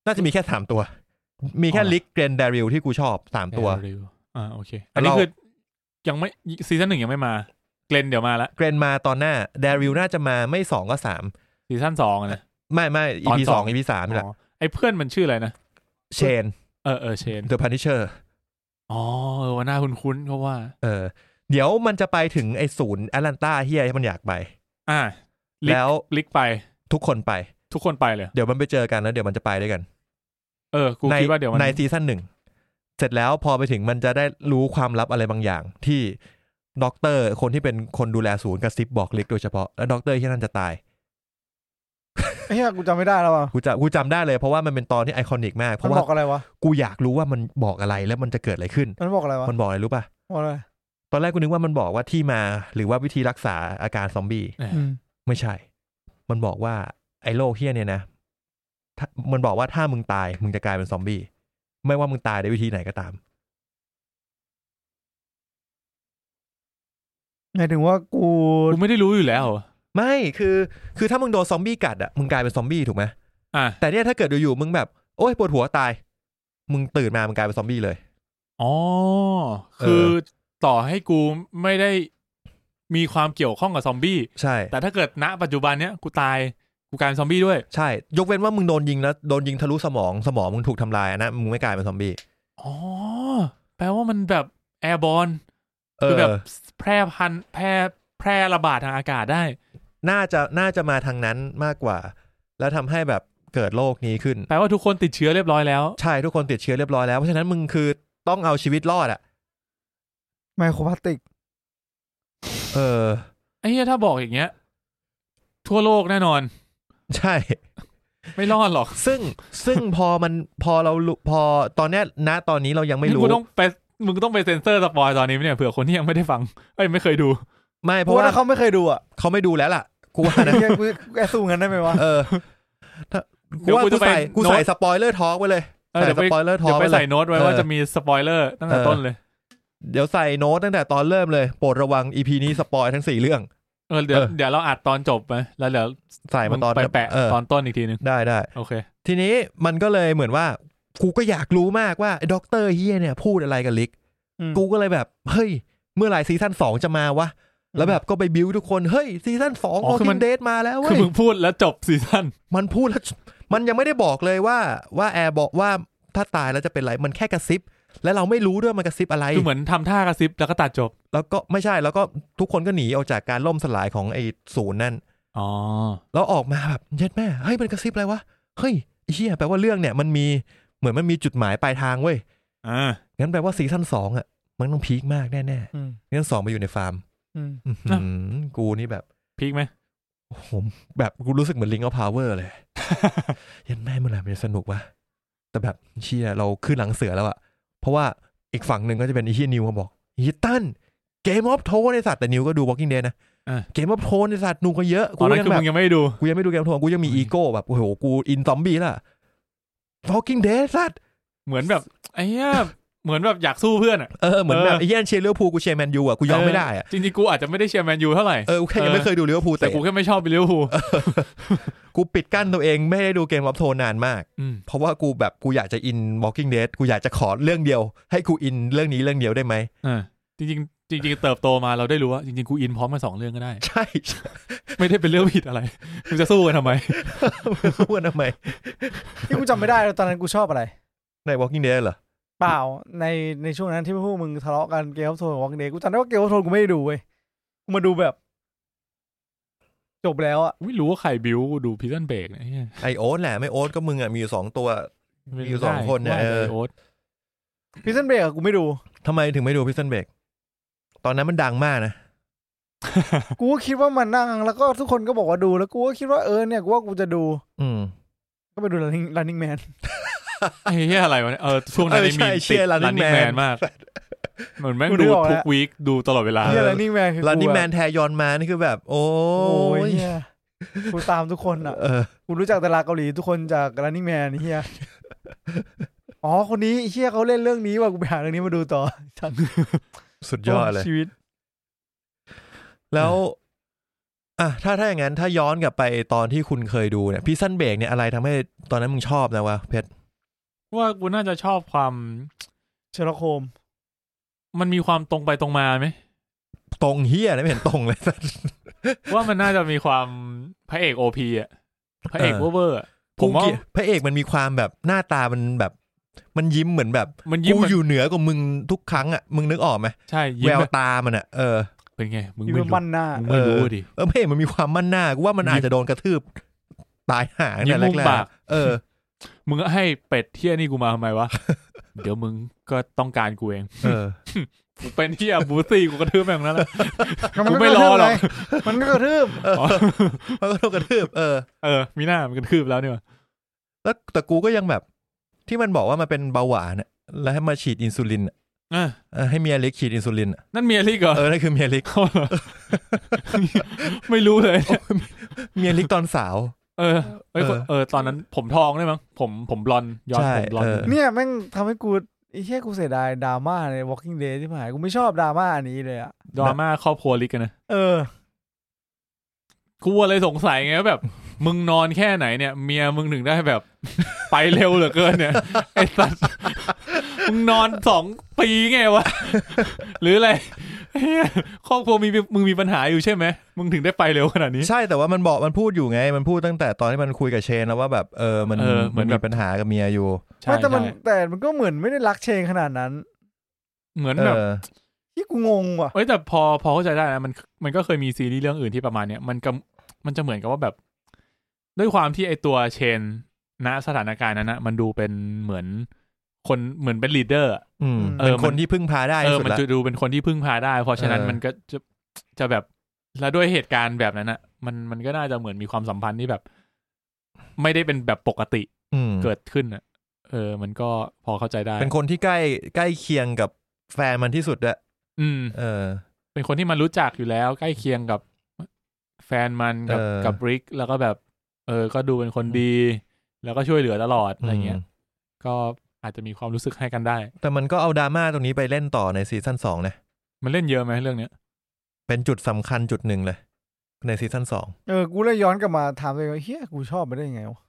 Speaker 1: น่าจะมีแค่สามตัว มีแค่
Speaker 2: อ๋อ
Speaker 1: ลิกเกลนดาริลที่กูชอบสามตัว
Speaker 2: เอริลอ่าโอเค อันนี้
Speaker 1: เรา
Speaker 2: คือยังไม่ซีซั่นหนึ่งยังไม่มา เกรนเดี๋ยวมาละ
Speaker 1: เกลนมาตอนหน้าดาริลน่าจะมาไม่สองก็สาม
Speaker 2: ซีซั่นสองอะนะ
Speaker 1: ไม่ไม่
Speaker 2: ตอน
Speaker 1: EP
Speaker 2: ส
Speaker 1: ส
Speaker 2: อ
Speaker 1: อง ง EP สามนี่แหละ
Speaker 2: อ๋อไอ้เพื่อนมันชื่ออะไรนะ
Speaker 1: เชน
Speaker 2: เออเออเชน
Speaker 1: The Punisher
Speaker 2: อ๋อเออว่าหน้าคุ้นๆเพราะว่า
Speaker 1: เออ เดี๋ยวมันจะไปถึงไอศูนย์แอตแลนตาเฮียที่มันอยากไป
Speaker 2: อ่า ลิก
Speaker 1: แล้ว
Speaker 2: ลิกไป
Speaker 1: ทุกคนไป
Speaker 2: ทุกคนไปเลย
Speaker 1: เดี๋ยวมันไปเจอกันแล้วเดี๋ยวมันจะไปด้วยกัน
Speaker 2: เออ กู
Speaker 1: ใน
Speaker 2: คิดว่าเดี๋ยวมัน
Speaker 1: ในซีซั่นหนึ่งเสร็จแล้วพอไปถึงมันจะได้รู้ความลับอะไรบางอย่าง ที่ด็อกเตอร์คนที่เป็นคนดูแลศูนย์กระซิบบอกลิกโดยเฉพาะแล้วด็อกเตอร์ที่นั่นจะตาย
Speaker 3: ไอ้เหี้ยกูจำไม่ได้แล้วอ่ะ
Speaker 1: กูจะกูจำได้เลยเพราะว่ามันเป็นตอนที่ไอคอนิกมากเพ
Speaker 3: มัน
Speaker 1: ราะว่า
Speaker 3: บอกอะไรวะ
Speaker 1: กูอยากรู้ว่ามันบอกอะไรแล้วมันจะเกิดอะไรขึ้น
Speaker 3: มันบอกอะไรวะ
Speaker 1: มันบอกอะไรรู้ป่ะ
Speaker 3: บอกอะไร
Speaker 1: ตอนแรกกูนึกว่ามันบอกว่าที่มาหรือว่าวิธีรักษาอาการซอมบี้
Speaker 3: อืม
Speaker 1: ไม่ใช่ มันบอกว่าไอโรคเฮียเนี่ยนะถ้ามันบอกว่าถ้ามึงตายมึงจะกลายเป็นซอมบี้ไม่ว่ามึงตายด้วยวิธีไหนก็ตาม
Speaker 3: หมายถึงว่ากู
Speaker 2: กูไม่ได้รู้อยู่แล้วเหรอ
Speaker 1: ไม่คือคือถ้ามึงโดนซอมบี้กัดอ่ะมึงกลายเป็นซอมบี้ถูกไหม
Speaker 2: อ่ะ
Speaker 1: แต่เนี่ยถ้าเกิดอยู่ๆมึงแบบโอ๊ยปวดหัวตาย มึงตื่นมามึงกลายเป็นซอมบี้เลย
Speaker 2: อ๋อ คือต่อให้กูไม่ได้มีความเกี่ยวข้องกับซอมบี้
Speaker 1: ใช่
Speaker 2: แต่ถ้าเกิดณปัจจุบันเนี้ยกูตายกูกลายเป็นซอมบี้ด้วย
Speaker 1: ใช่ ยกเว้นว่ามึงโดนยิงแล้วโดนยิงทะลุสมองสมองมึงถูกทำลายอันนะมึงไม่กลายเป็นซอมบี้
Speaker 2: อ๋อ แปลว่ามันแบบแอร์บอล
Speaker 1: เอ
Speaker 2: คือ
Speaker 1: อ
Speaker 2: แบบแพร่พันธุ์แพร่แพร่ระบาดทางอากาศได้
Speaker 1: น่าจะน่าจะมาทางนั้นมากกว่า แล้วทำให้แบบเกิดโรคนี้ขึ้น
Speaker 2: แปลว่าทุกคนติดเชื้อเรียบร้อยแล้ว
Speaker 1: ใช่ทุกคนติดเชื้อเรียบร้อยแล้วเพราะฉะนั้นมึงคือต้องเอาชีวิตรอดอ่ะ
Speaker 3: ไมโครพลาสติก
Speaker 1: เออ
Speaker 2: ไอ้เหี้ยถ้าบอกอย่างเงี้ย ทั่วโลกแน่นอน
Speaker 1: ใช่
Speaker 2: ไม่รอดหรอก
Speaker 1: ซึ่งซึ่งพอมันพอเรารู้พอตอนเนี้ยณตอนนี้เรายังไม่
Speaker 2: นี่
Speaker 1: รู้
Speaker 2: กูต้องไปมึงต้องไปเซ็นเซอร์สปอยตอนนี้ไหมเนี่ยเผื่อคนที่ยังไม่ได้ฟังเอ้ยไม่เคยดู
Speaker 1: ไม่เพ
Speaker 3: เพราะ
Speaker 1: ราะ
Speaker 3: ว่า
Speaker 1: ว่า
Speaker 3: ถ้าเขาไม่เคยดูอ่ะ
Speaker 1: เขาไม่ดูแล้วล่ะกูว่านะ
Speaker 3: เหี้ยกูกูแอสซูมกันได้ไหมวะ
Speaker 1: เออถ้ากู
Speaker 2: เดี๋ยว
Speaker 1: ว่า
Speaker 2: กู
Speaker 1: กู
Speaker 2: จะไป
Speaker 1: ใส่กู
Speaker 2: โน้ต
Speaker 1: ใส่สปอยเลอร์ทอล์กไว้เลย
Speaker 2: เออ
Speaker 1: ใส่
Speaker 2: เดี๋ยว
Speaker 1: ส
Speaker 2: ไป
Speaker 1: ปอยเลอร์ทอล์
Speaker 2: เดี๋ย
Speaker 1: ก
Speaker 2: วไป
Speaker 1: ไว้เล
Speaker 2: ใส่
Speaker 1: ย
Speaker 2: โน้ตไว้ว่า
Speaker 1: เออ
Speaker 2: จะมีสปอยเลอร์ตั้งแต่
Speaker 1: เออ
Speaker 2: ต้นเลย
Speaker 1: เดี๋ยวใส่โน้ตตั้งแต่ตอนเริ่มเลย โปรดระวังอีพีนี้สปอยทั้งสี่เรื่อง
Speaker 2: เออเดี๋ยว
Speaker 1: เออ
Speaker 2: เดี๋ยวเราอัดตอนจบไหมแล้วเดี๋ยว
Speaker 1: ใส่มาตอน
Speaker 2: ไปแปะ
Speaker 1: เออ
Speaker 2: ตอนต้นอีกทีนึง
Speaker 1: ได้ได้
Speaker 2: โอเค
Speaker 1: ทีนี้มันก็เลยเหมือนว่า กูก็อยากรู้มากว่าไอ้ด็อกเตอร์เฮียเนี่ยพูดอะไรกับลิก
Speaker 3: ม
Speaker 1: กูก็เลยแบบ เฮ้ย เมื่อไหร่ซีซั่นสองจะมาวะ แล้วแบบก็ไปบิวทุกคน เฮ้ย ซีซั่นสอง
Speaker 2: อ๋
Speaker 1: ข
Speaker 2: อ
Speaker 1: อง
Speaker 2: คือมั
Speaker 1: คิ
Speaker 2: น
Speaker 1: นเดทมาแล้วเว้
Speaker 2: คือย มึงพูดแล้วจบซีซั่น
Speaker 1: มันพูดแล้ว มันยังไม่ได้บอกเลยว่า ว่าแอร์บอกว่าถ้าตายแล้วจะเป็นไร มันแค่กระซิบ และเราไม่รู้ด้วยมันกระซิบอะไร
Speaker 2: คือเหมือนทำท่ากระซิบแล้วก็ตัดจบ
Speaker 1: แล้วก็ไม่ใช่แล้วก็ทุกคนก็หนีออกจากการล่มสลายของไอ้ศูนย์นั่น
Speaker 2: อ๋อ
Speaker 1: แล้วออกมาแบบเย็ดแม่เฮ้ยมันกระซิบอะไรวะเฮ้ยไอ้เฮียแปลว่าเรื่องเนี่ยมันมีเหมือนมันมีจุดหมายปลายทางเว้ย
Speaker 2: อ่า
Speaker 1: งั้นแปลว่าซีซั่นสองอ่ะ มันต้องพีคมากแน่
Speaker 3: อืม
Speaker 1: ๆนี่ต้องสองไปอยู่ในฟาร์ม
Speaker 3: อืม
Speaker 1: อื้อหือกูนี่แบบ
Speaker 2: พีคไหม
Speaker 1: ผมแบบกูรู้สึกเหมือนลิงเอาพาวเวอร์
Speaker 2: *laughs*
Speaker 1: เลย ยันแม่เมื่อไหร่มันจะสนุกวะแต่แบบเชียเราขึ้นหลังเสือแล้วอะเพราะว่าอีกฝั่งหนึ่งก็จะเป็นไอีฮียนิวมาบอกไอีตันเกมออฟโทนในสัตว์แต่นิวก็ดู Walking Dead นะ
Speaker 2: อ่ะ
Speaker 1: เกมออฟโทนในสัตว์นูก็เยอะ
Speaker 2: ต
Speaker 1: กู
Speaker 2: อนนั้น
Speaker 1: ยัง
Speaker 2: คือ
Speaker 1: แบบ
Speaker 2: มึงยังไม่ได้ดู
Speaker 1: กูยังไม่ดูเกมโทนกูยังมี
Speaker 2: อืม
Speaker 1: อีโก้แบบโอ้โหกูอินซอมบี้ล่ะ Walking Dead สัตว์
Speaker 2: เหมือนแบบไอ้เหี้ยเหมือนแบบอยากสู้เพื่อนอ่ะ
Speaker 1: เออเหมือน
Speaker 2: เออ
Speaker 1: แบบไอ้เหี้ยเชียร์เลี้ยวภูลกูเชียร์แมนยูอ่ะกูยอมไม่ได้อ่ะ
Speaker 2: จริงๆกูอาจจะไม่ได้เชียร์แมนยูเท่าไหร่
Speaker 1: เออกูแค่ยั
Speaker 2: เอง อ
Speaker 1: ไม่เคยดูเลี้ยวภูล
Speaker 2: แต่
Speaker 1: แต่
Speaker 2: กูแค่ไม่ชอบลิเวอร์พูล
Speaker 1: กูปิดกั้นตัวเองไม่ได้ดูเกมรับโทนนานมาก
Speaker 2: อืม
Speaker 1: เพราะว่ากูแบบกูอยากจะอิน Walking Dead กูอยากจะขอเรื่องเดียว ให้กูอินเรื่องนี้เรื่องเดียวได้ไหม
Speaker 2: อ่าจริงๆจริง ๆ เติบโตมาเราได้รู้ว่าจริงๆกูอินพร้อมกันสองเรื่องก็ได้
Speaker 1: *laughs* ใช่
Speaker 2: ไม่ได้เป็นเรื่องผิดอะไรกูจะสู้กันทำไม
Speaker 1: อ้วนทำไม
Speaker 3: ที่กูจำไม่ได้เลยตอนนั้นกูชอบอะไร
Speaker 1: ใน Walking Dead เหรอ
Speaker 3: เปล่าในในช่วงนั้นที่พวกมึงทะเลาะกันเกมออฟโทนวอล์กเดย์กูจำได้ว่าเกมออฟโทนกูไม่ได้ดูเว้ยกูมาดูแบบ จบแล้วอะ
Speaker 2: ไม่รู้ว่าใครบิวดูพิซซันเบรกเนี่ยเหี้ย
Speaker 1: ไอโอ๊ตแหละไม่โอ๊ตก็มึงอ่ะมีอยู่สองตัว มีอยู่สองคนเนี่ย
Speaker 2: ว่าแต่
Speaker 1: เออ
Speaker 2: โอ๊ต
Speaker 3: พิซซันเบรกอะกูไม่ดู
Speaker 1: ทำไมถึงไม่ดูพิซซันเบกตอนนั้นมันดังมากนะ
Speaker 3: กูก็คิดว่ามันนั่งแล้วก็ทุกคนก็บอกว่าดูแล้วกูก็คิดว่าเออเนี่ยกูว่ากูจะดู
Speaker 1: อืม
Speaker 3: ก็ไปดู running running man
Speaker 2: ไอ้เหี้ยอะไรวะเนี่ยเออช่วงนั้น
Speaker 1: เออ
Speaker 2: นี่
Speaker 1: ใช่
Speaker 2: มี
Speaker 1: เชี
Speaker 2: ติด
Speaker 1: ยร์
Speaker 2: รัน
Speaker 1: Running
Speaker 2: นิ่งแม
Speaker 1: Man
Speaker 2: นมากเหมือนแม่ง
Speaker 3: กูนึ
Speaker 2: ดู
Speaker 3: กออกแล้ว
Speaker 2: ทุกวีคดูตลอดเวลา
Speaker 3: เนี่ย running man คือ
Speaker 1: แล้ว
Speaker 3: กู
Speaker 1: นี่แม
Speaker 3: แบบ
Speaker 1: นแทยอนมานี่คือแบบ โอ้
Speaker 3: โอ้ย
Speaker 1: ย
Speaker 3: เหี้ยกูตามทุกคนอะ
Speaker 1: เออ
Speaker 3: กูรู้จักดาราเกาหลีทุกคนจาก running man เฮียอ๋อคนนี้เฮียเขาเล่นเรื่องนี้ว่ะกูไปหาเรื่องนี้มาดูต่อ
Speaker 1: สุดยอดเลย
Speaker 3: ชีวิต
Speaker 1: แล้ว อ่ะถ้าถ้าอย่างนั้น ถ้าย้อนกลับไปตอนที่คุณเคยดูเนี่ยพี่สั้นเบรกเนี่ยอะไรทำให้ตอนนั้นมึงชอบนะวะเพชร
Speaker 2: ว่ากูน่าจะชอบความ
Speaker 3: เชลโคม
Speaker 2: มันมีความตรงไปตรงมาไหม
Speaker 1: ตรงเฮียนะไม่เห็นตรงเลย
Speaker 2: ว่ามันน่าจะมีความพระเอกโอพีอ่ะพระเอก
Speaker 1: เอ
Speaker 2: เว
Speaker 1: อ
Speaker 2: อร์เวอร์อะผมว่า
Speaker 1: กูเกลียดพระเอกมันมีความแบบหน้าตามันแบบ มันยิ้มเหมือนแบบ
Speaker 2: มันยิ้ม
Speaker 1: กู
Speaker 2: เหมือน
Speaker 1: อยู่เหนือกว่ามึงทุกครั้งอ่ะมึงนึกออกไหม
Speaker 2: ใช่ยิ้
Speaker 1: แว
Speaker 2: ม
Speaker 1: ว
Speaker 2: แบบ
Speaker 1: ตามันอ่ะเออ
Speaker 2: เป็นไง มึง
Speaker 3: ยิ้
Speaker 2: ไม่
Speaker 3: ม
Speaker 2: รู้
Speaker 3: มันหน้า
Speaker 2: มึงไม่รู้ดิ
Speaker 1: เออพระเอกมันมีความมั่นหน้ากูว่ามันอาจจะโดนกระทืบตายห่าตั้ง
Speaker 2: ยิ้
Speaker 1: แต่
Speaker 2: มมุม
Speaker 1: แร
Speaker 2: ปาก ก
Speaker 1: ๆเออ
Speaker 2: มึงให้เป็ดเที่ยนี่กูมาทำไมวะ เดี๋ยวมึงก็ต้องการกูเอง
Speaker 1: เออ
Speaker 2: กูเป็นเที่ยบูซี่กูกระทืบแบบนั้นแหละ
Speaker 3: น
Speaker 2: กูไม่รอหรอก
Speaker 3: กระทืบไงมันก็กระทืบ
Speaker 1: มันก็โดนกระทืบเออ
Speaker 2: เออมีหน้ามันกระทืบแล้วเนี่ย
Speaker 1: แล้วแต่กูก็ยังแบบ ที่มันบอกว่ามันเป็นเบาหวานอะแล้วให้มาฉีดอินซูลินอะ
Speaker 2: อ่ะ
Speaker 1: เออให้เมียเล็กฉีดอินซูลินอะ
Speaker 2: นั่นเมียลิกเหรอ
Speaker 1: เออนั่นคือเมียเล็ก
Speaker 2: เขาเหรอ ไม่รู้เลย
Speaker 1: เมียเล็กตอนสาว
Speaker 2: เออเอ้ย
Speaker 1: เออ
Speaker 2: เออตอนนั้นผมทองได้วยมั้งผมผมบลอนด์ย้อน
Speaker 1: ใช่
Speaker 2: ผมบลอน
Speaker 1: เอ
Speaker 2: ด์
Speaker 1: อ
Speaker 3: เนี่ยแม่งทำให้กูไอ้เหี้ยกูเสียดายดราม่าใน Walking Dead ที่ผ่านกูไม่ชอบดราม่าอันนี้เลยอ่ะ
Speaker 2: ดราม่าครอบครัวลิกกันนะ
Speaker 3: เออ
Speaker 2: กูเลยสงสัยไงว่าแบบ มึงนอนแค่ไหนเนี่ย เมียมึงถึงได้แบบ *laughs* ไปเร็วเหลือเกินเนี่ย *laughs* ไอ้สัสมึงนอนสองปีไงวะ *laughs* หรืออะไร *laughs* เหี้ยครอบครัวมีมึงมีปัญหาอยู่ใช่ไหมมึงถึงได้ไปเร็วขนาดนี้
Speaker 1: ใช่แต่ว่ามันบอกมันพูดอยู่ไง มันพูดตั้งแต่ตอนที่มันคุยกับเชนแล้วว่าแบบเออมัน
Speaker 2: เออเหมือน
Speaker 1: มี
Speaker 2: แบบ
Speaker 1: ปัญหากับเมียอยู่
Speaker 2: ใช่
Speaker 3: ไม่แต่มัน
Speaker 2: ใช่
Speaker 3: แต่มันก็เหมือนไม่ได้รักเชงขนาดนั้น
Speaker 2: เหมือน
Speaker 1: เอ
Speaker 2: แบบ
Speaker 1: อ
Speaker 3: ที่กูงงว่ะ
Speaker 2: เอ้ยแต่พอพอเข้าใจได้นะมันมันก็เคยมีซีรีส์เรื่องอื่นที่ประมาณเนี้ยมันก็มันจะเหมือนกับว่าแบบ ด้วยความที่ไอตัวเชนณสถานการณ์นั้นนะมันดูเป็นเหมือนคนเหมือนเป็นลีดเดอร์
Speaker 1: อืม
Speaker 2: เอ
Speaker 1: เป็
Speaker 2: อน มัน
Speaker 1: คนที่พึ่งพาได้
Speaker 2: เอ
Speaker 1: ที่
Speaker 2: อ
Speaker 1: สุด
Speaker 2: มัน
Speaker 1: ละ
Speaker 2: จะดูเป็นคนที่พึ่งพาได้ เพราะฉะนั้น
Speaker 1: เออ
Speaker 2: มันก็จะจะแบบ แล้วด้วยเหตุการณ์แบบนั้นอ่ะ มันมันก็น่าจะเหมือนมีความสัมพันธ์ที่แบบ ไม่ได้เป็นแบบปกติ
Speaker 1: อืม
Speaker 2: เกิดขึ้นอ่ะ เออ มันก็พอเข้าใจได้
Speaker 1: เป็นคนที่ใกล้ใกล้เคียงกับแฟนมันที่สุดอะ
Speaker 2: อืม
Speaker 1: เออ
Speaker 2: เป็นคนที่มันรู้จักอยู่แล้ว ใกล้เคียงกับแฟนมันกับ
Speaker 1: เออ
Speaker 2: กับบริก แล้วก็แบบ เออ ก็ดูเป็นคนดี แล้วก็ช่วยเหลือตลอดอะไรเงี้ย ก็อาจจะมีความรู้สึกให้กันได้
Speaker 1: แต่มันก็เอาดราม่าตรงนี้ไปเล่นต่อในซีซั่นสองนะ
Speaker 2: มันเล่นเยอะไหมเรื่องเนี้ย
Speaker 1: เป็นจุดสำคัญจุดหนึ่งเลย ในซีซั่นสอง
Speaker 3: เออ กูเลยย้อนกลับมาถามตัวเองว่าเฮียกูชอบไปได้ยังไงวะ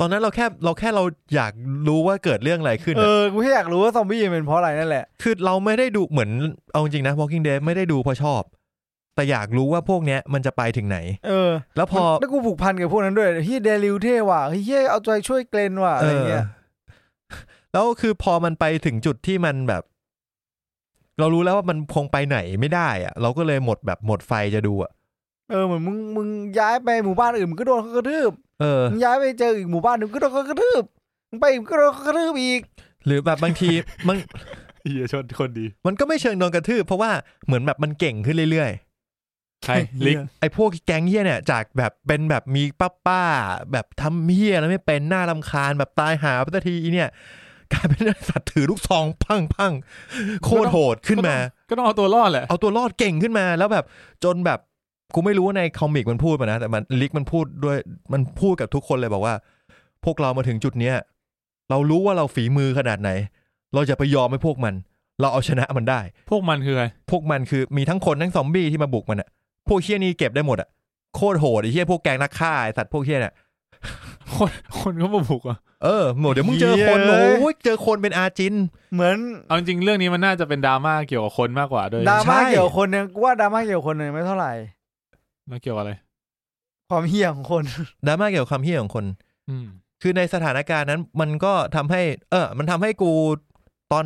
Speaker 1: ตอนนั้นเราแค่เราแค่เราอยากรู้ว่าเกิดเรื่องอะไรขึ้น
Speaker 3: เอ
Speaker 1: อะ
Speaker 3: อ กูแค่อยากรู้ว่าซอมบี้มันเป็นเพราะอะไรนั่นแหละ
Speaker 1: คือเราไม่ได้ดูเหมือนเอาจริงนะ Walking Dead ไม่ได้ดูเพราะชอบ แต่อยากรู้ว่าพวกเนี้ยมันจะไปถึงไหน
Speaker 3: เออ
Speaker 1: แล้วพอ
Speaker 3: แล้วกูผูกพันกับพวกนั้นด้วยเฮียเดลิวเท่ว่ะเฮียเอาใจช่วยเกรนว่ะอะไรเงี้ย
Speaker 1: เออแล้วคือพอมันไปถึงจุดที่มันแบบ เรารู้แล้วว่ามันคงไปไหนไม่ได้อะเราก็เลยหมดแบบหมดไฟจะดูอะ
Speaker 3: เออเหมือนมึงมึงย้ายไปหมู่บ้านอื่นมึงก็โดนเขากระทืบ
Speaker 1: เออ
Speaker 3: มึงย้ายไปเจออีกหมู่บ้านหนึ่งก็โดนเขากระทืบมึงไปอีกก็โดนเขากระทืบอีก
Speaker 1: หรือแบบบางที *laughs* มัน
Speaker 2: เฮียชนคนดี
Speaker 1: มันก็ไม่เชิงโดนกระทืบเพราะว่าเหมือนแบบมันเก่งขึ้นเรื่อย
Speaker 2: ใครลิก
Speaker 1: ๆ ไอ้พวกแก๊งเฮียเนี่ยจากแบบเป็นแบบมีป้าป้าๆแบบทำเฮียแล้วไม่เป็นหน้าลำคาญแบบตายหาไปสักทีอีเนี่ยกลายเป็นสัตว์ถือลูกซองพังพังๆโคตรโหดขึ้นมา
Speaker 2: ก็ต้องเอาตัวรอดแหละ
Speaker 1: เอาตัวรอดเก่งขึ้นมาแล้วแบบจนแบบกูไม่รู้ว่าในคอมิกมันพูดมานะ แต่มันลิกมันพูดด้วยมันพูดกับทุกคนเลยบอกว่า พวกเรามาถึงจุดเนี้ยเรารู้ว่าเราฝีมือขนาดไหน เราจะไปยอมให้พวกมัน เราเอาชนะมันได้
Speaker 2: พวกมันคืออะไร
Speaker 1: พวกมันคือมีทั้งคนทั้งซอมบี้ที่มาบุกมันอะพวกเชี่ยนี่เก็บได้หมดอะโคตรโหดไอ้เชี่ยพวกแกงนักฆ่าไอ้สัตว์พวกเชี่ยเนี่ย
Speaker 2: คนคนก็มาบุกอ่ะ
Speaker 1: เออหมดเดี๋ยวมึงเจอคน
Speaker 3: เหี้ยเลย
Speaker 1: โอ้ยเจอคนเป็นอาจิน
Speaker 3: เหมือน
Speaker 2: เอาจริงๆเรื่องนี้มันน่าจะเป็นดราม่าเกี่ยวกับคนมากกว่าด้วย
Speaker 3: ดราม่า
Speaker 1: ใช่
Speaker 3: เกี่ยวกับคนเนี่ยกูว่าดราม่าเกี่ยวกับคนเนี่ยไม่เท่าไหร่
Speaker 2: แล้วเกี่ยวกับอะไร
Speaker 3: ความเหี้ยของคน *laughs*
Speaker 1: ดราม่าเกี่ยวกับความเฮี้ยของคน
Speaker 2: อืม
Speaker 1: คือในสถานการณ์นั้นมันก็ทำให้ เออ มันทำให้กูตอน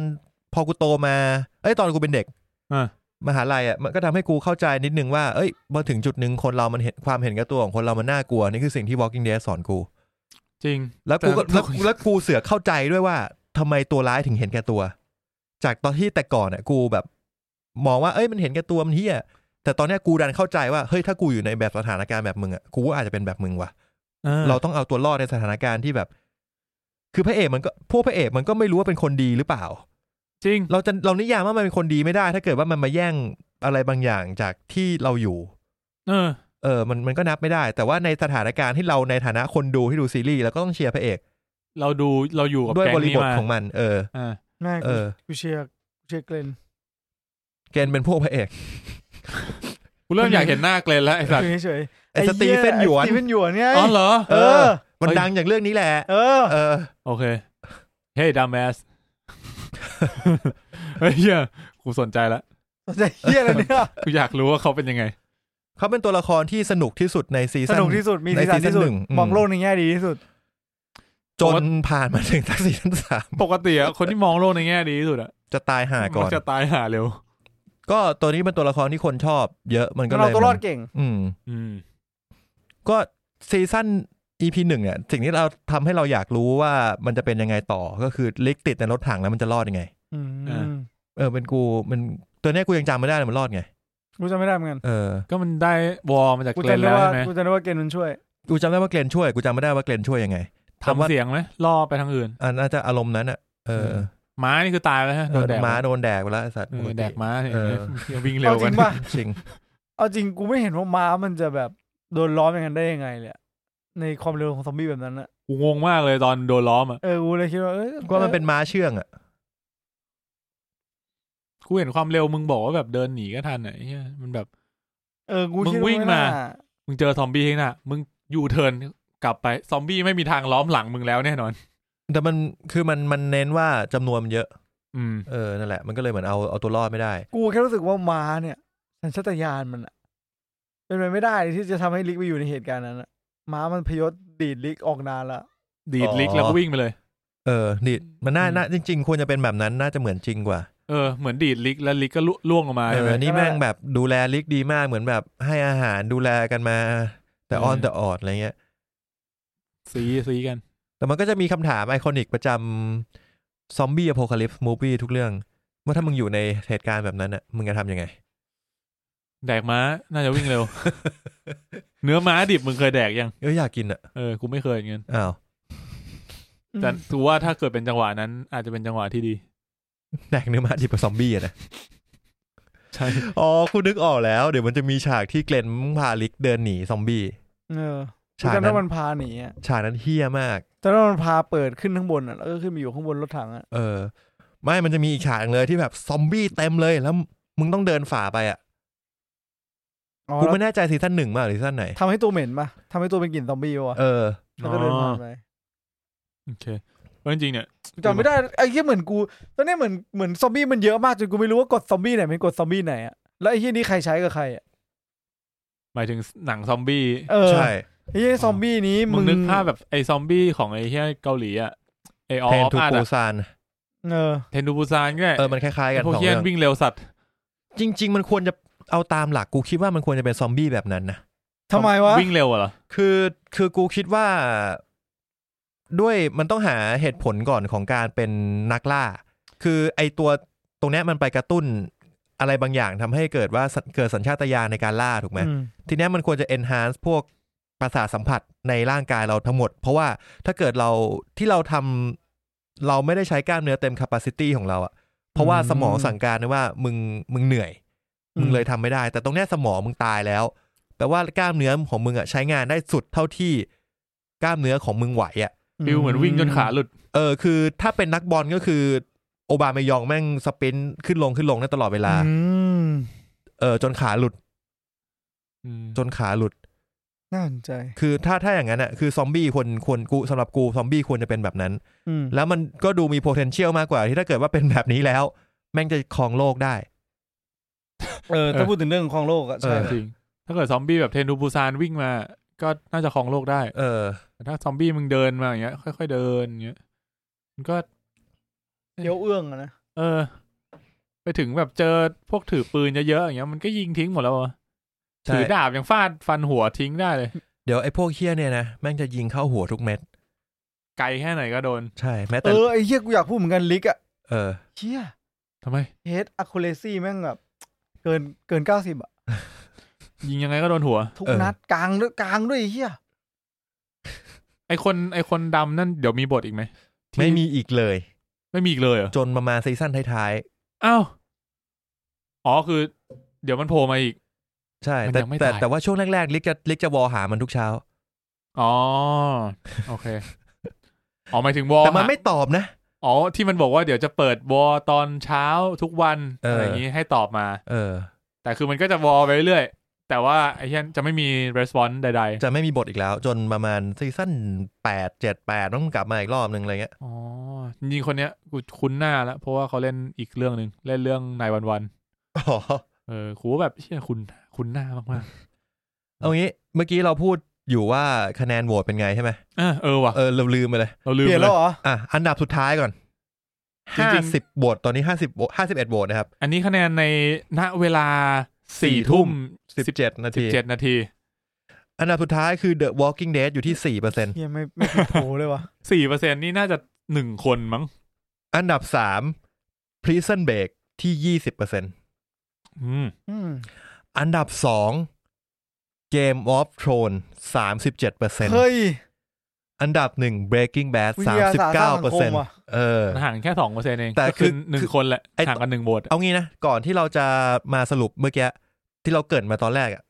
Speaker 1: พอกูโตมา เอ้ยตอนกูเป็นเด็ก
Speaker 2: อ่ะ
Speaker 1: มหาลัยอ่ะมันก็ทำให้กูเข้าใจนิดนึงว่า เอ้ยมาถึงจุดหนึ่งคนเรามันเห็นความเห็นแก่ตัวของคนเรามันน่ากลัว นี่คือสิ่งที่ Walking Dead สอนกู
Speaker 2: จริง
Speaker 1: แล้วกูก็
Speaker 2: แต่
Speaker 1: แล้วแล้วกูเสือกเข้าใจด้วยว่าทำไมตัวร้ายถึงเห็นแก่ตัว จากตอนที่แต่ก่อนอ่ะกูแบบ มองว่าเอ้ยมันเห็นแก่ตัวมันเฮียแต่ตอนเนี้ยกูดันเข้าใจว่าเฮ้ยถ้ากูอยู่ในแบบสถานการณ์แบบมึงอ่ะกูก็อาจจะเป็นแบบมึงว่ะ เราต้องเอาตัวรอดในสถานการณ์ที่แบบ คือพระเอกมันก็พวกพระเอกมันก็ไม่รู้ว่าเป็นคนดีหรือเปล่า
Speaker 2: จริง
Speaker 1: เราจะเรานิยามว่ามันเป็นคนดีไม่ได้ ถ้าเกิดว่ามันมาแย่งอะไรบางอย่างจากที่เราอยู่
Speaker 2: เออ
Speaker 1: เออมันมันก็นับไม่ได้ แต่ว่าในสถานการณ์ที่เราในฐานะคนดูที่ดูซีรีส์เราก็ต้องเชียร์พระเอก
Speaker 2: เราดูเราอยู่กับ
Speaker 1: ด้วย
Speaker 2: แก๊ง
Speaker 1: บริ
Speaker 2: นี้
Speaker 1: บท
Speaker 2: มา
Speaker 1: ของมัน เออ
Speaker 2: อ่า
Speaker 3: แม่
Speaker 1: เอ
Speaker 3: กู
Speaker 1: อ
Speaker 3: กูเชียร์กูเชียร์เกรน
Speaker 1: เกณฑ์เป็นพวกพระเอก
Speaker 2: กูเริ่มอยากเห็นหน้าเกรนแล้วไอ้สัตว์
Speaker 3: อยู่เฉยๆ
Speaker 1: ไอ้สตีเฟนหยวน
Speaker 3: ไอ้สตีเฟนหยวนไง
Speaker 2: อ๋อเหรอ
Speaker 3: เออ
Speaker 1: มัน
Speaker 2: เอ้ย
Speaker 1: ดังจากเรื่องนี้แหละ
Speaker 3: เออ
Speaker 1: เออ
Speaker 2: โอเค เฮ้ยดามแมส *laughs* เฮ้ยเหี้ยกูสนใจละ
Speaker 3: ใจเฮียอะไรเนี่ย
Speaker 2: กูอยากรู้ว่าเขาเป็นยังไง
Speaker 1: เขาเป็นตัวละครที่สนุกที่สุดในซี
Speaker 3: ส
Speaker 1: ซั่น
Speaker 3: นุกที่สุดมี
Speaker 1: ใน
Speaker 3: สีสันที่
Speaker 1: ซี
Speaker 3: สุ
Speaker 1: ซั่นห
Speaker 3: ด
Speaker 1: นึ่งอืม
Speaker 3: มองโลกในแง่ดีที่สุด
Speaker 1: จนผ่านมาถึง *laughs* สักซีซั่นสาม
Speaker 2: ปกติอะคนที่มองโลกในแง่ดีที่สุดอะ
Speaker 1: จะตายห่าก่อ
Speaker 2: มัน จะตายหาเร็ว
Speaker 1: ก็ตัวนี้เป็นตัวละครที่คนชอบเยอะมันก็
Speaker 3: มัน
Speaker 1: เล
Speaker 3: เอา
Speaker 1: ย
Speaker 3: ตัวรอด
Speaker 1: มัน
Speaker 3: เก่ง
Speaker 1: อืม
Speaker 2: อืม
Speaker 1: ก็ซีซั่น EP หนึ่งเนี่ยสิ่งที่เราทำให้เราอยากรู้ว่ามันจะเป็นยังไงต่อก็คือลิกติดในรถถังแล้วมันจะรอดยังไง
Speaker 3: อืม
Speaker 2: อ่า
Speaker 1: เออเป็นกูมันตัวเนี้ยกูยังจำไม่ได้เลยมันรอดไง
Speaker 3: กูจำไม่ได้เหมือนกัน
Speaker 1: เออ
Speaker 2: ก็มันได้วอลมาจาก
Speaker 3: กู
Speaker 2: เกรน
Speaker 3: จำได้
Speaker 2: แล้ว
Speaker 3: ว่า
Speaker 2: ใช่ไหม
Speaker 3: กูจำได้ว่าเกณฑ์มันช่วย
Speaker 1: กูจำได้ว่าเกรนช่วยกูจำไม่ได้ว่าเกรนช่วยยังไงแต่ว่า
Speaker 2: ทำเสียงไหมล่อไปทางอื่น
Speaker 1: อันน่าจะอารมณ์นั้นอ่ะเออ
Speaker 2: ม้านี่คือตายไปแล้วฮะ
Speaker 1: เอ
Speaker 2: โด
Speaker 1: อน
Speaker 2: แดก
Speaker 1: ม้าโดนแดกไปแล้วไอ้สัตว์
Speaker 2: เอ
Speaker 1: ปก
Speaker 2: อ
Speaker 1: ติ
Speaker 2: แดกม้าเนี่ย
Speaker 1: เออ
Speaker 2: เดี๋ยววิ่งเร็วกัน
Speaker 3: เอาจริงป่ะ
Speaker 1: จริง
Speaker 3: เอาจริงกูไม่เห็นว่าม้ามันจะแบบโดนล้อมอย่างนั้นได้ยังไงเลยอะในความเร็วของซอมบี้แบบนั้นอะ
Speaker 2: กูงงมากเลยตอนโดนล้อมอ่ะ
Speaker 3: เออกูเลยคิดว่าเออ
Speaker 1: ก็มันเป็นม้าเชื่องอ่ะ
Speaker 2: กูเห็นความเร็วมึงบอกว่าแบบเดินหนีก็ทันอะไอ้เหี้ยมันแบบ
Speaker 3: เออกูคิด
Speaker 2: มึงวิ่ง
Speaker 3: ไน่
Speaker 2: มา มึงเจอซอมบี้ข้างหน้ามึงยูเทิร์นกลับไป ซอมบี้ไม่มีทางล้อมหลังมึงแล้วแน่นอน
Speaker 1: แต่มันคือมันมันเน้นว่าจำนวนมันเยอะ
Speaker 2: อืม
Speaker 1: เออนั่นแหละมันก็เลยเหมือนเอาเอาตัวรอดไม่ได้
Speaker 3: กูแค่รู้สึกว่าม้าเนี่ยสัญชาตญาณมันอะเป็นไปไม่ได้ที่จะทำให้ลิกไปอยู่ในเหตุการณ์นั้นอะม้ามันพยศดีดลิกออกนานละ
Speaker 2: ดีด
Speaker 1: อ๋อ
Speaker 2: ลิกแล้วก็วิ่งไปเลย
Speaker 1: เออดิมันน่า
Speaker 2: อืม
Speaker 1: น่าจริง ๆ ควรจะเป็นแบบนั้นน่าจะเหมือนจริงกว่า
Speaker 2: เออเหมือนดีดลิกแล้วลิกก็ลุล่วงออกมา
Speaker 1: เอ
Speaker 2: ใช่ไหม
Speaker 1: อนี่แม่งแบบดูแลลิกดีมากเหมือนแบบให้อาหารดูแลกันมา แต่ออน
Speaker 2: เออ
Speaker 1: แต่ออดอะไรเงี้ย
Speaker 2: ซีซีกัน
Speaker 1: แต่มันก็จะมีคำถามไอคอนิกประจำซอมบี้อ o พ a l ลิปส์มูฟี่ทุกเรื่อง ว่าถ้ามึงอยู่ในเหตุการณ์แบบนั้นอ่ะมึงจะทำยังไง
Speaker 2: แดกม้า น่าจะวิ่
Speaker 3: *laughs*
Speaker 2: งเร็ว เนื้อม้าดิบมึงเคยแดกยัง
Speaker 1: เอออยากกินอ่ะ
Speaker 2: เออ กูไม่เคยเงี้ย
Speaker 1: อ้าว
Speaker 2: แต่กูว่าถ้าเกิดเป็นจังหวะนั้น อาจจะเป็นจังหวะที่ดี
Speaker 1: แดกเนื้อหมาดิบกับซอมบี้อะนะ
Speaker 2: ใช่
Speaker 1: อ๋อคุณนึกออกแล้ว เดี๋ยวมันจะมีฉากที่เกรนพาลิกเดินหนีซอมบี้
Speaker 3: เออกู
Speaker 1: ฉาก
Speaker 3: จำได้
Speaker 1: นั้น
Speaker 3: มันพาหนีอะ
Speaker 1: ฉากนั้นเฮี้ยมาก
Speaker 3: จำได้มันพาเปิดขึ้นข้างบนอะแล้วก็ขึ้นไปอยู่ข้างบนรถถังอะ
Speaker 1: เออ ไม่มันจะมีอีกฉากหนึ่งเลยที่แบบซอมบี้เต็มเลยแล้วมึงต้องเดินฝ่าไปอ่ะ
Speaker 3: อ๋อ
Speaker 1: กู
Speaker 3: แล้ว
Speaker 1: ไม่แน่ใจซีซั่นหนึ่งมากหรือซีซั่นไหน
Speaker 3: ทำให้ตัวเหม็นปะทำให้ตัวเป็นกลิ่นซอมบี้ปะวะ
Speaker 1: เออ
Speaker 3: แล้วก็เดินผ่านไป
Speaker 2: โอเคเพราะจริงๆเนี่ย
Speaker 3: กูจำไม่ได้ไอ้เหี้ยเหมือนกู ตอนเนี้ยเหมือนเหมือนซอมบี้มันเยอะมากจนกูไม่รู้ว่ากดซอมบี้ไหนเป็นกดซอมบี้ไหนอะแล้วไอ้เหี้ยนี่ใครใช้กับใครอะ
Speaker 2: หมายถึงหนังซอมบี้
Speaker 3: เออ
Speaker 1: ใช่
Speaker 3: ไอ้เหี้ยซอมบี้นี้
Speaker 2: มึ
Speaker 3: มึ
Speaker 2: ง
Speaker 3: ง
Speaker 2: นึกภาพแบบไอ้ซอมบี้ของไอ้เฮียเกาหลีอะไอออ
Speaker 1: เทน
Speaker 2: ฟ
Speaker 1: ทู
Speaker 2: อาร์
Speaker 1: ปู
Speaker 2: ต
Speaker 1: ซาน
Speaker 3: เออ
Speaker 2: เทนดูบูซานก็ได้
Speaker 1: เออมันคล้าย ๆ กัน
Speaker 2: พวก
Speaker 1: สอง
Speaker 2: เฮีย
Speaker 1: เรื่อง
Speaker 2: วิ่งเร็วสัตว์
Speaker 1: จริง ๆ มันควรจะเอาตามหลักกูคิดว่ามันควรจะเป็นซอมบี้แบบนั้นนะ
Speaker 3: ทำไมวะ
Speaker 2: วิ่งเร็วอะเหรอ
Speaker 1: คือคือกูคิดว่า ด้วยมันต้องหาเหตุผลก่อนของการเป็นนักล่า คือไอตัวตรงเนี้ยมันไปกระตุ้นอะไรบางอย่างทำให้เกิดว่าสัญเกิดสัญชาตญาณในการล่าถูกไหม
Speaker 3: อืม
Speaker 1: ทีเนี้ยมันควรจะ enhance พวกประสาทสัมผัสในร่างกายเราทั้งหมด เพราะว่าถ้าเกิดเราที่เราทำเราไม่ได้ใช้กล้ามเนื้อเต็ม capacity ของเราอะเพราะว่าสมองสั่งการนะว่ามึงมึงเหนื่อย มึงเลยทำไม่ได้ แต่ตรงเนี้ยสมองมึงตายแล้วแปลว่ากล้ามเนื้อของมึงอะใช้งานได้สุดเท่าที่กล้ามเนื้อของมึงไหวอะ
Speaker 2: ฟิลเหมือนวิ่งจนขาหลุด
Speaker 1: เออคือถ้าเป็นนักบอลก็คือโอบามายองแม่งสปรินต์ขึ้นลงขึ้นลงได้ตลอดเวลา
Speaker 3: อืม
Speaker 1: เออจนขาหลุดจนขาหลุด
Speaker 3: น่าสนใจ
Speaker 1: คือถ้าถ้าอย่างนั้นอ่ะคือซอมบี้ควรควรกูสำหรับกูซอมบี้ควรจะเป็นแบบนั้น
Speaker 3: อืม
Speaker 1: แล้วมันก็ดูมี potential มากกว่าที่ถ้าเกิดว่าเป็นแบบนี้แล้ว แม่งจะครองโลกได้
Speaker 3: เออถ้าพูดถึงเรื่องของโลกอะ
Speaker 1: เอ
Speaker 3: ใช่
Speaker 1: อ
Speaker 2: จริง ถ้าเกิดซอมบี้แบบเทนดูบูซานวิ่งมา ก็น่าจะครองโลกได้
Speaker 1: เออ
Speaker 2: แต่ถ้าซอมบี้มึงเดินมาอย่างเงี้ย ค่อยๆเดินอย่างเงี้ย มันก็
Speaker 3: เดี๋ยวเอื้องอะนะ
Speaker 2: เออ ไปถึงแบบเจอพวกถือปืนเยอะๆอย่างเงี้ย มันก็ยิงทิ้งหมดแล้วอะ
Speaker 1: ใช่
Speaker 2: ถือดาบยังฟาดฟันหัวทิ้งได้เลย
Speaker 1: เดี๋ยวไอ้พวกเฮี้ยเนี่ยนะ แม่งจะยิงเข้าหัวทุกเม็ด
Speaker 2: ไกลแค่ไหนก็โดน
Speaker 1: ใช่แม้
Speaker 3: เอ
Speaker 1: แต่
Speaker 3: อไอ้เหี้ยกูอยากพูดเหมือนกันลิกอะ
Speaker 1: เออ
Speaker 3: เหี้ย
Speaker 2: ทำไม
Speaker 3: เฮดอะคูเลซี่แม่งแบบเกินเกินเก้าสิบอะ
Speaker 2: ยิงยังไงก็โดนหัว
Speaker 3: ทุก
Speaker 1: เออ
Speaker 3: นัดกลางด้วยกลางด้วยไอ้เหี้ย
Speaker 2: ไอคนไอคนดำนั่นเดี๋ยวมีบทอีกไหมที่
Speaker 1: ไม่มีอีกเลย
Speaker 2: ไม่มีอีกเลยเหรอ
Speaker 1: จนประมาณซีซั่นท้าย
Speaker 2: อ้าวอ๋อคือ เดี๋ยวมันโผล่มาอีก
Speaker 1: ๆ ใช่
Speaker 2: มัน
Speaker 1: แต่
Speaker 2: ยังไม่
Speaker 1: แต่
Speaker 2: ตาย
Speaker 1: แต่ว่าช่วงแรกๆ ลิกจะลิกจะวอหามันทุกเช้า
Speaker 2: อ๋อ โอเคอ๋อหมายถึงวอล
Speaker 1: แต่มันไม่ตอบนะ
Speaker 2: อ๋อที่มันบอกว่าเดี๋ยวจะเปิดวอลตอนเช้าทุกวัน
Speaker 1: เอออ
Speaker 2: อะไรอย่างนี้ให้ตอบมา
Speaker 1: เออ
Speaker 2: แต่คือมันก็จะวอลไปเรื่อยๆแต่ว่าไอ้เหี้ยจะไม่มีรีสปอนส์ใด
Speaker 1: จะไม่มีบทอีกแล้ว จนประมาณซีซั่นแปดเจ็ดแปดต้องกลับมาอีกรอบนึงอะไรเงี้ย
Speaker 2: ๆอ๋อจริงๆคนเนี้ยกูคุ้นหน้าแล้วเพราะว่าเขาเล่นอีกเรื่องหนึ่งเล่นเรื่องนายวันวัน
Speaker 1: อ๋อ
Speaker 2: ๆเออกูว่าแบบเชี่ยคุณคุณหน้ามาก
Speaker 1: เอางี้เมื่อกี้เราพูดอยู่ว่าคะแนนโหวตเป็นไงใช่ไหม
Speaker 2: ๆอ่ะเออว่ะ
Speaker 1: เออเราลืมไปเลย
Speaker 2: เราลืม
Speaker 3: เปลี่ยน
Speaker 2: ไป
Speaker 3: แล้
Speaker 2: แล้ว ว
Speaker 3: เหรอ
Speaker 1: อ่ะอันดับสุดท้ายก่อน
Speaker 2: จริ
Speaker 1: ห้าง
Speaker 2: ๆ
Speaker 1: สิบโหวตตอนนี้ห้าสิบห้าสิบเอ็ดโหวตนะครับ
Speaker 2: อันนี้คะแนนในณเวลาสี่ทุ่ม
Speaker 1: สิบเจ็ดนา
Speaker 2: สิบ
Speaker 1: ที
Speaker 2: เจ็ดนาที
Speaker 1: อันดับสุดท้ายคือ The Walking Dead อยู่ที่สี่เปอร์เซ็น
Speaker 3: เหี้ยไม่ไม่ผิดโผล่เลยวะ
Speaker 2: สี่เปอร์เซ็นนี่น่าจะหนึ่งคนมั้ง
Speaker 1: อันดับสาม Prison Break ที่ยี่สิบเปอร์เซ็น
Speaker 2: อืม
Speaker 3: อืม
Speaker 1: อันดับสอง Game of Thrones สามสิบเจ็ดเปอร์เซ็น
Speaker 3: เฮ้ย
Speaker 1: อันดับหนึ่ง Breaking Bad
Speaker 3: วิ
Speaker 1: สา
Speaker 3: ท
Speaker 1: ม
Speaker 3: ยา
Speaker 1: สิบ
Speaker 3: ศาสตร์ส
Speaker 1: เก้า
Speaker 3: ร้างสั
Speaker 1: เปอร์
Speaker 3: งค
Speaker 1: เซ็น
Speaker 3: มว่ะ
Speaker 1: เออ
Speaker 2: มันห่างแค่สองเปอร์เซ็นต์เอง
Speaker 1: แต่
Speaker 2: ก็คื
Speaker 1: คื
Speaker 2: อ
Speaker 1: อ
Speaker 2: หนึ่
Speaker 1: คื
Speaker 2: ง
Speaker 1: อ
Speaker 2: คนแหละ
Speaker 1: ไอ้
Speaker 2: ห่างกันหนึ่งโหวตอะ
Speaker 1: เอางี้นะ ก่อนที่เราจะมาสรุปเมื่อกี้ที่เราเกริดมาตอนแรกอะ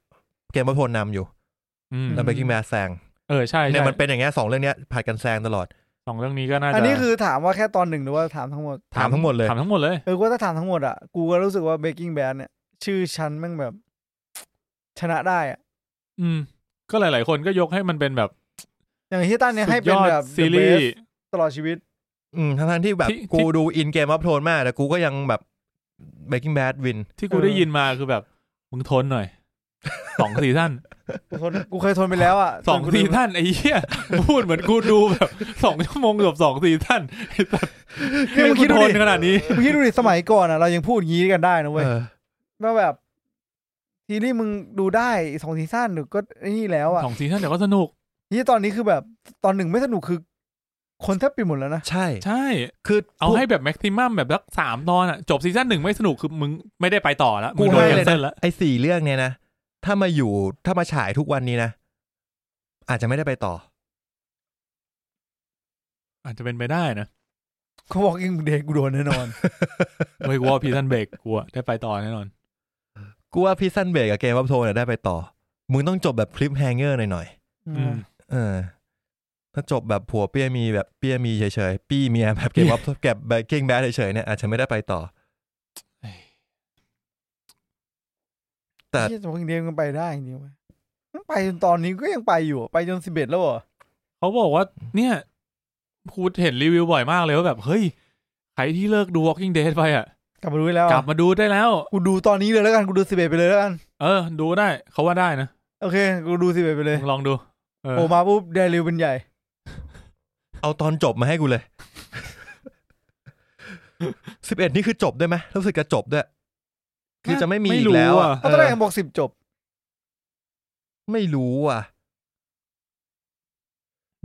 Speaker 1: เกมบอลโทนนำอยู่
Speaker 2: อืม
Speaker 1: แล้วเบ k กิ้งแบดแซง
Speaker 2: เออใช่
Speaker 1: เนี่ย
Speaker 2: ใช่
Speaker 1: มันเป็นอย่างเงี้ยสองเรื่องเนี้ยผัดกันแซงตลอด
Speaker 2: สองเรื่องนี้ก็น่าจะ
Speaker 3: อันนี้คือถามว่าแค่ตอนหนึ่งหรือว่าถามทั้งหมด
Speaker 1: ถามทั้งหมดเลย
Speaker 2: ถามทั้งหมดเลย
Speaker 3: เออกูว่าถ้าถามทั้งหมดอ่ะ กูก็รู้สึกว่าเบกกิ้งแบนเนี่ย ชื่อชั้นแม่งแบบ ชนะได้อ่ะ
Speaker 2: อืม ก็หลาย ๆ คนก็ยกให้มันเป็นแบบ
Speaker 3: อย่างที่ตั้นเนี่ยให้
Speaker 2: สุด
Speaker 3: เป็
Speaker 2: ย
Speaker 3: น
Speaker 2: อด
Speaker 3: แบบ
Speaker 2: ซี
Speaker 3: The
Speaker 2: รีส์
Speaker 3: Best ตลอดชีวิต
Speaker 1: อืมทั้งๆที่แบบ
Speaker 2: ที่
Speaker 1: กูดูอินเกมอัพโทนมาก แต่กูก็ยังแบบเบ k กิ้งแบดวิน
Speaker 2: ที่กู
Speaker 3: เออ
Speaker 2: ได้ยินมาคือแบบมึงทนหน่อยสองซีซั่น
Speaker 3: กูทนกูเคยทนไปแล้วอ่ะ
Speaker 2: สอง
Speaker 3: จนกู
Speaker 2: ซี
Speaker 3: ลืม
Speaker 2: ซั่นไอ้เหี้ยพูดเหมือนกูดูแบบสองชั่วโมงเกือบสองซีซั่นไอ้สัส
Speaker 3: คือมึง
Speaker 2: คิ
Speaker 3: คิ
Speaker 2: ด
Speaker 3: ดดู
Speaker 2: ทน
Speaker 3: ดิ
Speaker 2: ขนาดนี้
Speaker 3: มึงคิดดูดิสมัยก่อนอ่ะเรายังพูดงี้กันได้นะเว้ย
Speaker 1: เออ
Speaker 3: ว่าแบบทีนี้มึงดูได้สองซีซั่นหรือก็ไอ้นี่แล้วอ่ะ
Speaker 2: สองซีซั่นเดี๋ยวก็สนุก
Speaker 3: นี่ตอนนี้คือแบบตอนหนึ่งไม่สนุกคือ คนแทบปิดหมดแล้วนะ
Speaker 1: ใช่
Speaker 2: ใช่
Speaker 1: คือ
Speaker 2: เอา
Speaker 1: พูด
Speaker 2: ให้แบบแม็กซิมัมแบบสักสามตอนอะจบซีซั่นหนึ่งไม่สนุกคือมึงไม่ได้ไปต่อแล้วมึ
Speaker 1: กู
Speaker 2: งโดน
Speaker 1: ให้
Speaker 2: แคน
Speaker 1: เลย
Speaker 2: เซิ
Speaker 1: นะ
Speaker 2: ลแล้ว
Speaker 1: ไอ้สี่เรื่องเนี่ยนะ ถ้ามาอยู่ถ้ามาฉายทุกวันนี้นะ อาจจะไม่ได้ไปต่อ
Speaker 2: อาจจะเป็นไปได้นะ
Speaker 3: เขาบอกยิงเด็กกูโดนแน่นอน
Speaker 2: เว้ยกูว่าพีซันเบรกกูอะได้ไปต่อแน่นอน
Speaker 1: กูว่าพิซซันเบรกกับเกมอัพโทนเนี่ยได้ไปต่อ มึงต้องจบแบบคลิปแฮงเกอร์หน่อย
Speaker 2: อืม
Speaker 1: ๆเออ ถ้าจบแบบผัวเปี้ยมีแบบเปี้ยมีเฉยๆปี้เมียแบบเกมอัพแบบเบรกิ้งแบดเฉยๆเนี่ยอาจจะไม่ได้ไปต่อ แต่
Speaker 3: ที่สองเดียวกันไปได้จริงๆเว้ยมันไปจนตอนนี้ก็ยังไปอยู่อะไปจนสิบเอ็ดแล้วเหรอ
Speaker 2: เขาบอกว่า เนี่ยกูเห็นรีวิวบ่อยมากเลยว่าแบบ เฮ้ย ใครที่เลิกดู Walking Dead ไปอ่ะ
Speaker 3: กลับมาดูอีกแล้ว
Speaker 2: ก
Speaker 3: อะ
Speaker 2: ลับมาดูได้แล้ว
Speaker 3: กูดูตอนนี้เลยแล้วกันกูดูสิบเอ็ดไปเลยแล้วกัน
Speaker 2: เออ ดูได้ เขาว่าได้นะ
Speaker 3: โอเคกูดูสิบเอ็ดไปเลย
Speaker 2: มึงลองดู เออ
Speaker 3: โอมาปุ๊บเดลิวเป็นใหญ่
Speaker 1: เอาตอนจบมาให้กูเลย *laughs* สิบเอ็ดนี่คือจบด้วยไหมรู้สึกจะจบด้วย คือจะไม่มีอีกแล้วอะ
Speaker 3: เพราะตอนแรก
Speaker 1: เอ
Speaker 3: ยัง
Speaker 1: อ
Speaker 3: บอกสิบจบ
Speaker 1: ไม่รู้อ่ะ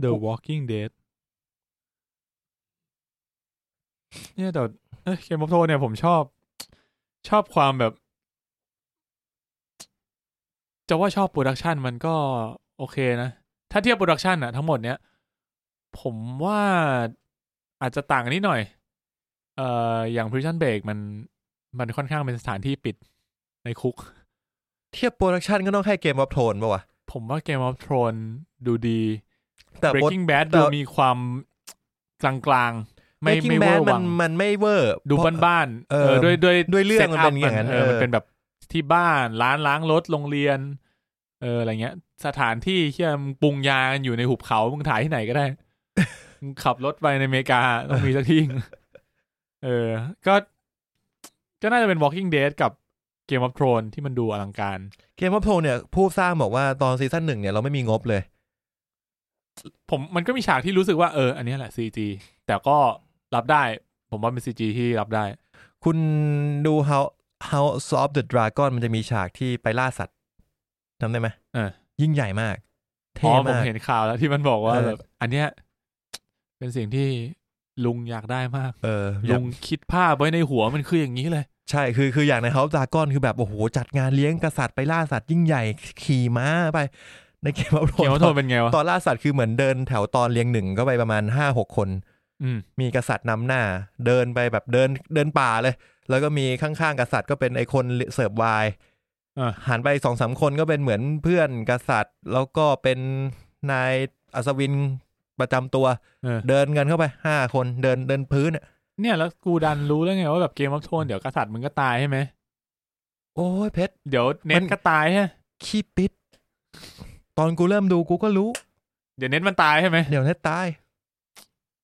Speaker 2: The Walking Dead เนี่ยแต่เอ้ยเกมบอฟโทเนี่ยผมชอบ ชอบความแบบ จะว่าชอบโปรดักชันมันก็โอเคนะ ถ้าเทียบโปรดักชันอะทั้งหมดเนี้ยผมว่าอาจจะต่างกันนิดหน่อย เอ่ออย่าง Prison Break มันมันค่อนข้างเป็นสถานที่ปิดในคุก
Speaker 1: เทียบโปรดักชันก็ต้องให้เกมวับโทนป่าวะ
Speaker 2: ผมว่า Game of Thrones ดูดี
Speaker 1: แต่
Speaker 2: Breaking Bad
Speaker 1: แต่
Speaker 2: ดูมีความกลางๆ ไม่ไม่
Speaker 1: Breaking
Speaker 2: เวอ
Speaker 1: Bad
Speaker 2: ร์
Speaker 1: มั
Speaker 2: วัน ง
Speaker 1: มันไม่เวอร์
Speaker 2: ดูบ้านๆ
Speaker 1: เอ
Speaker 2: เอ
Speaker 1: อ
Speaker 2: อด้วยด้วย
Speaker 1: ด้วยเรื่องมันเป็น
Speaker 2: ซตพ
Speaker 1: อย่างนั้น
Speaker 2: เออ
Speaker 1: เออ
Speaker 2: มันเป็นแบบที่บ้านร้านล้างรถโรงเรียน เอออะไรเงี้ย สถานที่เที่ยมงปรุงยากันอยู่ในหุบเขามึงถ่ายที่ไหน
Speaker 1: *laughs*
Speaker 2: ก็ได้ มึงขับรถไปในอเมริกาต้องมีสักที่ *laughs* เออ ก็ก็น่าจะเป็น Walking Dead กับ Game of Thrones ที่มันดูอลังการ
Speaker 1: เกมวับโทนเนี่ยผู้สร้างบอกว่าตอนซีซั่นหนึ่งเนี่ยเราไม่มีงบเลย
Speaker 2: ผมมันก็มีฉากที่รู้สึกว่าเออ อันเนี้ยแหละ CG แต่ก็รับได้ ผมว่าเป็น CG ที่รับได้
Speaker 1: คุณดู How House of the Dragon มันจะมีฉากที่ไปล่าสัตว์จำได้ไหม
Speaker 2: เออ
Speaker 1: ยิ่งใหญ่มากเท่
Speaker 2: อ๋อผม
Speaker 1: มาก
Speaker 2: เห็นข่าวแล้วที่มันบอกว่า
Speaker 1: เออ
Speaker 2: แบบอันเนี้ยเป็นสิ่งที่ลุงอยากได้มาก
Speaker 1: เออ
Speaker 2: ลุงคิดภาพไว้ในหัวมันคืออย่างนี้เลย
Speaker 1: ใช่คือคืออย่างใน House of Dragon คือแบบโอ้โหจัดงานเลี้ยงกษัตริย์ไปล่าสัตว์ยิ่งใหญ่ขี่ม้าไป ในเกมอัพโหล
Speaker 2: เขียวโทนเป็นไงวะ
Speaker 1: ตอนล่าสัตว์คือเหมือนเดินแถวตอนเลี้ยงหนึ่งก็ไปประมาณห้าหกคน
Speaker 2: อืม
Speaker 1: มีกษัตริย์นำหน้า เดินไปแบบเดินเดินป่าเลย แล้วก็มีข้างๆกษัตริย์ก็เป็นไอคนเสิร์ฟไวน์
Speaker 2: อ่ะ
Speaker 1: หันไปสองสามคนก็เป็นเหมือนเพื่อนกษัตริย์ แล้วก็เป็นนายอัศวินประจำตัว
Speaker 2: เออ
Speaker 1: เดินกันเข้าไปห้าคนเดินเดินพื้นอะ
Speaker 2: เนี่ยแล้วกูดันรู้แล้วไงว่าแบบเกมอัพโทนเดี๋ยวกษัตริย์มึงก็ตายใช่ไหม
Speaker 1: โอ้ยเพชร
Speaker 2: เดี๋ยวเน็
Speaker 1: มั
Speaker 2: ต
Speaker 1: น
Speaker 2: ก็ตายฮะ
Speaker 1: ขี้ปิด ตอนกูเริ่มดูกูก็รู้
Speaker 2: เดี๋ยวเน็ตมันตายใช่ไหม
Speaker 1: เดี๋ยวเน็ตตาย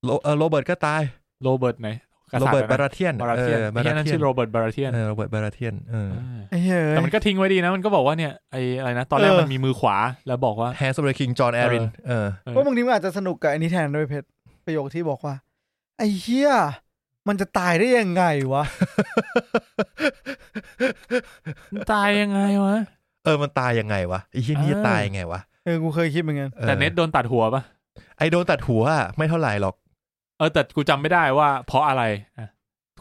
Speaker 1: โรเอ่อโรเบิร์ตก็ตาย
Speaker 2: โรเบิร์ตไหนก
Speaker 1: โร
Speaker 2: ษัต
Speaker 1: เบิร์
Speaker 2: ริ
Speaker 1: ต
Speaker 2: ย์
Speaker 1: บา
Speaker 2: บารา
Speaker 1: ราเทียน
Speaker 2: บาราเทียน
Speaker 1: เออบา
Speaker 2: ไม่
Speaker 1: รา
Speaker 2: ใช่นั่น
Speaker 1: เทีย
Speaker 2: ชื่
Speaker 1: น
Speaker 2: อโรเบิร์ตบาราเทียน
Speaker 1: เออโรเบิร์ตบาราเทียนเออ
Speaker 3: ไอ้เฮ้ย
Speaker 2: แต่มันก็ทิ้งไว้ดีนะมันก็บอกว่าเนี่ยไออะไรนะตอนแรก
Speaker 3: เออ
Speaker 2: มันมีมือขวาแล้วบอกว่า
Speaker 1: แฮร์สเบอร์คิงจอห์นแอรินเออ
Speaker 2: เออ
Speaker 3: ว่าบางทีมันอาจจะสนุกกับอันนี้แทนด้วยเพชรประโยคที่บอกว่า ไอ้เฮียมันจะตายได้ยังไงวะ
Speaker 2: มันตายยังไงวะ
Speaker 1: เออ มันตายยังไงวะไอ้เหี้ยนี่จะตายยังไงวะ
Speaker 3: เออ กูเคยคิดเหมือนกัน
Speaker 1: ออ
Speaker 2: แต่เน็ตโดนตัดหัวปะ
Speaker 1: ไอโดนตัดหัวอะไม่เท่าไหร่หรอก
Speaker 2: เออแต่กูจำไม่ได้ว่า เพราะอะไรอ่ะ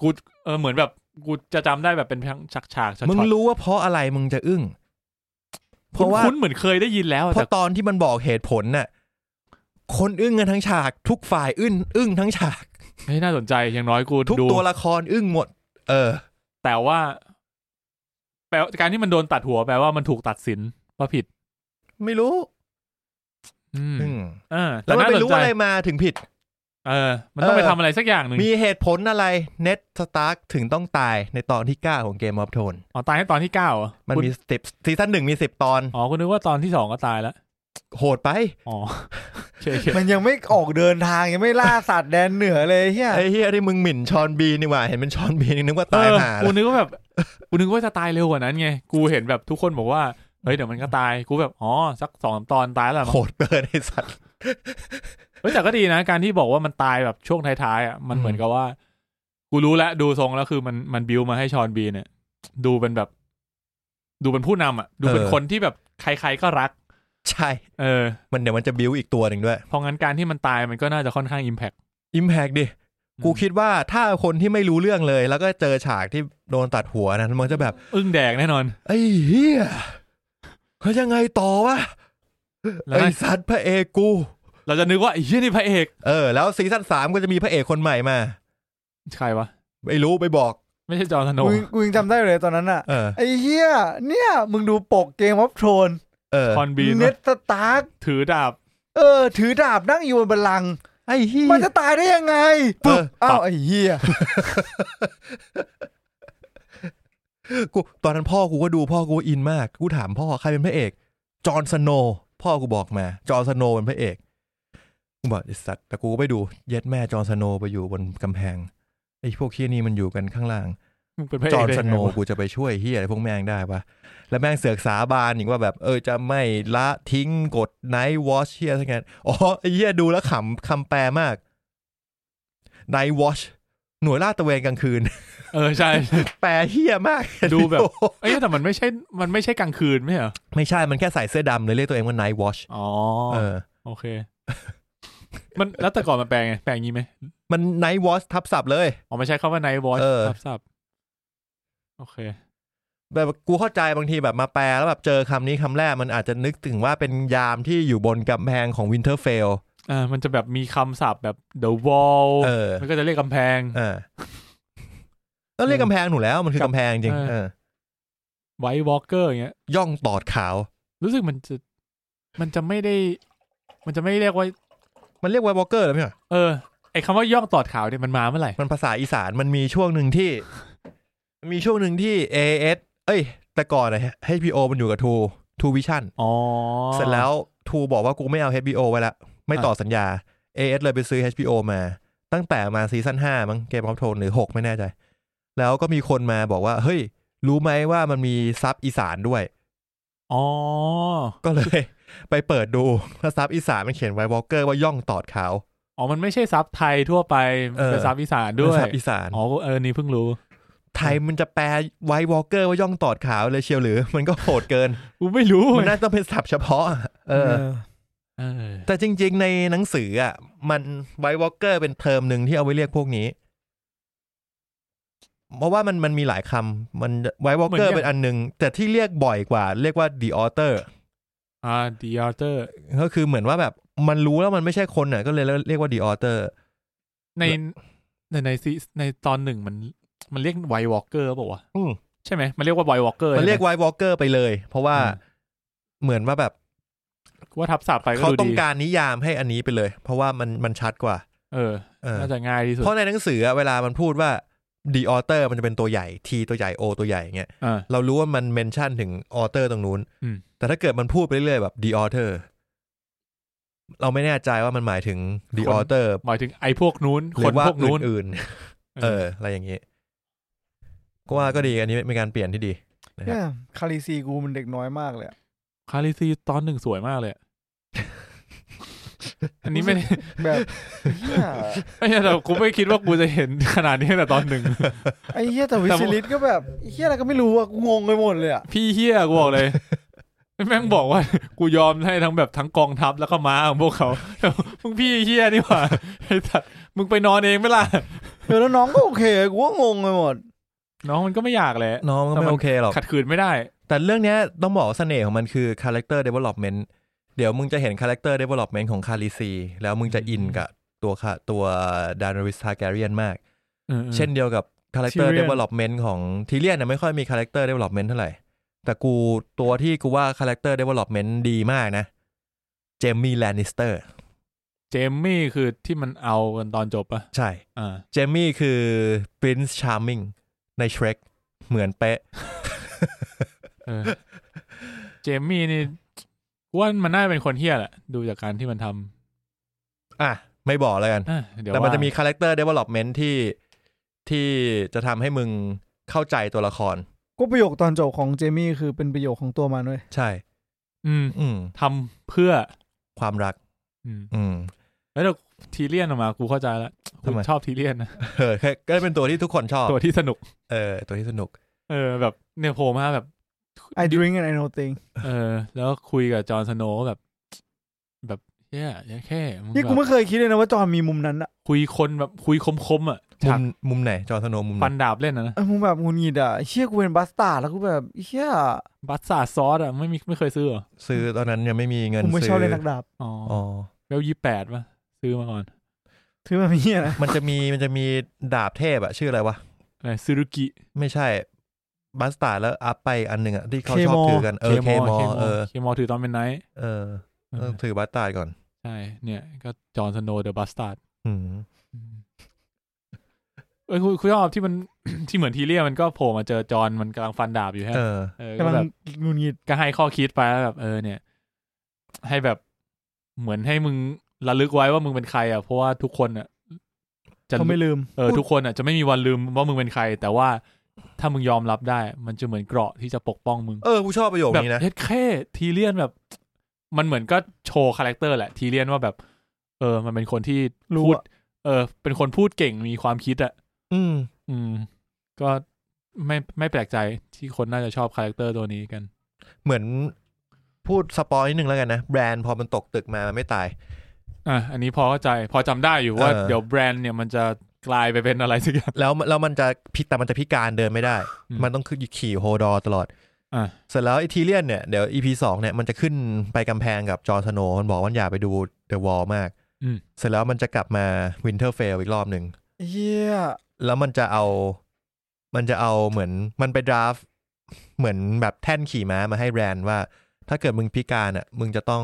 Speaker 2: กูเออเหมือนแบบกูจะจำได้แบบเป็นทั้งฉากฉากๆช็อตๆ
Speaker 1: มึงรู้ว่าเพราะอะไรมึงจะอึ้ง เพราะว่า
Speaker 2: คุ้นๆเหมือนเคยได้ยินแล้วอะ
Speaker 1: เพ
Speaker 2: แต่
Speaker 1: ราะตอนที่มันบอกเหตุผลน่ะ คนอึ้งกันทั้งฉาก ทุกฝ่ายอึ้งอึ้งทั้งฉาก
Speaker 2: เฮ้ยน่าสนใจอย่างน้อยกู
Speaker 1: ทุก
Speaker 2: ดู
Speaker 1: ตัวละครอึ้งหมด เออ
Speaker 2: แต่ว่าแปลว่าการที่มันโดนตัดหัวแปลว่ามันถูกตัดสินว่าผิด
Speaker 1: ไม่รู้
Speaker 2: อืม
Speaker 1: อืม
Speaker 2: เออ
Speaker 1: แล้
Speaker 2: แต่
Speaker 1: วมัน
Speaker 2: น่า
Speaker 1: ไป
Speaker 2: สน
Speaker 1: รู้
Speaker 2: ใจ
Speaker 1: อะไรมาถึงผิด
Speaker 2: เออ มันต้อง
Speaker 1: เออ
Speaker 2: ไปทำอะไรสักอย่างหนึ่ง
Speaker 1: มีเหตุผลอะไรเน็ตสตาร์ถึงต้องตายในตอนที่ 9 ของเกมออฟโทน
Speaker 2: อ๋อตายให้ตอนที่เก้าเหรอ
Speaker 1: มัน
Speaker 2: คุณ
Speaker 1: มีสิบซีซั่นหนึ่งมีสิบตอน
Speaker 2: อ๋อคุณนึกว่าตอนที่สองก็ตายแล้ว
Speaker 1: โหดไป *laughs*
Speaker 2: อ๋อโอเคโอเค
Speaker 3: มันยังไม่ออกเดินทางยังไม่ล่าสัตว์แดนเหนือเลยเฮีย
Speaker 1: ไอ้เฮียที่มึงหมิ่นชอนบีนี่หว่า เห็นเป็นชอนบีนี่นึกว่า
Speaker 2: เอ
Speaker 1: ตาย
Speaker 2: อ
Speaker 1: หา
Speaker 2: กู
Speaker 1: แล้ว
Speaker 2: นึกว่าแบบกูนึกว่าจะตายเร็วกว่านั้นไงกูเห็นแบบทุกคนบอกว่าเฮ้ยเดี๋ยวมันก็ตายกูแบบอ๋อสักสองสามตอนตายแล้วมั้ง
Speaker 1: โหดเกินไอ้สัตว์
Speaker 2: เฮ้ยแต่ก็ดีนะ การที่บอกว่ามันตายแบบช่วงท้ายๆอ่ะมัน
Speaker 1: อืม
Speaker 2: เหมือนกับว่า กูรู้แล้วดูทรงแล้วคือมันมันบิวมาให้ชอนบีเนี่ย ดูเป็นแบบ ดูเป็นผู้นำอ่ะ ดูเป็นคนที่แบบใครๆก็รัก
Speaker 1: ใช่
Speaker 2: เออ
Speaker 1: มันเดี๋ยวมันจะบิวอีกตัวหนึ่งด้วย
Speaker 2: เพราะงั้นการที่มันตายมันก็น่าจะค่อนข้างอิมแพค
Speaker 1: อิมแพกดิ
Speaker 2: อืม
Speaker 1: กูคิดว่าถ้าคนที่ไม่รู้เรื่องเลย แล้วก็เจอฉากที่โดนตัดหัวนะมันจะแบบ
Speaker 2: อึ้งแดกแน่นอน
Speaker 1: ไอ้เฮียเขายังไงต่อวะ
Speaker 2: แล้ว
Speaker 1: ไอ้สัตว์พระเอกกู
Speaker 2: เราจะนึกว่าไอ้เหี้ยนี่พระเอก
Speaker 1: เออ แล้วซีซั่นสามก็จะมีพระเอกคนใหม่มา
Speaker 2: ใครวะ
Speaker 1: ไม่รู้ไปบอก
Speaker 2: ไม่ใช่จอร์นสโน
Speaker 3: กู
Speaker 2: ว์
Speaker 3: ยังกูยังจำได้เลยตอนนั้นอ่ะ
Speaker 1: เออ
Speaker 3: ไอ้เฮียเนี่ย มึงดูปกเกมวอฟโทน
Speaker 1: เออ
Speaker 2: ชอนบีน
Speaker 3: เน็ต
Speaker 2: วะ
Speaker 3: สตาร์
Speaker 2: ถือดาบ
Speaker 3: เออ ถือดาบนั่งอยู่บนบัลลังก์
Speaker 1: ไอ้เฮีย
Speaker 3: มันจะตายได้ยังไง
Speaker 1: เออ
Speaker 3: ปุ๊บอ้า
Speaker 2: ปั
Speaker 3: ว
Speaker 2: ก
Speaker 3: ไอ้เฮีย
Speaker 1: กูตอนนั้นพ่อกูก็ดูพ่อกูอินมาก กูถามพ่อใครเป็นพระเอก จอห์นสโนว์พ่อกูบอกมา จอห์นสโนว์เป็นพระเอกกูบอกไอสัตว์แต่กูก็ไปดูเย็ดแม่จอห์นสโนว์ไปอยู่บนกำแพงไอ้พวกเฮียนี่มันอยู่กันข้างล่าง
Speaker 2: มึงเป็นพระ
Speaker 1: จ
Speaker 2: เอ
Speaker 1: อก ห์น
Speaker 2: ได้
Speaker 1: ส
Speaker 2: ยัง
Speaker 1: โน
Speaker 2: ไง
Speaker 1: ว์
Speaker 2: วะ
Speaker 1: กูจะไปช่วยเฮียอะไรพวกแม่งได้ปะแล้วแม่งเสือกสาบานอย่างว่าแบบ เออจะไม่ละทิ้งกดไนท์วอชเฮียทั้งนั้นอ๋อไอ้เฮียดูแล้วขำคำแปลมากไนท์วอชหน่วยลาดตระเวนกลางคืน *laughs*
Speaker 2: เออใช่
Speaker 1: แปลเฮียมาก
Speaker 2: ดูแบบ
Speaker 1: *laughs*
Speaker 2: เอ้ยแต่มันไม่ใช่มันไม่ใช่กลางคืนไม่ใช่เหรอ
Speaker 1: ไม่ใช่มันแค่ใส่เสื้อดำเลยเรียกตัวเองว่าไนท์วอช
Speaker 2: อ๋อ
Speaker 1: เออ
Speaker 2: โอเค มันแล้วแต่ก่อนมันแปลไงแปลอย่างนี้ไหม
Speaker 1: มันไนท์วอชทับศัพท์เลย
Speaker 2: อ๋อไม่ใช่คำว่า night watch
Speaker 1: เออ
Speaker 2: ทับศัพท์โอเค
Speaker 1: แบบกูเข้าใจบางทีแบบมาแปลแล้วแบบเจอคำนี้คำแรกมันอาจจะนึกถึงว่าเป็นยามที่อยู่บนกำแพงของวินเทอร์เฟล
Speaker 2: อ่ามันจะแบบมีคำศัพท์แบบ the wall
Speaker 1: เออ
Speaker 2: มันก็จะเรียกกำแพง
Speaker 1: อ่าแล้วเรียกกำแพงหนูแล้วมันคือกำแพงจริง
Speaker 2: เออ
Speaker 1: เออ
Speaker 2: white walker อย่างเงี้ย
Speaker 1: ย่องตอดขาว
Speaker 2: รู้สึกมันจะมันจะไม่ได้ มันจะไม่เรียกว่า
Speaker 1: มันเรียกไวท์วอลเกอร์แล้วไม่ใช่เหรอ
Speaker 2: เออ ไอคำว่าย่องตอดขาวเนี่ยมันมาเมื่อไหร่
Speaker 1: มันภาษาอีสานมันมีช่วงหนึ่ง
Speaker 2: *laughs*
Speaker 1: ที่ มีช่วงหนึ่งที่ AS เอ้ย แต่ก่อนนะ HBO มันอยู่กับทูทูวิชั่น
Speaker 2: อ๋อ
Speaker 1: เสร็จแล้วทูบอกว่ากูไม่เอา HBO ไว้ละ ไม่ต่อสัญญา AS เลยไปซื้อ HBO มา ตั้งแต่มาซีซั่น5มั้งเกมออฟโทนหรือ 6 ไม่แน่ใจ แล้วก็มีคนมาบอกว่า เฮ้ย รู้ไหมว่ามันมีซับอีสานด้วย
Speaker 2: อ๋อ
Speaker 1: ก็เลย *laughs* ไปเปิดดูแล้วซับอีสานมันเขียนไว้วอลเกอร์ว่าย่องตอดขาว
Speaker 2: อ๋อ มันไม่ใช่ซับไทยทั่วไป มันเป็น
Speaker 1: เออ
Speaker 2: ซับอีสานด้วย
Speaker 1: ซับอีสาน
Speaker 2: อ๋อ เออ นี่เพิ่งรู้
Speaker 1: ไทยมันจะแปลไว้วอลเกอร์ว่าย่องตอดขาวเลยเชียวหรือ มันก็โหดเกิน
Speaker 2: กูไม่รู้
Speaker 1: มันน่าต้องเป็นศัพท์เฉพาะอะเออ
Speaker 2: เออ
Speaker 1: แต่จริงๆในหนังสืออ่ะ มันไวท์วอลเกอร์เป็นเทอมหนึ่งที่เอาไว้เรียกพวกนี้ เพราะว่ามันมันมีหลายคำมันไวท์วอลเกอร์เป็นอันหนึ่งแต่ที่เรียกบ่อยกว่า เรียกว่า the author
Speaker 2: อ่า the author
Speaker 1: ก็คือเหมือนว่าแบบมันรู้แล้วมันไม่ใช่คนอ่ะ ก็เลยเรียกว่า the author
Speaker 2: ในในในซีในตอนหนึ่งมัน มันเรียกไววอลเกอร์ป่าวะ
Speaker 1: อืม
Speaker 2: ใช่ไหม มันเรียกว่าไววอลเกอร์
Speaker 1: มันเรียกไวท์วอลเกอร์ไปเลย เพราะว่าเหมือนว่าแบบ
Speaker 2: ว่าทับศัพท์ไปก็
Speaker 1: เขา
Speaker 2: ดู
Speaker 1: ต้อ
Speaker 2: ดี
Speaker 1: งการนิยามให้อันนี้ไปเลย เพราะว่ามันมันชัดกว่า
Speaker 2: เออ
Speaker 1: เออ
Speaker 2: น่าจะง่ายที่สุด
Speaker 1: เพราะในหนังสืออะเวลามันพูดว่า the author มันจะเป็นตัวใหญ่ t ตัวใหญ่ o ตัวใหญ่อย่างเงี้ย
Speaker 2: อ่า
Speaker 1: เรารู้ว่ามันเมนชั่นถึงออเตอร์ตรงนู้น
Speaker 2: อืม
Speaker 1: แต่ถ้าเกิดมันพูดไปเรื่อยๆแบบ the author เราไม่แน่ใจว่ามันหมายถึง the author
Speaker 2: หมายถึงไอ้พวกนู้น
Speaker 1: ห
Speaker 2: ค
Speaker 1: รื
Speaker 2: น
Speaker 1: อว่า
Speaker 2: พวกนู้น
Speaker 1: อื่นๆ เออ อะไรอย่างนี้ก็ว่าก็ดีอันนี้เป็นการเปลี่ยนที่ดี
Speaker 3: เนี่ยคาริซีกูมันเด็กน้อยมากเลยอะ
Speaker 2: คาริซีตอนหนึ่งสวยมากเลย
Speaker 1: *laughs*
Speaker 2: อะอันนี้ไม่ได้
Speaker 3: แบบเหี้ย
Speaker 2: ไม่ใช่แต่กูไม่คิดว่ากูจะเห็นขนาดนี้ตั้งแต่ตอนหนึ่ง
Speaker 3: ไอ้เหี้ยแต่วิซิลิตก็แบบไอ้เหี้ยอะไรก็ไม่รู้อะกูงงไปหมดเลยอะ
Speaker 2: พี่เฮียกูบอก
Speaker 1: *laughs*
Speaker 2: เลย แม่งบอกว่า กูยอมให้ทั้งแบบทั้งกองทัพแล้วก็ม้าของพวกเขา *laughs* มึงพี่เฮียนี่หว่า *laughs* ไอ้สัตว์มึงไปนอนเองไหม่ล่ะ
Speaker 3: เออแล้วน้องก็โอเคกูก็งงไปหมด
Speaker 2: น้องมันก็ไม่อยากแหละ
Speaker 1: *laughs* น้องมันก็
Speaker 2: แต่
Speaker 1: ไม่
Speaker 2: มัน
Speaker 1: โอเคหรอก
Speaker 2: ขัดขืนไม่ได้
Speaker 1: แต่เรื่องเนี้ยต้องบอกว่าเสน่ห์ของมันคือ character development เดี๋ยวมึงจะเห็น character development ของคาริซี แล้วมึงจะอินกับตัวค่ะตัวดานริสทาแกเรียนมาก เช่นเดียวกับคาแรคเตอร์
Speaker 2: Tyrion
Speaker 1: เดเวล็อปเมนต์ของทีเรียนนะไม่ค่อยมีคาแรคเตอร์เดเวล็อปเมนต์เท่าไหร่ แต่กูตัวที่กูว่าคาแรคเตอร์เดเวล็อปเมนต์ดีมากนะ เจมมี่แลนนิสเตอร์
Speaker 2: เจมมี่คือที่มันเอากันตอนจบปะ
Speaker 1: ใช่
Speaker 2: อ่า
Speaker 1: เจมมี่คือ Prince Charming ใน Shrek เหมือนเป๊ะ
Speaker 2: เออ เจมมี่นี่กูว่ามันน่าจะเป็นคนเฮี้ยแหละ ดูจากการที่มันท
Speaker 1: อ่ะ ไม่บอกแล้วกัน
Speaker 2: ำอ่ะเดี๋ยว
Speaker 1: แต่มัน
Speaker 2: ว่า
Speaker 1: จะมีคาแรคเตอร์เดเวล็อปเมนต์ที่ที่จะทำให้มึงเข้าใจตัวละคร
Speaker 3: ก็ประโยคตอนจบของเจมี่คือเป็นประโยคของตัวมันเว้ย
Speaker 1: ใช่
Speaker 2: อืม
Speaker 1: อืม
Speaker 2: ทำเพื่อ
Speaker 1: ความรัก
Speaker 2: อืม
Speaker 1: อืม *laughs*
Speaker 2: แล้วเดี๋ยวทีเลียนออกมากูเข้าใจแล้วกู
Speaker 1: ทำไม
Speaker 2: ชอบทีเลียนนะ
Speaker 1: เออก็เป็นตัวที่ทุกคนชอบ
Speaker 2: ตัวที่สนุก
Speaker 1: เออ ตัวที่สนุก
Speaker 2: เออ แบบเนี่ยโผล่มาแบบ
Speaker 3: ไอ drink and I know thing
Speaker 2: เออ แล้วคุยกับจอห์นสโนว์แบบ แบบเหี้ยแย่แค่มึง
Speaker 3: นี่กู
Speaker 2: แบบ
Speaker 3: ไม่เคยคิดเลยนะว่าจอห์นมีมุมนั้นอะ
Speaker 2: คุยคนแบบคุยคมๆอ่ะ
Speaker 1: มุ
Speaker 2: ฉาก
Speaker 1: มมุมไหน จอร์นสโนว์มุมไหน
Speaker 2: ฟันดาบเล่นอะนะ
Speaker 3: เออมึงแบบงุนงิดอะไอ้เชี่ยกูเป็นบัสตาร์ดแล้วกูแบบไอ้เชี่ย
Speaker 2: บัตซาซอสอ่ะไม่มีไม่เคยซื้อเหรอ
Speaker 1: ซื้อตอนนั้นยังไม่มีเงิน
Speaker 3: กู
Speaker 1: ซื้
Speaker 3: ไม่ชอบเล่นนักดาบ
Speaker 2: อ๋ออ
Speaker 1: อ๋อ
Speaker 2: เวลยี่แปดป่ะซื้อมาก่อน
Speaker 3: ถือแบบเฮียนะ
Speaker 1: มันจะมีมันจะมีดาบเทพอะชื่ออะไรวะ
Speaker 2: อะไรซูรุกิ
Speaker 1: ไม่ใช่บัสตาร์แล้วอัพไปอันหนึ่งอะที่เขาชอบถือกันเออเคมอเออ
Speaker 2: เคมอถือตอนเป็นไนท์
Speaker 1: เออต้องถือบัสตาร์ก่อน
Speaker 2: ใช่เนี่ย ก็จอห์นสโนว์เดอะบัสตาร์ด
Speaker 1: อืม
Speaker 2: เอ้ยคุณคุณชอบที่มัน *coughs* ที่เหมือนทีเลียนมันก็โผล่มาเจอจอห์นมันกำลังฟันดาบอยู่ฮะ
Speaker 1: เออ
Speaker 2: เออก
Speaker 3: ำลั
Speaker 2: ก็
Speaker 3: ง
Speaker 2: แบบ
Speaker 3: งุนงิด
Speaker 2: ก็ให้ข้อคิดไปแล้วแบบเออเนี่ย ให้แบบเหมือนให้มึงระลึกไว้ว่ามึงเป็นใคร อ่ะเพราะว่าทุกคนอ่ะจะ
Speaker 3: เขาไม่ลืม
Speaker 2: เออทุกคนอ่ะจะไม่มีวันลืมว่ามึงเป็นใคร แต่ว่าถ้ามึงยอมรับได้ มันจะเหมือนเกราะที่จะปกป้องมึง
Speaker 1: เออกูชอบประโยค
Speaker 2: แบบ
Speaker 1: นี้นะ
Speaker 2: เฮ็ดแค่ทีเลียนแบบ มันเหมือนก็โชว์คาแรคเตอร์แหละทีเลียนว่าแบบ เออ มันเป็นคนที่
Speaker 3: รู้
Speaker 2: พูด
Speaker 3: อะ
Speaker 2: เออ เป็นคนพูดเก่งมีความคิดอ่ะ
Speaker 1: อืม
Speaker 2: อืม ก็ไม่ไม่แปลกใจที่คนน่าจะชอบคาแรคเตอร์ตัวนี้กัน *laughs*
Speaker 1: เหมือนพูดสปอยนิดนึงแล้วกันนะ แบรนด์พอมันตกตึกมามันไม่ตาย
Speaker 2: อ่ะอันนี้พอเข้าใจ พอจำได้อยู่ว่า
Speaker 1: เออ
Speaker 2: เดี๋ยวแบรนด์เนี่ยมันจะกลายไปเป็นอะไรสักอย่าง
Speaker 1: แล้วแล้วมันจะพิแต่มันจะพิการเดินไม่ได้
Speaker 2: อืม
Speaker 1: มันต้องคือขี่โฮดอร์ตลอด
Speaker 2: อ่ะ
Speaker 1: เสร็จแล้วไอทีเลียนเนี่ยเดี๋ยว EP สองเนี่ยมันจะขึ้นไปกำแพงกับจอร์สโนว์มันบอกว่าอย่าไปดูเดอะวอลมาก
Speaker 2: อืม
Speaker 1: เสร็จแล้วมันจะกลับมาวินเทอร์เฟลอีกรอบหนึ่ง
Speaker 3: เฮีย
Speaker 1: แล้วมันจะเอา มันจะเอาเหมือน มันไปดราฟ เหมือนแบบแท่นขี่ม้ามาให้แรนว่า ถ้าเกิดมึงพิการอ่ะ มึงจะต้อง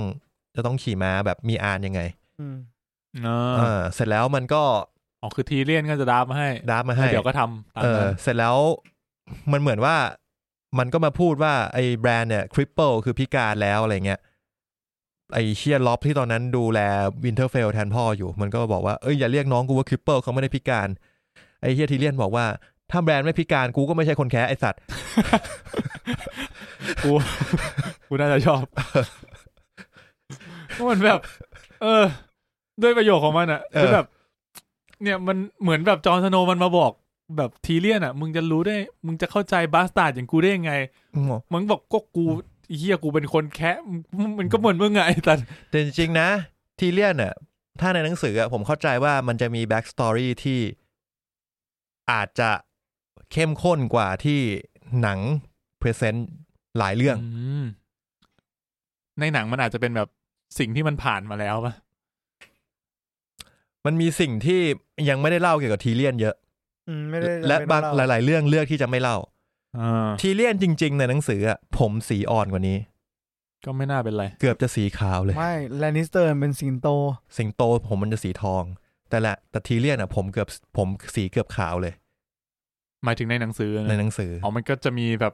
Speaker 1: จะต้องขี่ม้าแบบมีอานยังไง
Speaker 3: อืม
Speaker 2: เออ
Speaker 1: เออเสร็จแล้วมันก็
Speaker 2: อ๋อคือทีเลียนก็จะดับมาให้
Speaker 1: ดราฟมาให้
Speaker 2: เดี๋ยวก็ทำตาม
Speaker 1: เออ
Speaker 2: นั้น
Speaker 1: เสร็จแล้ว มันเหมือนว่า มันก็มาพูดว่าไอ้แบรนด์เนี่ยคริปเปิลคือพิการแล้วอะไรเงี้ย ไอ้เชียล็อบที่ตอนนั้นดูแลวินเทอร์เฟลแทนพ่ออยู่ มันก็บอกว่า เอ้ยอย่าเรียกน้องกูว่าคริปเปิลเขาไม่ได้พิการ ไอ้เฮียทีเลียนบอกว่า ถ้าแบรนด์ไม่พิการกูก็ไม่ใช่คนแค่ไอสัตว์
Speaker 2: กู กูน่าจะชอบเพราะมันแบบ เออ ด้วยประโยคของมันอ่ะ
Speaker 1: เออ
Speaker 2: คือแบบ เนี่ยมันเหมือนแบบจอห์นสโนว์มันมาบอก แบบทีเลียนอ่ะ มึงจะรู้ได้ มึงจะเข้าใจบาสตาร์ดอย่างกูได้ยังไง
Speaker 1: อืม
Speaker 2: มึงบอกก็กูไอ้เฮียกูเป็นคนแคะมึงมันก็เหมือนมึงไงแต่
Speaker 1: แต่จริงๆนะทีเลียนอ่ะถ้าในหนังสืออะผมเข้าใจว่ามันจะมีแบ็กสตอรี่ที่อาจจะเข้มข้นกว่าที่หนังพรีเซนต์หลายเรื่อง
Speaker 2: มในหนังมันอาจจะเป็นแบบสิ่งที่มันผ่านมาแล้วปะ
Speaker 1: มันมีสิ่งที่ยังไม่ได้เล่าเกี่ยวกับทีเลียนเยอะ
Speaker 3: อืมไม่ได้
Speaker 1: และ
Speaker 3: ไม่ได้
Speaker 1: บาง
Speaker 3: เล่
Speaker 1: หลาย ๆ เรื่องเลือกที่จะไม่เล่า
Speaker 2: อ่า
Speaker 1: ทีเลียนจริง ๆ ในหนังสืออะผมสีอ่อนกว่านี้
Speaker 2: ก็ไม่น่าเป็นไร
Speaker 1: เกือบจะสีขาวเลย
Speaker 3: ไม่แลนนิสเตอร์เป็นสิงโต
Speaker 1: สิงโตผมมันจะสีทอง แต่ละแต่ทีเลียนอ่ะผมเกือบผมสีเกือบขาวเลย
Speaker 2: หมายถึงในหนังสือนะ
Speaker 1: ในหนังสือ
Speaker 2: อ๋อมันก็จะมีแบบ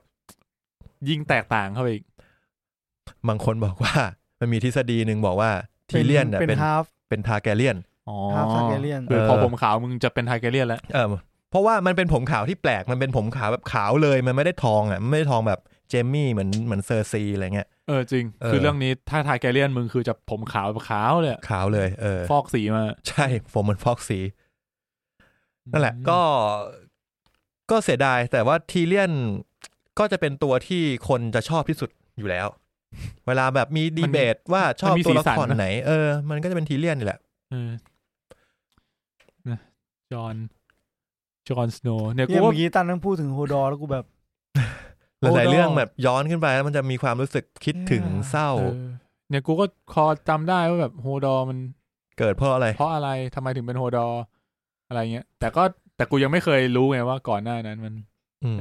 Speaker 2: ยิ่งแตกต่างเข้าไปอีก
Speaker 1: บางคนบอกว่า มันมีทฤษฎีหนึ่งบอกว่าทีเลียนเนี่ย
Speaker 3: เป็น
Speaker 1: เป็น
Speaker 3: ฮาฟ
Speaker 1: เป็นทาแกเลียน
Speaker 2: อ๋อ
Speaker 3: ครับ Targaryen
Speaker 2: คือพอ
Speaker 1: เออ
Speaker 2: ผมขาวมึงจะเป็นไทเกเรียนแล้ว
Speaker 1: เออเพราะว่ามันเป็นผมขาวที่แปลก มันเป็นผมขาวแบบขาวเลย มันไม่ได้ทองอ่ะ มันไม่ได้ทองแบบเจมมี่เหมือนเหมือนเซอร์ซีอะไรเงี้ย
Speaker 2: เออจริง
Speaker 1: เออ
Speaker 2: คือเรื่องนี้ถ้าไทเกเรียนมึงคือจะผมขาวแบบขาวเลยอะ
Speaker 1: ขาวเลย เออ
Speaker 2: ฟอกสีมา
Speaker 1: ใช่ ผมเหมันฟอกสี นั่นแหละ ก็ ก็เสียดาย แต่ว่าทีเลียนก็จะเป็นตัวที่คนจะชอบที่สุดอยู่แล้ว เวลาแบบมีดีเบตว่าชอบตัวละครไหน เออ มันก็จะเป็นทีเลียนนี่แหละ
Speaker 2: เออนะจอห์นจอห์นสโนว์เนี่ย
Speaker 3: เฮี
Speaker 2: กู
Speaker 3: ย
Speaker 2: ว่า
Speaker 3: เมื่อกี้ตันต้องพูดถึงโฮดอร์แล้วกูแบบ
Speaker 1: หลาย
Speaker 3: Hodor
Speaker 1: ๆ เรื่องแบบย้อนขึ้นไปแล้วมันจะมีความรู้สึกคิดถึงเศร้า
Speaker 2: เออเนี่ยกูก็คอจำได้ว่าแบบโฮดอร์มัน
Speaker 1: เกิดเพราะอะไร
Speaker 2: เพราะอะไรทำไมถึงเป็นโฮดอร์อะไรเงี้ย แต่ก็แต่กูยังไม่เคยรู้ไงว่าก่อนหน้านั้นมัน
Speaker 1: อืม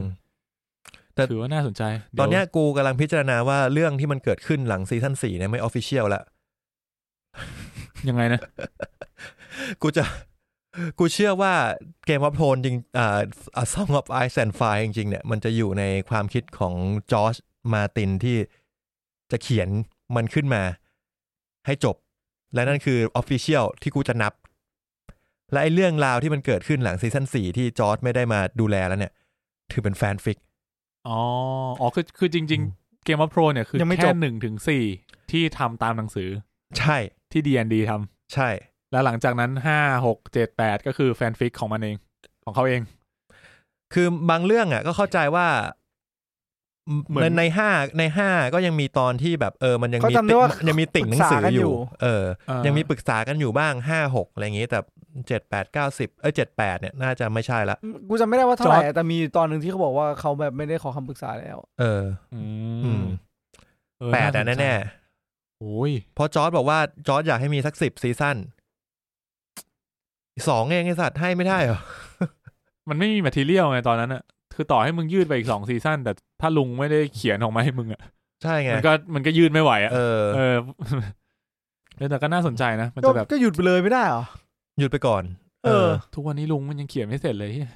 Speaker 1: แต่
Speaker 2: ถือว่าน่าสนใจ
Speaker 1: ตอนเนี้ย
Speaker 2: เดี๋ยว
Speaker 1: กูกำลังพิจารณาว่าเรื่องที่มันเกิดขึ้นหลังซีซั่นสี่เนี่ยไม่ออฟฟิเชียลละ
Speaker 2: ยังไงนะ
Speaker 1: กูจะ กูเชื่อว่าเกม o อ t โทนจริงอ่าซองอ f ไอ c ซนไฟจริง ๆ เนี่ย มันจะอยู่ในความคิดของจอชมาตินที่จะเขียนมันขึ้นมา ให้จบ และนั่นคือออฟฟิเชียลที่กูจะนับ และไอ้เรื่องราวที่มันเกิดขึ้นหลังซีซั่นสี่ที่จอชไม่ได้มาดูแลแล้วเนี่ย ถือเป็นแฟนฟิก
Speaker 2: อ๋ออ๋อคือคือจริง ๆ เกมว่าโปรเนี่ยคือ
Speaker 3: ยังไม่จบ
Speaker 2: แค่หนึ่งถึงสี่ที่ทำตามหนังสือ
Speaker 1: ใช่
Speaker 2: ที่ดีแอนดีท
Speaker 1: ใช่
Speaker 2: ำแล้วหลังจากนั้นห้าหกเจ็ดแปดก็คือแฟนฟิกของมันเอง ของเขาเอง
Speaker 1: คือบางเรื่องอ่ะก็เข้าใจว่า
Speaker 2: เหมื
Speaker 1: ใน
Speaker 2: อน
Speaker 1: ในห้าในห้าก็ยังมีตอนที่แบบเออมันยัง
Speaker 3: เขา
Speaker 1: มี
Speaker 3: จำได้
Speaker 1: ติ่ง
Speaker 3: ว่า
Speaker 1: ยังมีติ่งหนังสือ
Speaker 3: ปรึกษากั
Speaker 1: อ
Speaker 3: นอยู่
Speaker 1: ยู่ เออ
Speaker 2: เออ
Speaker 1: ยังมีปรึกษากันอยู่บ้างห้าหกอะไรอย่างงี้ แต่เจ็ดแปดเก้าสิบเออเจ็ดแปดเนี่ยน่าจะไม่ใช่ละ
Speaker 3: กูจำไม่ได้ว่าเท่าไหร่แต่มีอยู่ตอนหนึ่งที่เขาบอกว่าเขาแบบไม่ได้ขอคำปรึกษาแล้ว
Speaker 1: เออ
Speaker 2: อื
Speaker 1: อื
Speaker 2: ม
Speaker 1: ม
Speaker 2: เอ
Speaker 1: แปด
Speaker 2: อาส
Speaker 1: แต่
Speaker 2: ใจ
Speaker 1: แน่
Speaker 2: โอ้ย
Speaker 1: ๆเพราะจอร์ดบอกว่าจอร์ดอยากให้มีสักสิบซีซั่นสองเองไอสัตว์ให้ไม่ได้เหรอ
Speaker 2: มันไม่มีแมทเทียลไงตอนนั้นอะคือต่อให้มึงยืดไปอีกสองซีซั่นแต่ถ้าลุงไม่ได้เขียนออกมาให้มึงอะ
Speaker 1: ใช่ไง
Speaker 2: มันก็มันก็ยืดไม่ไหวอะ
Speaker 1: เออ
Speaker 2: เออ *laughs* แต่ก็น่าสนใจนะ มัน
Speaker 3: ก็
Speaker 2: จะแบบ
Speaker 3: ก็หยุดไปเลยไม่ได้เหรอ
Speaker 1: หยุดไปก่อน
Speaker 3: เออ
Speaker 2: ทุกวันนี้ลุงมันยังเขียนไม่เสร็จเลยเหี้ย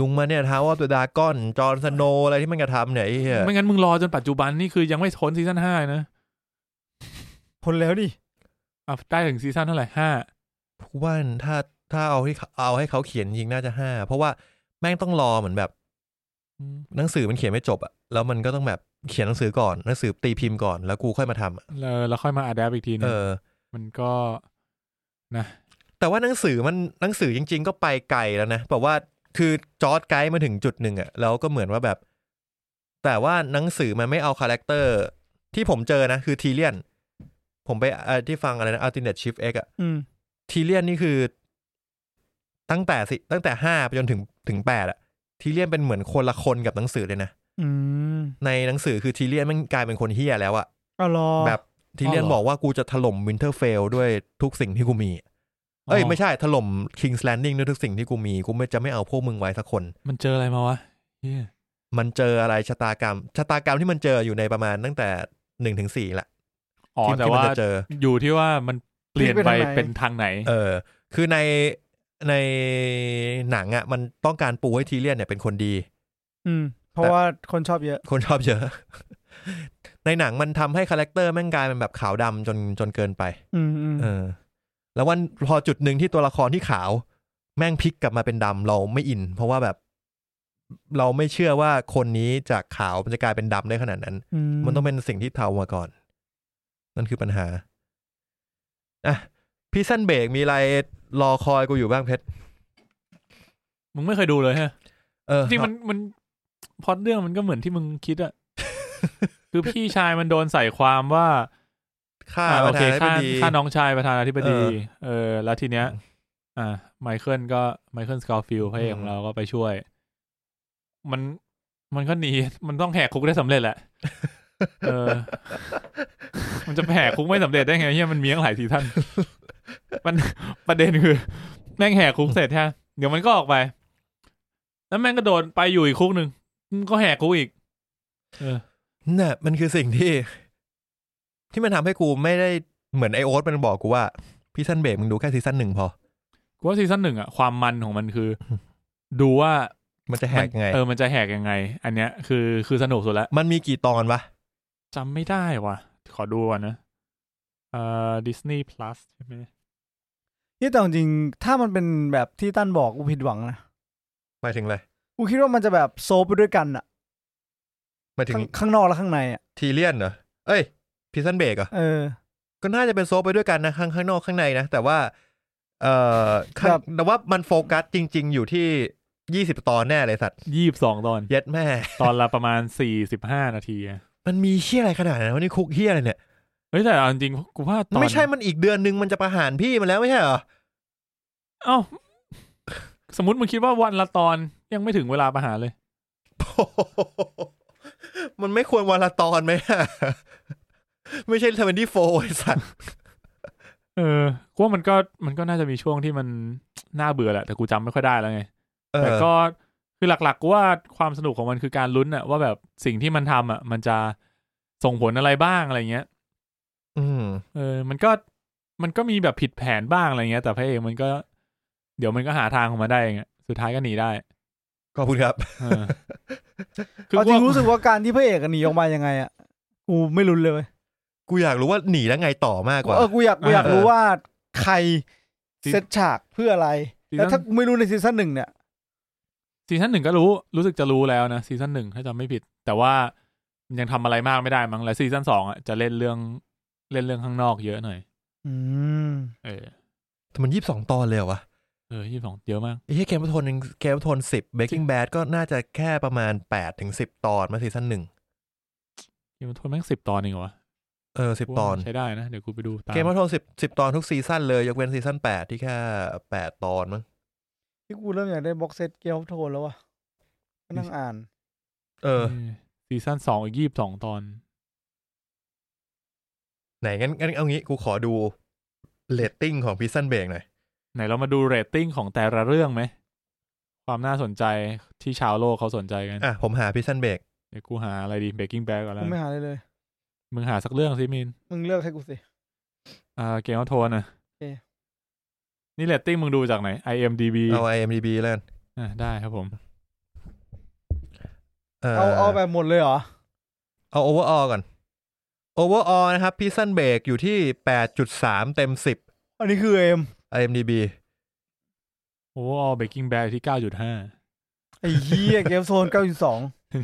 Speaker 1: ลุงมาเนี่ยท้าวอตัวดาก้อน จอร์นสโนว์อะไรที่มันกระทำเนี่ยไอ้เหี้ย
Speaker 2: ไม่งั้นมึงรอจนปัจจุบันนี่คือยังไม่ท้นซีซั่นห้านะ
Speaker 3: คนแล้วดิ
Speaker 2: อ่ะได้ถึงซีซั่นเท่าไหร่ห้า
Speaker 1: กูว่าถ้าถ้าเอาที่เขาเอาให้เขาเขียนจริงน่าจะห้าเพราะว่าแม่งต้องรอเหมือนแบบ
Speaker 2: อืม
Speaker 1: หนังสือมันเขียนไม่จบอะแล้วมันก็ต้องแบบเขียนหนังสือก่อนหนังสือตีพิมพ์ก่อนแล้วกูค่อยมาทำอะ
Speaker 2: แล้วแล้วค่อยมาอัดแอปอีกทีนึ
Speaker 1: เอง อ
Speaker 2: มันก็
Speaker 1: แต่ว่าหนังสือมันหนังสือจริง ๆ ก็ไปไกลแล้วนะแบบว่าคือจอร์ดไกด์มาถึงจุดหนึ่งอะแล้วก็เหมือนว่าแบบ แต่ว่าหนังสือมันไม่เอาคาแรคเตอร์ที่ผมเจอนะ คือทีเลียน ผมไปเอ่อที่ฟังอะไรนะ Ultimate Shift X อะ
Speaker 3: อืม
Speaker 1: ทีเลียนนี่คือ ตั้งแต่สิตั้งแต่ห้าไปจนถึงถึงแปดอะทีเลียนเป็นเหมือนคนละคนกับหนังสือเลยนะ
Speaker 3: อืม
Speaker 1: ในหนังสือคือทีเลียนมันกลายเป็นคนเฮี้ยแล้วอะ
Speaker 3: เอาเหรอ
Speaker 1: แบบทีเลียน
Speaker 2: อ๋อเหรอ
Speaker 1: บอกว่ากูจะถล่มวินเทอร์เฟลด้วยทุกสิ่งที่กูมี เอ้ย ไม่ใช่ถล่มคิงส์แลนดิ้งด้วยทุกสิ่งที่กูมี กูไม่จะไม่เอาพวกมึงไว้สักคน
Speaker 2: มันเจออะไรมาวะเหี้ย
Speaker 1: มันเจออะไรชะตากรรม ชะตากรรมที่มันเจออยู่ในประมาณตั้งแต่หนึ่งถึงสี่ละ
Speaker 2: อ๋อ
Speaker 1: ที่
Speaker 2: แต่
Speaker 1: ที่มัน
Speaker 2: ว่า
Speaker 1: จะเจอ
Speaker 2: อยู่ที่ว่ามันเปลี่ยนไปเป็นทางไหน
Speaker 1: เออ คือในในหนังอ่ะ มันต้องการปูให้ทีเลียนเนี่ยเป็นคนดี
Speaker 3: อืม เพราะว่าคนชอบเยอะ
Speaker 1: คนชอบเยอะ *laughs* ในหนังมันทำให้คาแรคเตอร์แม่งกลายเป็นแบบขาวดำจนจนเกินไป
Speaker 3: อืมอืม
Speaker 1: เออ แล้ววันพอจุดหนึ่งที่ตัวละครที่ขาว แม่งพลิกกลับมาเป็นดำเราไม่อิน เพราะว่าแบบ เราไม่เชื่อว่าคนนี้จากขาวมันจะกลายเป็นดำได้ขนาดนั้น มันต้องเป็นสิ่งที่เทามาก่อน นั่นคือปัญหาอ่ะพี่สั้นเบรกมีอะไรรอคอยกูอยู่บ้างเพชร
Speaker 2: มึงไม่เคยดูเลยฮะ
Speaker 1: เออ
Speaker 2: จริงๆมันมันพล็อดเรื่องมันก็เหมือนที่มึงคิด
Speaker 1: *laughs*
Speaker 2: อะ คือพี่ชายมันโดนใส่ความว่า
Speaker 1: ค่า
Speaker 2: อ่า
Speaker 1: ป
Speaker 2: โอ
Speaker 1: ระ
Speaker 2: เค
Speaker 1: ธานาธิบ
Speaker 2: ฆ่า
Speaker 1: ดี
Speaker 2: ฆ่าน้องชายประธานาธิบดี
Speaker 1: เออ
Speaker 2: เออ แล้วทีเนี้ย อ่า ไมเคิลก็ไมเคิลสกอฟิลพระเอกของเราก็ไปช่วย มันมันก็หนีมันต้องแหกคุกได้สำเร็จแหละ เออ มันจะไปแหกคุกไม่สำเร็จได้ไงเนี่ยมันมีตั้งหลายซีซั่นมัน ประเด็นคือ แม่งแหกคุกเสร็จฮะ เดี๋ยวมันก็ออกไป แล้วแม่งก็โดนไปอยู่อีกคุกหนึ่งมันก็แหกคุกอีก เออ
Speaker 1: น่ะมันคือสิ่งที่ *laughs* ที่มันทำให้กูไม่ได้เหมือนไอโอ๊ตมันบอกกูว่า พี่สั้นเบรกมึงดูแค่ซีซั่นหนึ่งพอ
Speaker 2: กูว่าซีซั่นหนึ่งอะความมันของมันคือ ดูว่า
Speaker 1: มันจะแห
Speaker 2: มั
Speaker 1: กยังไง
Speaker 2: เออมันจะแหกยังไง อันเนี้ยคือคือสนุกสุดละ
Speaker 1: มันมีกี่ตอนวะ
Speaker 2: จำไม่ได้ว่ะ ขอดูก่อนนะ เอ่อ Disney Plus ใช่ไหม
Speaker 3: นี่แต่จริงๆถ้ามันเป็นแบบที่ตั้นบอกกูผิดหวังนะ
Speaker 1: หมายถึงอะไร
Speaker 3: กูคิดว่ามันจะแบบโซฟไปด้วยกันอะ
Speaker 1: หมายถึง
Speaker 3: ข้างข้างนอกและข้างในอะ
Speaker 1: ทีเลียนเหรอ เอ้ย พี่สั้นเบรกเหรอ
Speaker 3: เออ
Speaker 1: ก็น่าจะเป็นโซฟไปด้วยกันนะข้างข้างนอกข้างในนะ แต่ว่า เอ่อข้าง
Speaker 3: แบบ
Speaker 1: แต่ว่ามันโฟกัสจริง ๆ อยู่ที่ยี่สิบตอนแน่เลยสัตว์
Speaker 2: ยี่สิบสองตอน
Speaker 1: เย็ดแม่
Speaker 2: ตอนละประมาณสี่สิบห้านาทีอะ
Speaker 1: มันมีเฮี้ยอะไรขนาดนั้นวันนี้คุกเฮี้ยอะไรเนี่ย
Speaker 2: เฮ้ยแต่เอาจริงๆกูว่าตอน
Speaker 1: ไม่ใช่มันอีกเดือนนึงมันจะประหารพี่มันแล้วไม่ใช่เหรอ
Speaker 2: เอ้า สมมติมึงคิดว่าวันละตอนยังไม่ถึงเวลาประหารเลย
Speaker 1: *laughs* มันไม่ควรวันละตอนไหมอะ *laughs* ไม่ใช่ทเวนตี้โฟไอ้สัตว์
Speaker 2: เออกูว่ามันก็มันก็น่าจะมีช่วงที่มัน น่าเบื่อแหละ แต่กูจำไม่ค่อยได้แล้วไง
Speaker 1: เอ
Speaker 2: แต่
Speaker 1: อ
Speaker 2: ก็คือหลักๆกูว่าความสนุกของมันคือการลุ้นอะว่าแบบสิ่งที่มันทำอะมันจะส่งผลอะไรบ้างอะไรเงี้ย
Speaker 1: อืม
Speaker 2: เออ มันก็ มันก็มีแบบผิดแผนบ้างอะไรเงี้ย แต่พระเอกมันก็ เดี๋ยวมันก็หาทางของมันได้เองอะสุดท้ายก็หนีได้
Speaker 1: ขอบคุณครับ
Speaker 2: เออ
Speaker 3: เอาจริงรู้สึกว่าการที่พระเอกอะหนีออกมายังไงอะกูไม่รู้เลยเว้ย
Speaker 1: กูอยากรู้ว่าหนีแล้วไงต่อมากกว่า
Speaker 3: เออกูอยากกูอยาก
Speaker 1: เออ
Speaker 3: รู้ว่าใครเซตฉากเพื่ออะไร
Speaker 2: ซีซั่น
Speaker 3: แล้วถ้ากูไม่รู้ในซีซั่นหนึ่งเนี่ย
Speaker 2: ซีซั่นหนึ่งก็รู้ รู้สึกจะรู้แล้วนะซีซั่นหนึ่งถ้าจำไม่ผิด แต่ว่ามันยังทำอะไรมากไม่ได้มั้ง แล้วซีซั่นสองอะจะเล่นเรื่อง เล่นเรื่องข้างนอกเยอะหน่อย
Speaker 3: อืม
Speaker 2: เออ
Speaker 1: แต่มันยี่สิบสองตอนเลยเหรอวะ
Speaker 2: เออยี่สองเยอะมาก
Speaker 1: ไอ้เกมพัทนเกมพัทนสิบเบกกิ้งแบดก็น่าจะแค่ประมาณแปดถึงสิบตอนมาซีซั่นหนึ่ง
Speaker 2: เกมมันทนแม่งสิบตอนเองเหรอวะ
Speaker 1: เออสิบตอน
Speaker 2: ใช้ได้นะ เดี๋ยวกูไปดูตาม
Speaker 1: เกมพัทนสิบสิบตอนทุกซีซั่นเลย ยกเว้นซีซั่นแปดที่แค่แปดตอนมั้ง
Speaker 3: ที่กูเริ่มอยากได้บ็อกเซตเกมโทนแล้ววะมานั่งอ่าน
Speaker 1: เออ
Speaker 2: เออซีซั่นสองอีกยี่สิบสองตอน
Speaker 1: ไหนงั้นงั้นเอางี้กูขอดูเรตติ้งของพิซซันเบรกหน่อย
Speaker 2: ไหนเรามาดูเรตติ้งของแต่ละเรื่องไหม ความน่าสนใจที่ชาวโลกเขาสนใจกัน
Speaker 1: อ่ะผมหาพิซซันเบรก
Speaker 2: เดี๋ยวกูหาอะไรดีเบกกิ้งแบกก่อนแล้ว
Speaker 3: กูไม่หาเลยเลย
Speaker 2: มึงหาสักเรื่องสิมิน
Speaker 3: มึงเลือกให้กูสิ
Speaker 2: อ่าเกมโทนอ่ะ
Speaker 3: โอเค
Speaker 2: นี่เรตติ้งมึงดูจากไหน IMDB
Speaker 1: เอา IMDb แล้วกัน
Speaker 2: อ่ะได้ครับผม
Speaker 1: เออ
Speaker 3: เอาเอาแบบหมดเลยเหรอ
Speaker 1: เอา overall ก่อน overall นะครับพิซซันเบรกอยู่ที่ 8.3 เต็ม
Speaker 3: อันนี้คือเอ็ม
Speaker 1: 10 IMDb
Speaker 2: โอ้เบกกิ้งแบกที่ 9.5
Speaker 3: ไอ้เหี้ยเกมโซนเก้าสอง
Speaker 2: *laughs*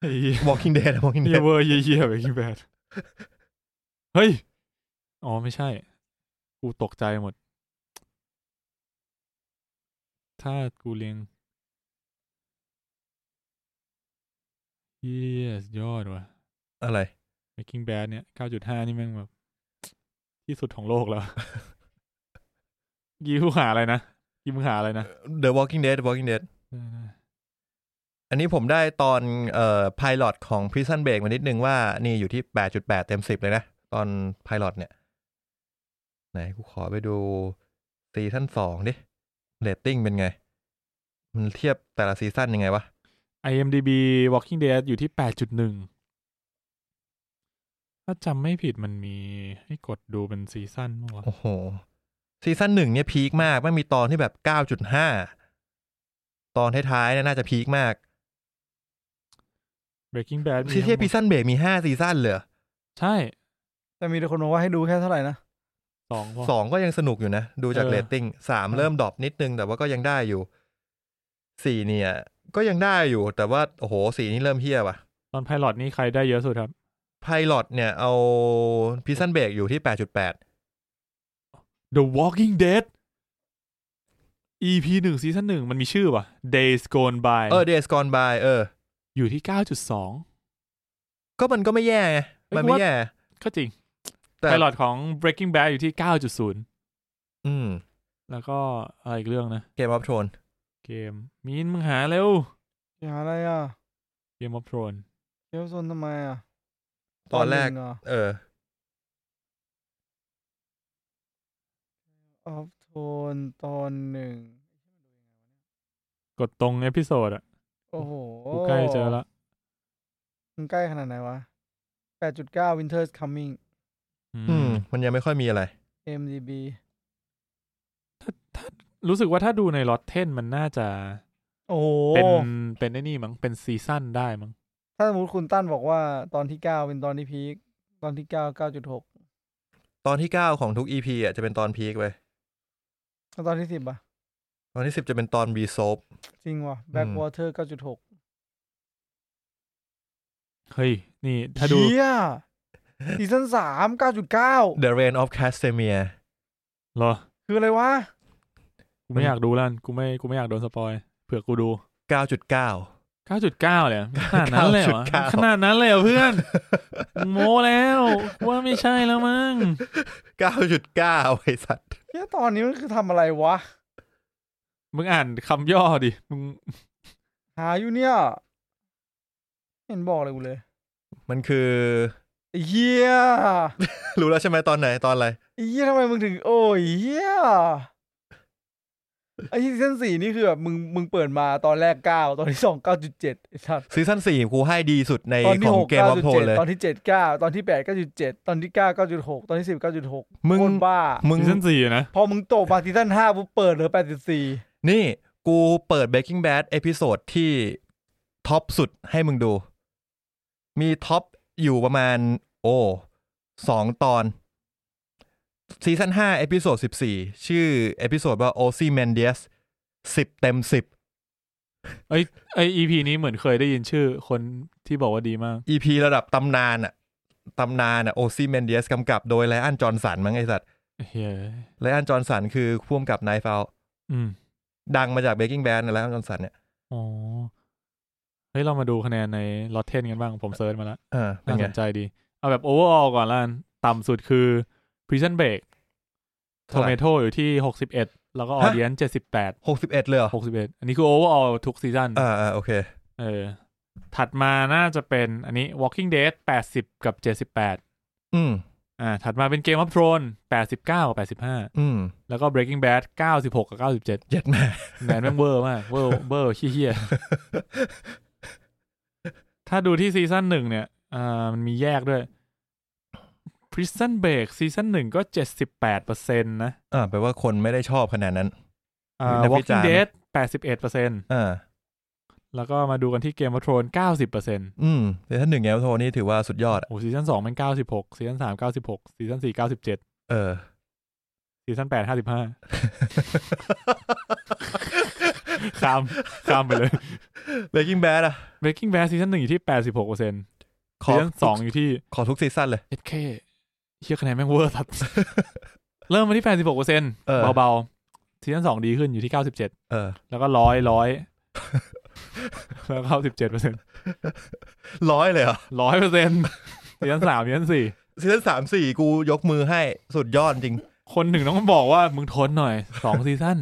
Speaker 2: ไอ้เหี้ย
Speaker 1: Walking Dead นะ Walking
Speaker 2: เหี้ย
Speaker 1: Dead
Speaker 2: เวอร์เหี้ยเหี้ยเบกกิ้งแบกเฮ้ย อ๋อ ไม่ใช่ กูตกใจหมด ถ้ากูเรียงเหี้ยสุดยอดว่ะ
Speaker 1: อะไร
Speaker 2: Breaking Bad เนี่ย 9.5 นี่แม่งแบบ ที่สุดของโลกแล้ว *laughs* ยี่ผู้หาอะไรนะยี่ผู้หาอะไรนะ
Speaker 1: The Walking Dead The Walking Dead อันนี้ผมได้ตอนเอ่อพายลอตของ Prison Break มานิดนึงว่า นี่อยู่ที่ 8.8 เต็ม 10 เลยนะ ตอนพายลอตเนี่ย ไหนกูขอไปดูซีซั่นสองดิเรตติ้งเป็นไง มันเทียบแต่ละซีซั่นยังไงวะ
Speaker 2: IMDb Walking Dead อยู่ที่ 8.1 ถ้าจำไม่ผิดมันมีให้กดดูเป็นซีซั่นมั้งวะ
Speaker 1: โอ้โห ซีซั่นหนึ่งเนี่ยพีคมาก ไม่มีตอนที่แบบ 9.5 ตอนท้ายๆเนี่ยน่าจะพีคมาก
Speaker 2: Breaking Bad มี
Speaker 1: ซีเทียบ
Speaker 2: ทั้งหม
Speaker 1: พี
Speaker 2: ด
Speaker 1: ซั่นเบรกมี 5 ซีซั่นเลยเหรอ
Speaker 2: ใช่
Speaker 3: แต่มีคนบอกว่าให้ดูแค่เท่าไหร่นะ
Speaker 2: สองพอ
Speaker 1: สองก็ยังสนุกอยู่นะ ดูจาก
Speaker 2: เออ
Speaker 1: เรตติ้งสามเริ่มดรอปนิดนึง แต่ว่าก็ยังได้อยู่สี่เนี่ย ก็ยังได้อยู่ แต่ว่า โอ้โหสี่นี่เริ่มเฮี้ยว่ะ
Speaker 2: ตอนไพลอตนี่ใครได้เยอะสุดครับ
Speaker 1: ไพลอตเนี่ยเอาพีซันเบรกอยู่ที่ 8.8
Speaker 2: The Walking Dead EP หนึ่งซีซั่นหนึ่งมันมีชื่อว่ะ Days Gone By
Speaker 1: เออเดสกอนบายเออ
Speaker 2: อยู่ที่ 9.2
Speaker 1: ก็มันก็ไม่แย่ไงมันไม่แย่
Speaker 2: ก็จริง
Speaker 1: แต่
Speaker 2: ไพลอตของ Breaking Bad อยู่ที่ 9.0
Speaker 1: อืม
Speaker 2: แล้วก็อะไรอีกเรื่องนะ
Speaker 1: เกมออฟโทน
Speaker 2: เกมมีนมึงหาเร็ว
Speaker 3: อย่าอะไรอ่ะ
Speaker 2: Game of Thrones
Speaker 3: เทลโซนทำไมอ่ะ
Speaker 1: ตอนแรก
Speaker 3: หง
Speaker 1: เออ
Speaker 3: ออฟโทนตอนหนึ่ง
Speaker 2: กดตรงเอพิโซดอะ
Speaker 3: โอ้โห
Speaker 2: กูใกล้เจอละ
Speaker 3: มันใกล้ขนาดไหนวะแปดจุดเก้า Winter's Coming
Speaker 1: อื
Speaker 2: อื
Speaker 1: ม
Speaker 2: ม
Speaker 1: มันยังไม่ค่อยมีอะไร
Speaker 3: MDB
Speaker 2: รู้สึกว่าถ้าดูในลอตเทนมันน่าจะ
Speaker 3: โอ้โห
Speaker 2: เป็นเป็นไอ้นี่มั้งเป็นซีซั่นได้มั้ง
Speaker 3: ถ้าสมมติคุณตั้นบอกว่าตอนที่เก้าเป็นตอนที่พีคตอนที่เก้าเก้าจุดหก
Speaker 1: ตอนที่เก้าของทุก EP อ่ะจะเป็นตอนพีคไป
Speaker 3: แล้วตอนที่สิบอ่ะ
Speaker 1: ตอนที่สิบจะเป็นตอน Be s o a p
Speaker 3: จริงว่ะ Backwater เก้าจุดหก
Speaker 2: เฮ้ย นี่ถ้าดู
Speaker 3: เฮียซีซั่นสามเก้าจุดเก้า
Speaker 1: The Reign of Castamere
Speaker 2: เหรอ
Speaker 3: คืออะไรวะ
Speaker 2: กูไม่อยากดูแล้วกูไม่กูไม่อยากโดนสปอยเผื่อกูดู
Speaker 1: 9.9
Speaker 2: 9.9 เลยอะขนาดนั้นเลยเหรอขนาดนั้นเลยเหรอเพื่อนมึงโมแล้วกูว่าไม่ใช่แล้วมั้ง
Speaker 1: 9.9ไอ้สัตว์
Speaker 3: เฮียตอนนี้มันคือทำอะไรวะ
Speaker 2: มึงอ่านคำย่อดิมึง
Speaker 3: หาอยู่เนี่ยไม่เห็นบอกเลยกูเลย
Speaker 1: มันคือ
Speaker 3: ไอ้เฮีย
Speaker 1: รู้แล้วใช่ไหมตอนไหนตอนอะไร
Speaker 3: ไอ้เฮียทำไมมึงถึง โอ้ยเฮียไอ้ซีซั่นสี่นี่คือแบบมึงมึงเปิดมาตอนแรกเก้าตอนที่สองเก้าจุดเจ็ดไอ้สัส
Speaker 1: ซีซั่นสี่กูให้ดีสุดใน
Speaker 3: ตอน
Speaker 1: ข
Speaker 3: ที่
Speaker 1: อง
Speaker 3: หก
Speaker 1: เกมอ
Speaker 3: เก้า
Speaker 1: อฟ
Speaker 3: จุด
Speaker 1: โทน
Speaker 3: เจ็ด
Speaker 1: เลย
Speaker 3: ตอนที่เจ็ดเก้าตอนที่แปดเก้าจุดเจ็ดตอนที่เก้าเก้าจุดหกตอนที่สิบเก้าจุดหก
Speaker 1: มึง
Speaker 3: คนบ้า
Speaker 1: มึง
Speaker 2: ซีซั่นสี่อะนะ
Speaker 3: พอมึงโตมาซีซั่นห้าปุ๊บเปิดเหลือแปดจุดสี่
Speaker 1: นี่กูเปิด Breaking Bad เอพิโซดที่ท็อปสุดให้มึงดู มีท็อปอยู่ประมาณ โอ้สองตอน ซีซั่นห้าเอพิโซดสิบสี่ชื่อเอพิโซดว่า o c m a n d i a s สิบเต็มสิบ
Speaker 2: ไอ EP นี้เหมือนเคยได้ยินชื่อคนที่บอกว่าดีมาก
Speaker 1: EP ระดับตำนานอะตำนานอะโอซีเมนเดียสกำกับโดยไลอ้อนจอร์นสันมั้งไอสัตว์
Speaker 2: เฮ้ย
Speaker 1: ไลอ้อนจอร์นสันคือพ่วงกับไนฟาว
Speaker 2: อืม
Speaker 1: ดังมาจากเบกกิ้งแบนนะไลอ้อนจอร์นสันเนี่ย
Speaker 2: อ๋อเฮ้ยเรามาดูคะแนนในลอตเทนกันบ้างผมเซิร์ชมาแล้ว
Speaker 1: เออเป็น
Speaker 2: น่า
Speaker 1: ไง
Speaker 2: สนใจดี เอาแบบโอเวอร์ออลก่อนละกันต่ำสุดคือ Prison Break
Speaker 1: เท่าไหร่
Speaker 2: Tomato อยู่ที่ 61 แล้วก็
Speaker 1: ฮะ
Speaker 2: Audience 78
Speaker 1: หกสิบเอ็ดเลยเหรอ
Speaker 2: หกสิบเอ็ดอันนี้คือโอเวอร์ออลทุกซีซั่น
Speaker 1: อ่าอ่าโอเค
Speaker 2: เออ ถัดมาน่าจะเป็นอันนี้ Walking Dead แปดสิบกับเจ็ดสิบแปด
Speaker 1: อืม
Speaker 2: อ่า ถัดมาเป็น Game of Thrones แปดสิบเก้ากับแปดสิบห้า
Speaker 1: อืม
Speaker 2: แล้วก็ Breaking Bad เก้าสิบหกกับเก้าสิบเจ็ด
Speaker 1: เย็ดแม่
Speaker 2: แมนแม่งเวอร์มาก เวอร์เวอร์ขี้เฮียถ้าดูที่ซีซั่นหนึ่งเนี่ยอ่ามันมีแยกด้วย Prison Break ซีซั่นหนึ่งก็เจ็ดสิบแปดเปอร์เซ็นต์นะ
Speaker 1: อ่าแปลว่าคนไม่ได้ชอบขนาดนั้น
Speaker 2: อ่า
Speaker 1: นักวิจาร
Speaker 2: Walking
Speaker 1: ณ์
Speaker 2: Dead แปดสิบเอ็ดเปอร์เซ็นต์
Speaker 1: อ่า
Speaker 2: แล้วก็มาดูกันที่ Game of Thrones เก้าสิบเปอร์เซ็นต์
Speaker 1: อืมแต่ถ้าหนึ่งแอลโทนี่ถือว่าสุดยอดอะ
Speaker 2: โอ้ซีซั่นสองเป็นเก้าสิบหกซีซั่นสามเก้าสิบหกซีซั่นสี่เก้าสิบเจ็ด
Speaker 1: เอ *laughs* อ
Speaker 2: ซีซั่นแปดห้าสิบห้าข้าม *laughs* ข้ามไปเลย
Speaker 1: Breaking Bad อะ
Speaker 2: Breaking Bad ซีซั่นหนึ่งอยู่ที่แปดสิบหกเปอร์เซ็นต์
Speaker 1: ข
Speaker 2: ซี
Speaker 1: อ
Speaker 2: ซั่นสองอยู่ที่
Speaker 1: ขอทุกซีซั่นเลย
Speaker 2: เอเคเฮียคะแนนแม่งเวอร์สั
Speaker 1: *laughs*
Speaker 2: ตว์เริ่มมาที่แปดสิบหกเปอร์เซ็นต์
Speaker 1: เออ
Speaker 2: เบาๆซีซั่นสองดีขึ้นอยู่ที่เก้าสิบเจ็ด
Speaker 1: เออ
Speaker 2: แล้วก็ร้อยร้
Speaker 1: *laughs*
Speaker 2: อยแล้วเก้าสิบเจ็ดเปอร์เซ็นต์
Speaker 1: ร้อยเลยเหรอ
Speaker 2: ร้อยเปอร์เซ็นต์ ซีซั่นสามซีซั่นสี่
Speaker 1: ซีซั่นสามสี่กูยกมือให้สุดยอดจริง
Speaker 2: คนถึงต้องบอกว่ามึงทนหน่อยสองซีซั่น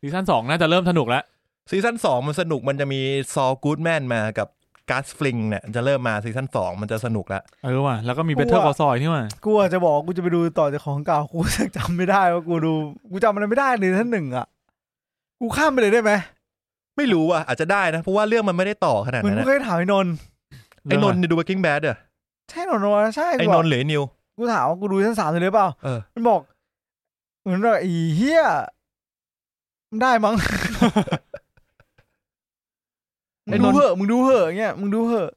Speaker 2: ซีซั่นสองน่าจะเริ่มสนุกแล้ว
Speaker 1: ซีซั่นสองมันสนุกมันจะมีซอกูดแมนมากับก s สฟลิงเนี่ยจะเริ่มมาซีซั่นสองมันจะสนุกละ
Speaker 2: เออว่ะแล้วก็มีเบเทอร์กอซอยนี่ว่ะ
Speaker 3: กูอาจจะบอกว่ากูจะไปดูต่อจากของเก่ากู จำไม่ได้ว่ากูดูกูจำอะไรไม่ได้เลยท่านหนึ่งอ่ะกูข้ามไปเลยได้ไหม
Speaker 1: ไม่รู้ว่ะอาจจะได้นะ เพราะว่าเรื่องมันไม่ได้ต่อขนาด
Speaker 3: เหมือน
Speaker 1: นั้นนะ
Speaker 3: กูเคยถามไอ้นนท์
Speaker 1: ไอ้นนท์ดู Breaking Bad เหรอ
Speaker 3: ใช่นนท์วะใช่
Speaker 1: ไอ้
Speaker 3: กู
Speaker 1: น
Speaker 3: บอน ก
Speaker 1: ท์หรือไอ้นิว
Speaker 3: กูถามว่ากูดูซีซั่นสามเลยหรือเปล่า
Speaker 1: เออ
Speaker 3: มันบอก เหมือนแบบไอีเหี้ยมันได้
Speaker 1: *laughs*
Speaker 3: มั้ง
Speaker 1: ไอ้
Speaker 3: มึง
Speaker 1: น
Speaker 3: ดู
Speaker 1: นท์
Speaker 3: เหอะมึงดูเหอะอย่างเงี้ยมึงดูเหอะ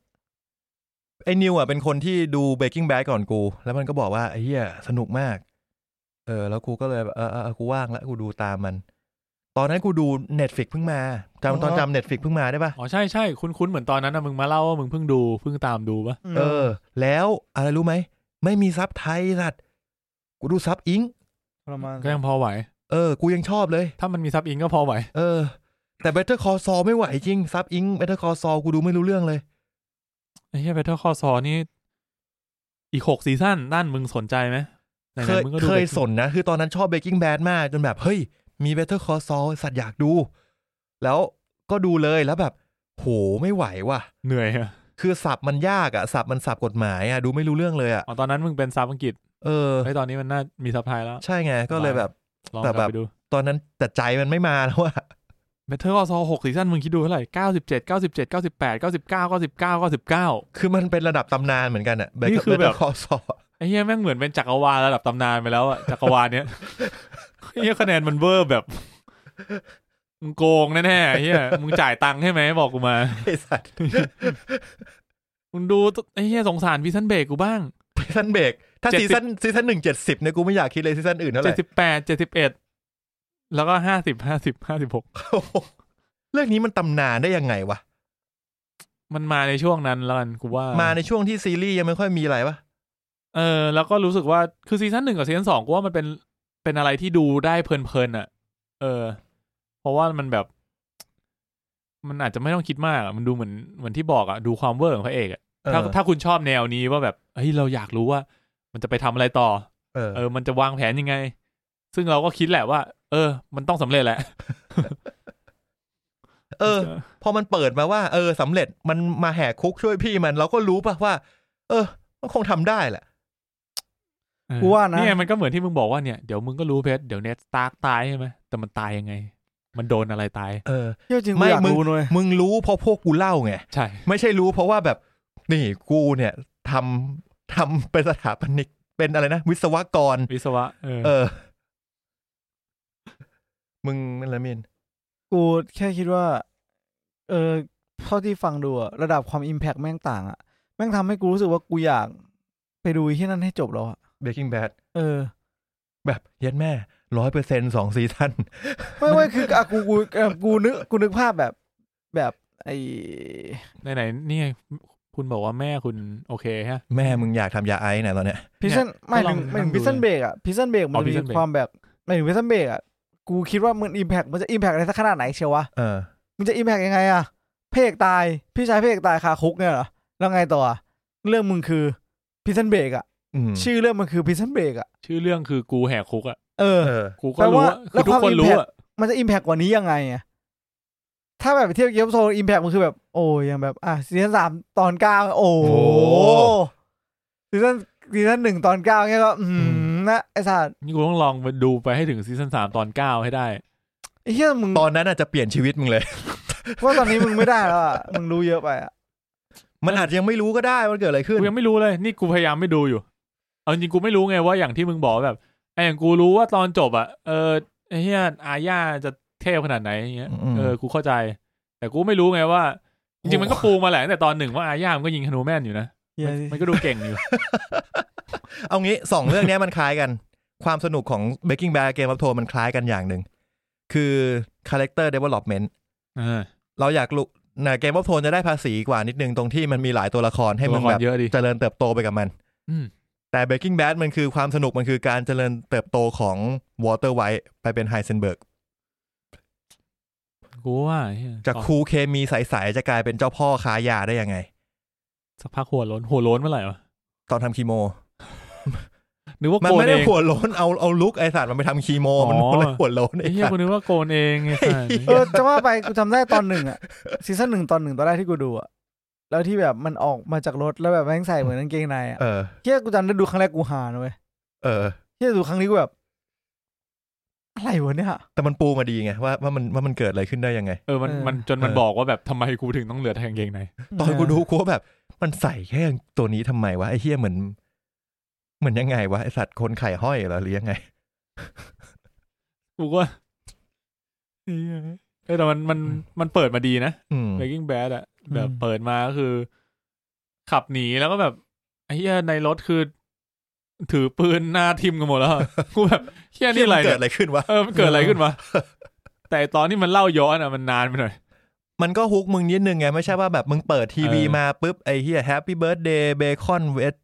Speaker 1: ไอ้นิวอ่ะเป็นคนที่ดู Breaking Bad ก่อนกู แล้วมันก็บอกว่าไอ้เหี้ยสนุกมาก เออ แล้วกูก็เลยแบบเออเออเออกูว่างแล้วกูดูตามมัน ตอนนั้นกูดู Netflix เพิ่งมาจำตอน
Speaker 3: อ๋อ
Speaker 1: จำ Netflix เพิ่งมาได้ปะ
Speaker 2: อ๋อใช่ใช่คุ้นๆเหมือนตอนนั้นนะมึงมาเล่าว่ามึงเพิ่งดูเพิ่งตามดูปะ
Speaker 1: เออ แล้วอะไรรู้ไหม ไม่มีซับไทยสัตว์กูดูซับอิง
Speaker 3: ประมาณ
Speaker 2: ก็ยังพอไหว
Speaker 1: เออ กูยังชอบเลย
Speaker 2: ถ้ามันมีซับอิงก็พอไหว
Speaker 1: เออ แต่ Better Call Saul ไม่ไหวจริง ซับอิง Better Call Saul กูดูไม่รู้เรื่องเลย
Speaker 2: ไอ้เหี้ยเบเทอร์คอซอนี่ อีกหกซีซั่นด้านมึงสนใจไหมไหนๆ
Speaker 1: เคย
Speaker 2: มึงก็ดู
Speaker 1: เคย
Speaker 2: ไป
Speaker 1: สนนะ คือตอนนั้นชอบ Breaking Bad มาก จนแบบ เฮ้ย มี Better Call Saul สัตว์อยากดู แล้วก็ดูเลยแล้วแบบ โหไม่ไหวว่ะ
Speaker 2: เหนื่อยอะ
Speaker 1: คือสับมันยากอะสับมันสับกฎหมายอะดูไม่รู้เรื่องเลยอะ
Speaker 2: อ๋อตอนนั้นมึงเป็นซับอังกฤษ
Speaker 1: เออ
Speaker 2: ไอ้ยตอนนี้มันน่ามีซับไทยแล้ว
Speaker 1: ใช่ไง ก็เลยแบบ
Speaker 2: ลอง
Speaker 1: แต่
Speaker 2: กลับ
Speaker 1: แบบ
Speaker 2: ไปดู
Speaker 1: ตอนนั้นแต่ใจมันไม่มาแล้วอะ *laughs*
Speaker 2: เบเทอร์คอซอหกซีซั่นมึงคิดดูเท่าไหร่เก้าสิบเจ็ดเก้าสิบเจ็ดเก้าสิบแปดเก้าสิบเก้าเก้าสิบเก้าเก้าสิบเก้า
Speaker 1: คือมันเป็นระดับตำนานเหมือนกันอะ
Speaker 2: นี่คือ
Speaker 1: Better
Speaker 2: แบบ
Speaker 1: Call Saul
Speaker 2: ไอ้เหี้ยแม่งเหมือนเป็นจักรวาลระดับตำนานไปแล้วอะจักรวาลเนี้ยไอ้เหี้ยคะแนนมันเวอร์แบบมึงโกงแน่ๆไอ้เหี้ยมึงจ่ายตังค์ใช่ไหมบอกกูมา *laughs*
Speaker 1: ไอสัตว์
Speaker 2: มึงดูไอ้เหี้ยสงสารวิซันเบรกกูบ้าง
Speaker 1: ซีซันเบรกถ้า
Speaker 2: 70
Speaker 1: ซีซันซีซันหนึ่งเจ็ดสิบเนี่ยกูไม่อยากคิดเลยซีซันอื่นเท่าไห
Speaker 2: เจ็
Speaker 1: ร่
Speaker 2: ดสิบแปดเจ็ดสิบเอ็ดแล้วก็ห้าสิบห้าสิบห้าสิบหก
Speaker 1: โอ้โห *laughs* เรื่องนี้มันตำนานได้ยังไงวะ
Speaker 2: มันมาในช่วงนั้นแล้วกันกูว่า
Speaker 1: มา
Speaker 2: มา
Speaker 1: ในช่วงที่ซีรีส์ยังไม่ค่อยมีอะไรปะ
Speaker 2: เออแล้วก็รู้สึกว่าคือซีซั่นหนึ่งกับซีซั่นสองกูว่ามันเป็นเป็นอะไรที่ดูได้เพลินๆอ่ะ เออ เพราะว่ามันแบบ มันอาจจะไม่ต้องคิดมากอะมันดูเหมือนเหมือนที่บอกอ่ะดูความเวอร์ของพระเอกอะ
Speaker 1: เออ
Speaker 2: ถ้าถ้าคุณชอบแนวนี้ว่าแบบเฮ้ยเราอยากรู้ว่า มันจะไปทำอะไรต่อ
Speaker 1: เออ
Speaker 2: เออ มันจะวางแผนยังไง ซึ่งเราก็คิดแหละว่า เออ มันต้องสำเร็จแหละ
Speaker 1: เออ พอมันเปิดมาว่า เออสำเร็จมันมาแหกคุกช่วยพี่มันเราก็รู้ป่ะว่า เออ มันคงทำได้แหละ
Speaker 2: เออ
Speaker 3: กูว่านะ
Speaker 2: เนี่ยมันก็เหมือนที่มึงบอกว่าเนี่ยเดี๋ยวมึงก็รู้เพชรเดี๋ยวเนสตาร์กตายใช่ไหมแต่มันตายยังไง มันโดนอะไรตาย
Speaker 1: เออ
Speaker 3: เที่ยวจริง
Speaker 1: ไม่
Speaker 3: กูอยาก
Speaker 1: มึง
Speaker 3: รู้หน่อย
Speaker 1: มึงรู้เพราะพวกกูเล่าไง
Speaker 2: ใช่
Speaker 1: ไม่ใช่รู้เพราะว่าแบบ นี่กูเนี่ยทำทำเป็นสถาปนิกเป็นอะไรนะ วิศวกร
Speaker 2: วิศวะเออ
Speaker 1: เออ มึงนั่นแหละมิน
Speaker 3: กูแค่คิดว่า เออเท่าที่ฟังดูอะระดับความอิมแพกแม่งต่างอะแม่งทำให้กูรู้สึกว่ากูอยาก ไปดูที่นั่นให้จบแล้วอะ
Speaker 1: เบ a กิ้งแบด
Speaker 3: เออ
Speaker 1: แบบเย็ดแม่ร้อยเปอร์เซ็นสองซีซั่น
Speaker 3: ไม่ไม่คืออะกูกูเอ่อกูนึกกูนึกภาพแบบแบบไอ
Speaker 2: ไหนไหนๆนี่ไงคุณบอกว่าแม่คุณโอเคฮะ
Speaker 1: แม่มึงอยากทำยาไอซ์นะตอนเนี้ย
Speaker 3: พิซซันไม่
Speaker 2: ก็ล
Speaker 3: ถึ
Speaker 2: อง
Speaker 3: งไม่
Speaker 2: นั่
Speaker 3: ถึ
Speaker 2: ง
Speaker 3: ง
Speaker 2: ดู
Speaker 3: พิซซันเบรกอะพิซซันเบรกมัน
Speaker 2: อ๋อ
Speaker 3: มี
Speaker 2: Prison Break
Speaker 3: ความแบบไม่ถึงพิซซันเบรกอะกูคิดว่ามันอิมแพกมันจะอิมแพกอะไรสักขนาดไหนเชียววะ
Speaker 1: เออ
Speaker 3: มันจะอิมแพกยังไงอะเพกตายพี่ชายเพกตายคาคุกเนี่ยเหรอแล้วไงต่ออะเรื่องมึงคือพิซซันเบรกอะ
Speaker 1: อืม
Speaker 3: ชื่อเรื่องมันคือพิซซันเบรกอะ
Speaker 2: ชื่อเรื่องคือกูแหกคุกอ่ะ
Speaker 3: เออ
Speaker 1: เออ
Speaker 2: กูก็รู้อะ
Speaker 3: แป
Speaker 2: คื
Speaker 3: ลว่า
Speaker 2: อทุกคนรู้
Speaker 3: แล้วควา
Speaker 2: อะ
Speaker 3: ม มันจะอิมแพกกว่านี้ยังไงอะถ้าแบบไปเทียบเกมโซนอิมแพกมันคือแบบ โอ้ยยังแบบอ่ะซีซั่นสามตอนเก้าโอ้
Speaker 1: โอ้
Speaker 3: ซีซั่นซีซั่นหนึ่งตอนเก้าเนี่ยก็ อืมนะไอ้สัส
Speaker 2: นี่กูต้องลองไปดูไปให้ถึงซีซั่นสามตอนเก้าให้ได้
Speaker 3: ไอ้เหี้ยมึง
Speaker 1: ตอนนั้นอาจจะเปลี่ยนชีวิตมึงเลย
Speaker 3: ว่าตอนนี้มึงไม่ได้แล้วอ่ะ มึงรู้เยอะไปอ่ะ
Speaker 1: มันอาจจะยังไม่รู้ก็ได้มันเกิดอะไรขึ้น
Speaker 2: กูยังไม่รู้เลย นี่กูพยายามไม่ดูอยู่ เอาจริงๆกูไม่รู้ไงว่าอย่างที่มึงบอกแบบไอ้อย่างกูรู้ว่าตอนจบอะเออไอ้เฮียอาญาจะเท่ขนาดไหนอย่างเงี้ย
Speaker 1: อืม
Speaker 2: เออกูเข้าใจ แต่กูไม่รู้ไงว่า จริงๆมันก็ปูมาแหละตั้งแต่ตอนหนึ่งว่าอาญามันก็ยิงฮนูแมนอยู่นะมันมันก็ดูเก่งอยู่
Speaker 1: เอางี้สองเรื่องเนี้ยมันคล้ายกัน ความสนุกของ Breaking Bad เกมอัพโทมันคล้ายกันอย่างหนึ่ง คือ character development
Speaker 2: เออ
Speaker 1: เราอยากรู้นะเกมอัพโทนจะได้ภาษีกว่านิดนึงตรงที่มันมีหลายตัวละครให้
Speaker 2: ตัว
Speaker 1: มัน
Speaker 2: ละคร
Speaker 1: แบบ
Speaker 2: เยอะดิ
Speaker 1: เจริญเติบโตไปกับมัน
Speaker 2: อืม
Speaker 1: แต่ Breaking Bad มันคือความสนุกมันคือการเจริญเติบโตของวอเตอร์ไวท์ไปเป็นไฮเซนเบิร์ก
Speaker 2: กูว่าไอ้เหี้ย
Speaker 1: จากครูเคมีใสๆจะกลายเป็นเจ้าพ่อค้ายาได้ยังไง
Speaker 2: สักพักหัวโล้นหัวโล้นเมื่อไหร่วะ
Speaker 1: ตอนทำคีโม
Speaker 2: นึกว่า
Speaker 1: มัน
Speaker 2: โกน
Speaker 1: ไม่
Speaker 2: เอ
Speaker 1: ได้
Speaker 2: ง
Speaker 1: หัวโล้นเอาเอาลุกไอสัตว์มันไปทำคีโม มัน
Speaker 2: อ๋อ
Speaker 1: เลยหัวโล้นไอ
Speaker 2: ไอ้เหี้ย
Speaker 1: สัต
Speaker 2: กู
Speaker 1: ว์
Speaker 2: นึกว่าโกนเอง
Speaker 1: *laughs*
Speaker 2: ไงสัส
Speaker 3: เออจะว่าไปกูจำได้ตอนหนึ่งอะซีซั่นหนึ่งตอนหนึ่งตอนแรกที่กูดูอะแล้วที่แบบมันออกมาจากรถแล้วแบบแม่งใส่เหมือนกางเกงในอะ
Speaker 1: เออ
Speaker 3: เฮียกูจำได้ดูครั้งแรกกูหานะเว้ย
Speaker 1: เออ
Speaker 3: เฮียดูครั้งนี้กูแบบ อะไรวะเนี่ย
Speaker 1: แต่มันปูมาดีไงว่าว่ามันว่ามันเกิดอะไรขึ้นได้ยังไง
Speaker 2: เออมัน
Speaker 3: เออ
Speaker 2: มันจนมัน
Speaker 1: เออ
Speaker 2: บอกว่าแบบทำไมกูถึงต้องเหลือแต่กางเกงใน
Speaker 1: ตอนกูดูกูก็แบบ มันใส่แค่ตัวนี้ทำไมวะไอเฮียเหมือนเหมือนยังไงวะไอสัตว์คนไข่ห้อยเหรอหรือยังไง
Speaker 2: กูก็เหี้ยเออแต่มันมัน
Speaker 1: อืม
Speaker 2: มันเปิดมาดีนะ
Speaker 1: อืม
Speaker 2: Breaking Bad อะแบบ
Speaker 1: อืม
Speaker 2: เปิดมาก็คือ ขับหนีแล้วก็แบบไอ้เหี้ยในรถคือ ถือปืนหน้าทิมกันหมดแล้วอะ *laughs* กูแบบเหี้ย
Speaker 1: เหี้
Speaker 2: นี่
Speaker 1: ย
Speaker 2: อะไร
Speaker 1: มัเกิด
Speaker 2: เนี่ย
Speaker 1: อะไรขึ้นวะ
Speaker 2: เออมันเกิดอะไรขึ้นวะแต่ตอนนี้มันเล่าย้อนอะมันนานไปหน่อย
Speaker 1: มันก็ฮุกมึงนิดนึงไง ไม่ใช่ว่าแบบมึงเปิดทีวี
Speaker 2: เออ
Speaker 1: มาปุ๊บไอเฮียแฮปปี้เบิร์ดเดย์เบคอนเวท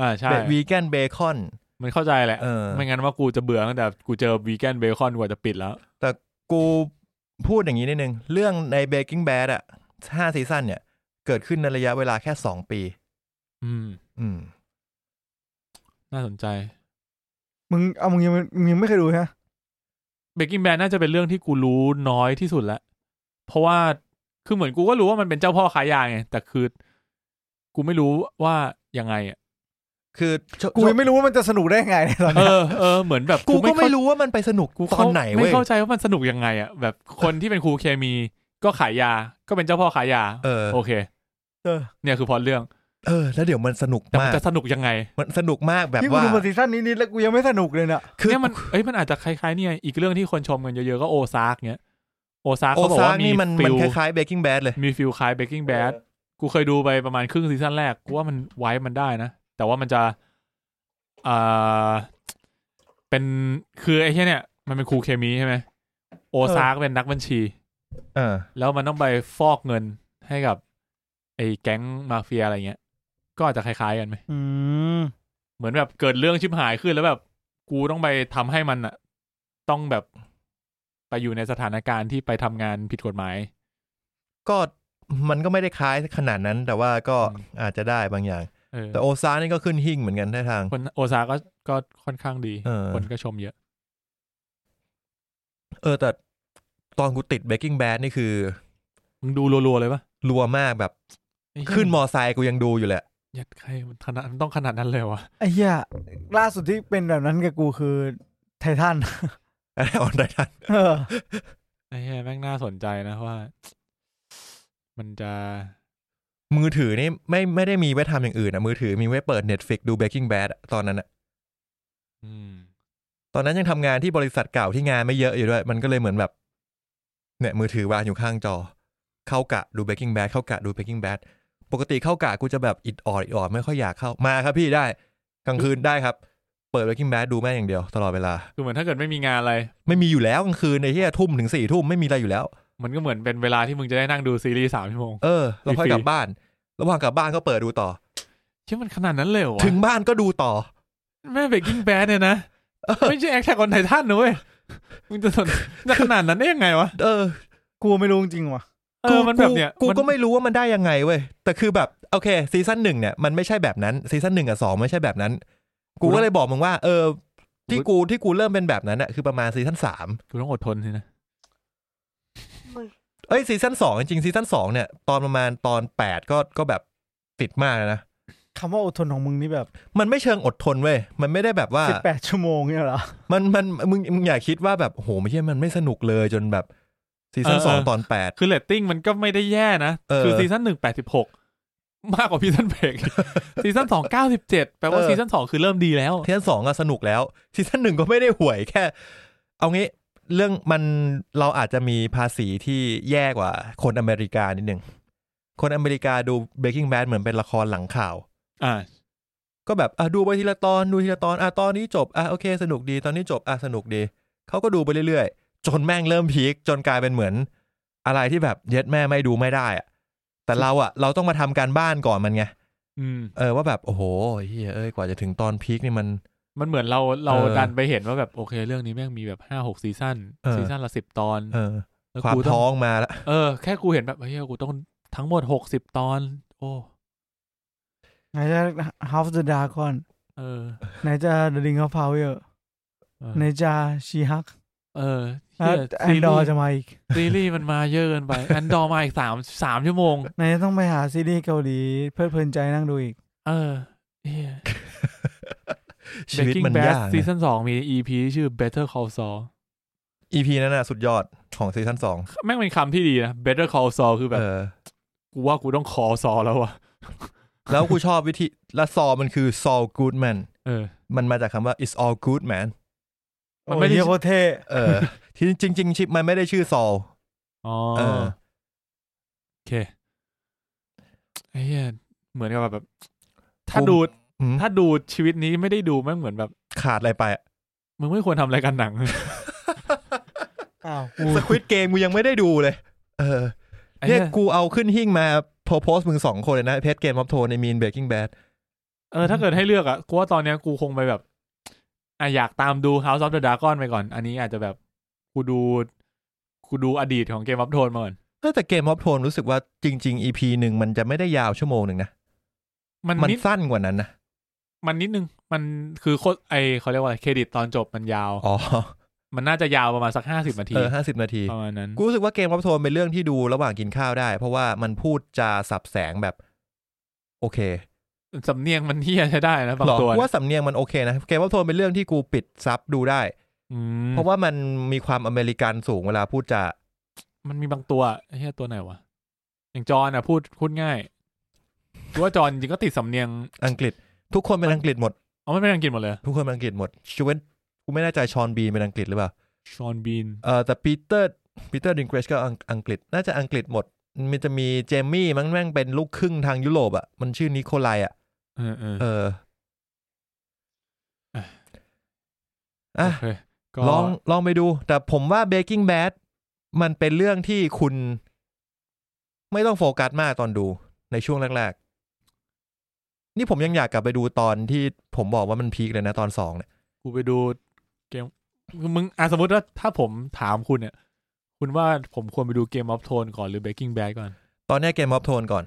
Speaker 2: อ่าใช่
Speaker 1: วีแกนเบคอน
Speaker 2: มันเข้าใจแหละ
Speaker 1: เออ
Speaker 2: ไม่งั้นว่ากูจะเบื่อตั้งแต่กูเจอวีแกนเบคอนกว่าจะปิดแล้ว
Speaker 1: กูพูดอย่างนี้นิดนึง เรื่องใน Breaking Bad อ่ะห้าซีซั่นเนี่ย เกิดขึ้นในระยะเวลาแค่สองปี
Speaker 2: อืม
Speaker 1: อืม
Speaker 2: น่าสนใจ
Speaker 3: มึงเอามึงยังไม่มึงยังไม่เคยดูฮะ
Speaker 2: เบกกิ้งแบนน่าจะเป็นเรื่องที่กูรู้น้อยที่สุดละเพราะว่าคือเหมือนกูก็รู้ว่ามันเป็นเจ้าพ่อขายยาไงแต่คือ กูไม่รู้ว่ายังไงอ่ะ
Speaker 1: คือ
Speaker 3: กูยังไม่รู้ว่ามันจะสนุกได้ยังไงเนี่ยตอน
Speaker 2: เอ
Speaker 3: เนี้ย
Speaker 2: อเออเหมือนแบบ
Speaker 1: กูก็
Speaker 2: เข้า
Speaker 1: ไม่รู้ว่ามันไปสนุก
Speaker 2: กู
Speaker 1: ต
Speaker 2: เข้า
Speaker 1: อนไหน
Speaker 2: ไม่
Speaker 1: เว้ย
Speaker 2: เข้าใจว่ามันสนุกยังไงอ่ะแบบคนที่เป็นครูเคมีก็ขายยา ก็เป็นเจ้าพ่อขายยา
Speaker 1: เออ
Speaker 2: โอเค
Speaker 3: เออ
Speaker 2: เนี่ยคือพล็อตเรื่อง
Speaker 1: เออ แล้วเดี๋ยวมันสนุก
Speaker 2: แต่มัน
Speaker 1: มาก
Speaker 2: จะสนุกยังไง
Speaker 1: มันสนุกมากแบบ
Speaker 3: ที่กู
Speaker 1: ว่า
Speaker 3: ดูมาซีซั่นนี้นิดแล้วกูยังไม่สนุกเลยเนี่ย
Speaker 1: คือ
Speaker 2: เนี่ยมันเอ้ยมันอาจจะคล้ายๆเนี่ยอีกเรื่องที่คนชมกันเยอะๆก็โอซากเนี้ยโอซาก
Speaker 1: โอ
Speaker 2: เขาบอก
Speaker 1: ซาก
Speaker 2: ว่ามี
Speaker 1: นี่มัน
Speaker 2: ฟิ
Speaker 1: มัน
Speaker 2: ล
Speaker 1: คล้ายๆ Breaking Bad เลย
Speaker 2: มีฟิลคล้ายเบกกิ้งแบด กูเคยดูไปประมาณครึ่งซีซั่นแรก กูว่ามันไว้มันได้นะ แต่ว่ามันจะอ่าเป็นคือไอ้เหี้ยเนี่ย มันเป็นครูเคมีใช่ไหมโอซาร์กเป็นนักบัญชี
Speaker 1: เออ
Speaker 2: แล้วมันต้องไปฟอกเงินให้กับ ไอ้แก๊งมาเฟียอะไรเงี้ย ก็อาจจะคล้ายๆกันไหม
Speaker 3: อืม
Speaker 2: เหมือนแบบเกิดเรื่องชิบหายขึ้นแล้วแบบ กูต้องไปทำให้มันอะต้องแบบไปอยู่ในสถานการณ์ที่ไปทำงานผิดกฎหมาย
Speaker 1: ก็มันก็ไม่ได้คล้ายขนาดนั้น แต่ว่าก็อาจจะได้บางอย่าง
Speaker 2: เออ
Speaker 1: แต่โอซากนี่ก็ขึ้นหิ่งเหมือนกันได้ทาง
Speaker 2: คนโอซาร์กก็ก็ค่อนข้างดี
Speaker 1: เออ
Speaker 2: คนก็ชมเยอะ
Speaker 1: เออ แต่ตอนกูติด Breaking Bad นี่คือ
Speaker 2: มึงดูรัวๆเลยปะ
Speaker 1: รัวมากแบบ
Speaker 2: ไอ้เหี้ย
Speaker 1: ขึ้นมอไซค์กูยังดูอยู่แหละ *laughs*
Speaker 2: ยัดใครมันขนาดมันต้องขนาดนั้นเลยวะ
Speaker 3: ไอ้เหี้ยล่าสุดที่เป็นแบบนั้นกับกูคือไททัน
Speaker 1: อะไรออนได้ทัน
Speaker 3: *laughs* เออ
Speaker 2: ไอ้เหี้ยแม่งน่าสนใจนะว่า มันจะ
Speaker 1: มือถือนี่ไม่ไม่ได้มีไว้ทำอย่างอื่นอ่ะ มือถือมีไว้เปิด Netflix ดู Breaking Bad อะตอนนั้นอะ
Speaker 2: อืม
Speaker 1: ตอนนั้นยังทำงานที่บริษัทเก่าที่งานไม่เยอะอยู่ด้วย มันก็เลยเหมือนแบบ เนี่ย มือถือวางอยู่ข้างจอ เข้ากะดู Breaking Bad เข้ากะดู Breaking Bad ปกติเข้ากะกูจะแบบอิดออดอิดออดไม่ค่อยอยากเข้ามาครับพี่ได้กลางคืนได้ครับ เปิด Breaking Bad ดูแม่งอย่างเดียวตลอดเวลา
Speaker 2: คือเหมือนถ้าเกิดไม่มีงานอะไร
Speaker 1: ไม่มีอยู่แล้วกลางคืนในที่ทุ่มถึงสี่ทุ่มไม่มีอะไรอยู่แล้ว
Speaker 2: มันก็เหมือนเป็นเวลาที่มึงจะได้นั่งดูซีรีส์สามชั่วโมง
Speaker 1: เออเราค่อย
Speaker 2: ฟรีๆ
Speaker 1: กลับบ้าน ระหว่างกลับบ้านก็เปิดดูต่อ
Speaker 2: เชื่อมันขนาดนั้นเลยวะ
Speaker 1: ถึงบ้านก็ดูต่อ
Speaker 2: แม่เบกกิ้งแบดเนี่ยนะ *laughs* ไม่ใช่แอคแท็กออนไททันนะเว้ยมึงจะส
Speaker 1: *laughs*
Speaker 2: นจะขนาดนั้นได้ยังไงวะ
Speaker 1: เออ
Speaker 3: กูไม่รู้จริงว่ะ
Speaker 2: เออมันแบบเนี้ย
Speaker 1: กู
Speaker 2: มัน
Speaker 1: ก็ไม่รู้ว่ามันได้ยังไงเว้ย แต่คือแบบโอเคซีซั่นหนึ่งเนี่ยมันไม่ใช่แบบนั้นซีซั่นหนึ่งกับสองไม่ใช่แบบนั้น กูก็เลยบอกมึงว่า เออ ที่กูที่กูเริ่มเป็นแบบนั้นอะคือประมาณซีซั่นสาม
Speaker 2: กูต้องอดทนสินะ
Speaker 1: เอ้ยซีซั่นสองจริงๆซีซั่นสองเนี่ยตอนประมาณตอนแปดก็ก็แบบติดมากเลยนะ
Speaker 3: คำว่าอดทนของมึงนี่แบบ
Speaker 1: มันไม่เชิงอดทนเว้ย มันไม่ได้แบบว่า
Speaker 3: สิบแปดชั่วโมงเนี่ยเหรอ
Speaker 1: มันมันมึงมึงอย่าคิดว่าแบบโอ้โหไม่ใช่มันไม่สนุกเลยจนแบบซีซั่นสองตอนแปด
Speaker 2: คือเรตติ้งมันก็ไม่ได้แย่นะ
Speaker 1: เออ
Speaker 2: คือซีซั่นหนึ่งแปดสิบหกมากกว่าซีซั่นเบ
Speaker 1: *laughs*
Speaker 2: รกซีซั่นสองเก้าสิบเจ็ดแปลว่า
Speaker 1: เออ
Speaker 2: ซีซั่นสองคือเริ่มดีแล้ว
Speaker 1: ซีซั่นสองอะสนุกแล้วซีซั่นหนึ่งก็ไม่ได้ห่วยแค่ เอางี้เรื่องมันเราอาจจะมีภาษีที่แย่กว่าคนอเมริกานิดหนึ่งคนอเมริกาดู Breaking Bad เหมือนเป็นละครหลังข่าว
Speaker 2: อ่า
Speaker 1: ก็แบบอ่ะดูไปทีละตอนดูทีละตอนอ่ะตอนนี้จบอ่ะโอเค สนุกดีตอนนี้จบอ่ะสนุกดีเขาก็ดูไปเรื่อยๆ จนแม่งเริ่มพีคจนกลายเป็นเหมือน อะไรที่แบบเย็ดแม่ไม่ดูไม่ได้อะแต่เราอะเราต้องมาทำการบ้านก่อนมันไง
Speaker 2: อืม
Speaker 1: เออว่าแบบโอ้โหเฮียเอ้ยกว่าจะถึงตอนพีคนี่มัน
Speaker 2: มันเหมือนเราเรา
Speaker 1: เออ
Speaker 2: ดันไปเห็นว่าแบบโอเค เรื่องนี้แม่งมีแบบห้าหกซีซั่น
Speaker 1: เออ
Speaker 2: ซีซั่นละสิบตอน
Speaker 1: เออ
Speaker 2: แล้ว
Speaker 1: ความ
Speaker 2: กูต้อ
Speaker 1: ท้
Speaker 2: ง
Speaker 1: องมาละ
Speaker 2: เออแค่กูเห็นแบบเฮ้ยกูต้องทั้งหมดหกสิบตอน โอ้
Speaker 3: ไหนจะ House of the Dragon
Speaker 2: เออ
Speaker 3: ไหนจะ The Ring of Power
Speaker 2: เออ
Speaker 3: ไหนจะชีฮัก
Speaker 2: เออเหี้
Speaker 3: แล้วย แอน
Speaker 2: ซี
Speaker 3: ดอ
Speaker 2: รี
Speaker 3: ร์
Speaker 2: ส์
Speaker 3: จะมาอีก
Speaker 2: ซีรีส์มันมาเยอะเกินไปแอนดอร์มาอีกสามสามชั่วโมง
Speaker 3: ไหนจะต้องไปหาซีรีส์เกาหลีเพลิดเพลินใจนั่งดูอีก
Speaker 2: เออเหี้ย
Speaker 1: ชีวิต
Speaker 2: Breaking
Speaker 1: มัน
Speaker 2: Bad
Speaker 1: ยาก
Speaker 2: ซี
Speaker 1: นะ
Speaker 2: ซั่นสองมี EP ที่ชื่อ Better Call Saul
Speaker 1: EP นั้นน่ะสุดยอดของซีซั่นสอง
Speaker 2: แม่งเป็นคำที่ดีนะ Better Call Saul คือแบ
Speaker 1: เอบ อ
Speaker 2: กูว่ากูต้อง call Saul แล้ววะ
Speaker 1: แล้วกูชอบวิธีและซอมันคือ Saul Goodman
Speaker 2: เออ
Speaker 1: มันมาจากคำว่า it's all good man
Speaker 2: มัน
Speaker 3: โอ้
Speaker 2: ไม่
Speaker 3: ย
Speaker 2: ได้
Speaker 3: เหี้ยโคตรเท่
Speaker 1: เอ
Speaker 2: *laughs*
Speaker 1: อ ที่จริง ๆ ชิปมันไม่ได้ชื่อ Saul
Speaker 2: อ๋อ
Speaker 1: เออ
Speaker 2: โอเคไอ้เหี้ยเหมือนกับแบบ ถ้า
Speaker 1: กู
Speaker 2: ดู
Speaker 1: อืม
Speaker 2: ถ้าดูชีวิตนี้ไม่ได้ดูแม่งเหมือนแบบ
Speaker 1: ขาดอะไรไปอะ
Speaker 2: มึงไม่ควรทำรายการหนัง
Speaker 3: อ้าว
Speaker 1: สควิตเกมกูยังไม่ได้ดูเลย เออ
Speaker 2: ไอ้
Speaker 1: เนี่
Speaker 2: เนี่ย
Speaker 1: ยกูเอาขึ้นหิ้งมาโพสมึงสองคนเลยนะเพจเกมออฟโทนในมีนเบรกิ้งแบด
Speaker 2: เออถ้าเกิดให้เลือกอ่ะกูว่าตอนเนี้ยกูคงไปแบบอ่ะอยากตามดู House of the Dragon ไปก่อน อันนี้อาจจะแบบกูดูกูดูอดีตของเกมอัพโทนมาก่อน
Speaker 1: แต่เกมออฟโทนรู้สึกว่าจริง ๆ EP หนึ่งมันจะไม่ได้ยาวชั่วโมงหนึ่งนะ
Speaker 2: มัน
Speaker 1: มัน
Speaker 2: นิด
Speaker 1: สั้นกว่านั้นนะ
Speaker 2: มันนิดนึง มันคือโคตรไอเขาเรียกว่าอะไรเครดิตตอนจบมันยาว
Speaker 1: อ๋อ
Speaker 2: มันน่าจะยาวประมาณสักห้าสิบนาที
Speaker 1: เออห้าสิบนาที
Speaker 2: ประมาณนั้น
Speaker 1: กูรู้สึกว่าเกมออฟโทนเป็นเรื่องที่ดูระหว่างกินข้าวได้ เพราะว่ามันพูดจาสับแสงแบบ โอเค
Speaker 2: สำเนียงมันเที่ยใช้ได้นะบาง
Speaker 1: หรอ
Speaker 2: ตัว
Speaker 1: ว่าสำเนียงมันโอเคนะเกมว่าโทนเป็นเรื่องที่กูปิดซับดูได้
Speaker 2: อืม
Speaker 1: เพราะว่ามันมีความอเมริกันสูงเวลาพูดจะ
Speaker 2: มันมีบางตัวไอ้เฮียตัวไหนวะอย่างจอนอ่ะพูดพูดง่ายกูว่าจอนจริงก็ติดสำเนียง
Speaker 1: อังกฤษ ทุกคนเป็นอังกฤษหมด
Speaker 2: เอาไม่เป็นอังกฤษหมดเลย
Speaker 1: ทุกคนเป็นอังกฤษหมดชูเวนกูไม่แน่ใจชอนบีนเป็นอังกฤษหรือเปล่า
Speaker 2: ชอนบีน
Speaker 1: เออแต่ปีเตอร์ปีเตอร์ดิงเกรชก็อังอังกฤษน่าจะอังกฤษหมด มันจะมีเจมมี่มันแม่งเป็นลูกครึ่งทางยุโรปอ่ะมันชื่อนิโคไลอ่ะ
Speaker 2: เออเออ
Speaker 1: เออ
Speaker 2: โอ
Speaker 1: อ่ะ
Speaker 2: เคก็
Speaker 1: ลองลองไปดู แต่ผมว่า Breaking Bad มันเป็นเรื่องที่คุณ ไม่ต้องโฟกัสมากตอนดูในช่วงแรก ๆ นี่ผมยังอยากกลับไปดูตอนที่ผมบอกว่ามันพีคเลยนะตอนสองเนี่ย
Speaker 2: กูไปดูเกมคือมึงอ่ะสมมติว่าถ้าผมถามคุณเนี่ย คุณว่าผมควรไปดูเกมออฟโทนก่อนหรือเบกกิ้งแบดก่อน
Speaker 1: ตอนเนี้เกมออฟโทนก่อน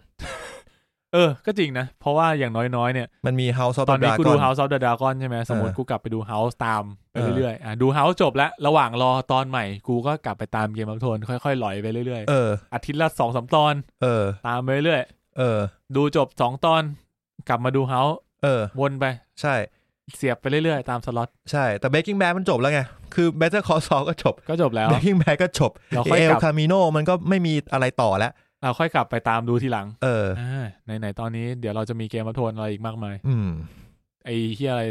Speaker 2: เออ ก็จริงนะ เพราะว่าอย่างน้อยๆเนี่ย
Speaker 1: มันมี House of
Speaker 2: ตอ
Speaker 1: the
Speaker 2: นนี้กูดู
Speaker 1: Dragon
Speaker 2: House of the Dragon ใช่ไหมสมมติ
Speaker 1: เออ
Speaker 2: กูกลับไปดู House ตามไป
Speaker 1: เออ
Speaker 2: เรื่อยๆอ่ะดู House จบแล้ว ระหว่างรอตอนใหม่ กูก็กลับไปตามเกมอัพโทนค่อยๆหลอยไปเรื่อย
Speaker 1: เออ
Speaker 2: ๆ อาทิตย์ละสองสามตอน
Speaker 1: เออ
Speaker 2: ตามไปเรื่อย
Speaker 1: เออ
Speaker 2: ๆ ดูจบสองตอน กลับมาดู House
Speaker 1: เออ
Speaker 2: วนไป
Speaker 1: ใช่
Speaker 2: เสียบไปเรื่อยๆ ตามสล็อต
Speaker 1: ใช่ แต่ Breaking Bad มันจบแล้วไง คือ Better Call Saul ก็จบ
Speaker 2: ก็จบ
Speaker 1: *laughs*
Speaker 2: แล้ว
Speaker 1: Breaking Bad ก็จบ
Speaker 2: เราค่อย
Speaker 1: เอก ล
Speaker 2: ลับ
Speaker 1: คามิโนมันก็ไม่มีอะไรต่อแล้ว
Speaker 2: เราค่อยกลับไปตามดูทีหลัง
Speaker 1: เออ
Speaker 2: อ่าไหนๆตอนนี้เดี๋ยวเราจะมีเกมอัพโทนอะไรอีกมากมาย
Speaker 1: อืม
Speaker 2: ไอ้ที่อะไร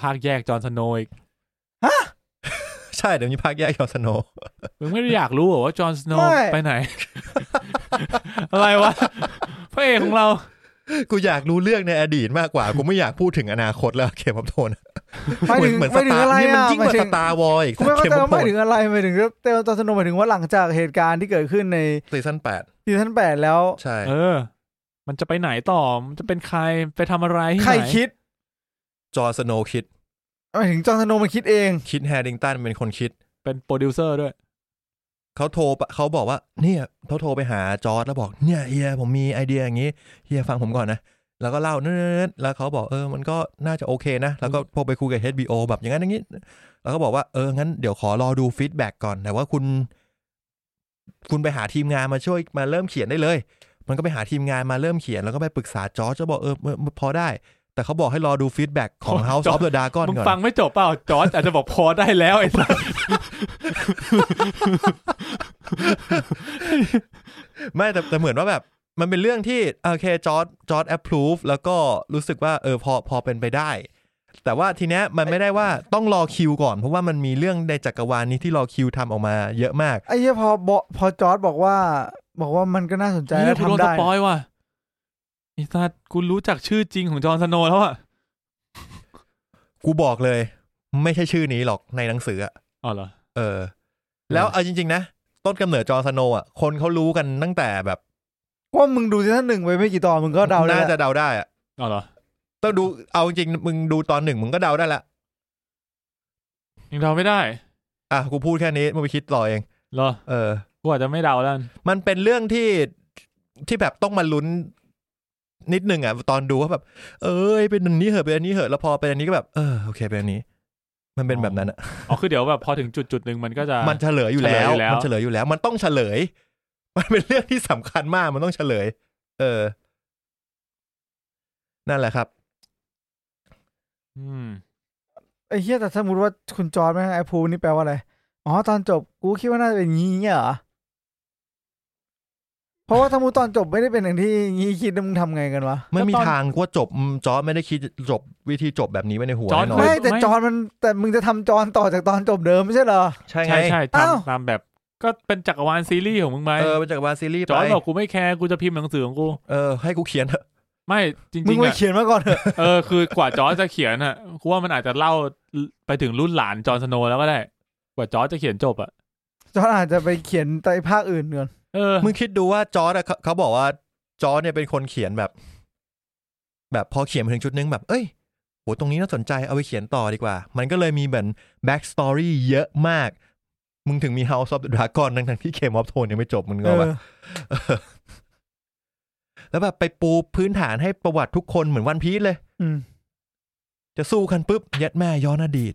Speaker 2: ภาคแยกจอห์นสโนว์อีก
Speaker 1: ใช่เดี๋ยวมีภาคแยกยอสโน
Speaker 2: มึงไม่ได้อยากรู้เหรอว่าจอห์นสโนว์
Speaker 3: ไม่
Speaker 2: ไปไหน *laughs* อะไรวะพระเอกของเรา
Speaker 1: กูอยากรู้เรื่องในอดีตมากกว่า กูไม่อยากพูดถึงอนาคตแล้วเกมอัพโทน
Speaker 3: ไม่ถึง
Speaker 1: เหมือนส
Speaker 3: ไม่ถึง
Speaker 1: ตา
Speaker 3: อะไร
Speaker 1: ร์นี่มัน
Speaker 3: อ่ะ
Speaker 1: ยิ่ง
Speaker 3: ไม่
Speaker 1: กว่า
Speaker 3: ถึ
Speaker 1: ส
Speaker 3: ง
Speaker 1: ตาร์วอยอีก
Speaker 3: กูไม่
Speaker 1: เกอัพ
Speaker 3: เข้าม ใจว่า
Speaker 1: โท
Speaker 3: ไม่
Speaker 1: น
Speaker 3: ถึงอะไรไม่ถึงเต้นตอนสนุกหมายถึงว่าหลังจากเหตุการณ์ที่เกิดขึ้นใน
Speaker 1: ซีซั่นแปด
Speaker 3: ซีซั่นแปดแล้ว
Speaker 1: ใช่
Speaker 2: เออ มันจะไปไหนต่อ มันจะเป็นใคร ไปทำอะไรที่
Speaker 3: ใคร
Speaker 2: ไหน
Speaker 3: คิด
Speaker 1: จอร์นสโนว์คิด
Speaker 3: หมายถึงจอห์นสโนว์มันคิดเอง
Speaker 1: คิดแฮร์ดิงตันเป็นคนคิด
Speaker 2: เป็นโปรดิวเซอร์ด้วย
Speaker 1: เขาโทรไปเขาบอกว่า เนี่ยเขาโทรไปหาจอร์ดแล้วบอกเนี่ยเฮียผมมีไอเดียอย่างนี้เฮียฟังผมก่อนนะ แล้วก็เล่าเนื้อแล้วเขาบอกเออมันก็น่าจะโอเคนะ แล้วก็พอไปคุยกับ HBO แบบอย่างนั้นอย่างนี้ แล้วก็บอกว่าเอองั้นเดี๋ยวขอรอดูฟีดแบ็กก่อน แต่ว่าคุณ คุณไปหาทีมงานมาช่วยมาเริ่มเขียนได้เลย มันก็ไปหาทีมงานมาเริ่มเขียนแล้วก็ไปปรึกษาจอร์ดจะบอกเออเออพอได้ แต่เขาบอกให้รอดูฟีดแบ็กของ House of the Dragon
Speaker 2: มึง
Speaker 1: ก่อ
Speaker 2: ฟัง
Speaker 1: น
Speaker 2: ไม่จบเปล่า จอร์จอาจจะบอกพอได้แล้วไอ้สัส
Speaker 1: ไม่แต่แต่เหมือนว่าแบบ มันเป็นเรื่องที่โอเคจอร์ดจอร์ดแอปพรูฟแล้วก็รู้สึกว่าเออพอพอเป็นไปได้ แต่ว่าทีเนี้ยมันไม่ได้ว่าต้องรอคิวก่อน เพราะว่ามันมีเรื่องในจักรวาลนี้ที่รอคิวทำออกมาเยอะมาก
Speaker 3: ไอ้เหี้ยพอบอกพอจอร์ดบอกว่า บอกว่ามันก็น่าสนใจ
Speaker 2: เฮีย
Speaker 3: และ
Speaker 2: กูโดนส
Speaker 3: ทำได้
Speaker 2: ปอยว่ะไอ้สัสกูรู้จักชื่อจริงของจอห์นสโนว์แล้วอ่ะ
Speaker 1: กูบอกเลย ไม่ใช่ชื่อนี้หรอกในหนังสืออะ
Speaker 2: อ๋อเหรอ
Speaker 1: เออ แล้วเอาจริง ๆ นะ ต้นกำเนิดจอร์นสโนว์อ่ะคนเขารู้กันตั้งแต่แบบ
Speaker 3: ว่ามึงดูซีซั่นหนึ่งไปไม่กี่ตอนมึงก็เดาได้
Speaker 1: น่าจะ
Speaker 3: แล้ว
Speaker 1: เดาได้อะ
Speaker 2: อ๋อเหรอ
Speaker 1: ต้องดูเอาจริงๆมึงดูตอนหนึ่งมึงก็เดาได้ละ
Speaker 2: ยังเดาไม่ได้
Speaker 1: อ่ะกูพูดแค่นี้มึงไปคิดต่อเอง
Speaker 2: เหรอ
Speaker 1: เออ
Speaker 2: กูอาจจะไม่เดาแล้ว
Speaker 1: มันเป็นเรื่องที่ที่แบบต้องมาลุ้น นิดนึงอ่ะตอนดูว่าแบบ เอ้ยเป็นอันนี้เหอะเป็นอันนี้เหอะแล้วพอเป็นอันนี้ก็แบบเออโอเคเป็นอันนี้ มันเป็นแบบนั้นอะ
Speaker 2: อ๋อคือเดี๋ยวแบบพอถึงจุดจุดหนึ่งมันก็จะ
Speaker 1: มันเฉลยอยู่แล้
Speaker 2: เฉลยว อยู่แล้ว
Speaker 1: มันเฉลยอยู่แล้ว มันต้องเฉลย มันเป็นเรื่องที่สำคัญมากมันต้องเฉลย เออ นั่นแหละครับ
Speaker 2: อืม
Speaker 3: ไอ้เฮียแต่สมมติว่าคุณจอร์ดแม่งไอ้ภูนี่แปลว่าอะไร อ๋อตอนจบกูคิดว่าน่าจะเป็นงี้เงี้ยเหรอ เพราะว่าสมมติตอนจบไม่ได้เป็นอย่างที่งี้คิดมึงทำไงกันวะ
Speaker 1: มันมี
Speaker 2: ก็ตอ
Speaker 1: ทางว่าจบอืมจอร์จไม่ได้คิดจบวิธีจบแบบนี้ไว้ในหัว
Speaker 2: จอร์จ
Speaker 1: แน่นอน
Speaker 3: ไม่แต่
Speaker 2: ไม่
Speaker 3: จอนมันแต่มึงจะทำจอนต่อจากตอนจบเดิมไม่ใช่เหรอ
Speaker 1: ใช่ไง
Speaker 2: ใช่ใช่
Speaker 3: อ้าว
Speaker 2: ทำตามแบบก็เป็นจักรวาลซีรีส์ของมึงไหม
Speaker 1: เออเป็นจากวาซีรีส์
Speaker 2: จ
Speaker 1: ไป
Speaker 2: อร์จบอกกูไม่แคร์กูจะพิมพ์หนังสือของกู
Speaker 1: เออให้กูเขียนเถอะ
Speaker 2: ไม่จ
Speaker 3: มึ
Speaker 2: ริ
Speaker 3: ง
Speaker 2: งๆ
Speaker 3: ไป
Speaker 2: อะ
Speaker 3: เขียนมาก่อนเถอะ
Speaker 2: เออคือกว่าจอร์จจะเขียนอ่ะกูว่ามันอาจจะเล่าไปถึงรุ่นหลานจอร์นสโนว์แล้วก็ได้ กว่าจอร์จจะเขียนจบอ่ะ
Speaker 3: จอนอาจจะไปเขียนไตรภาคอื่นก่อน
Speaker 2: เออ
Speaker 1: *laughs* มึงคิดดูว่าจอร์จอะเขาเขาบอกว่าจอร์จเนี่ยเป็นคนเขียนแบบ แบบพอเขียนมาถึงจุดนึงแบบ เอ้ยโหตรงนี้น่าสนใจเอาไปเขียนต่อดีกว่า มันก็เลยมีแบบแบ็กสตอรี่เยอะมาก มึงถึงมี House of the Dragon ทั้งๆที่เกมออฟโทนยังไม่จบมึง
Speaker 3: เอ
Speaker 1: ก็ว่า
Speaker 3: อ
Speaker 1: เออแล้วแบบไปปูพื้นฐานให้ประวัติทุกคนเหมือนวันพีชเลย
Speaker 3: อืม
Speaker 1: จะสู้กันปุ๊บยัดแม่ย้อนอดีต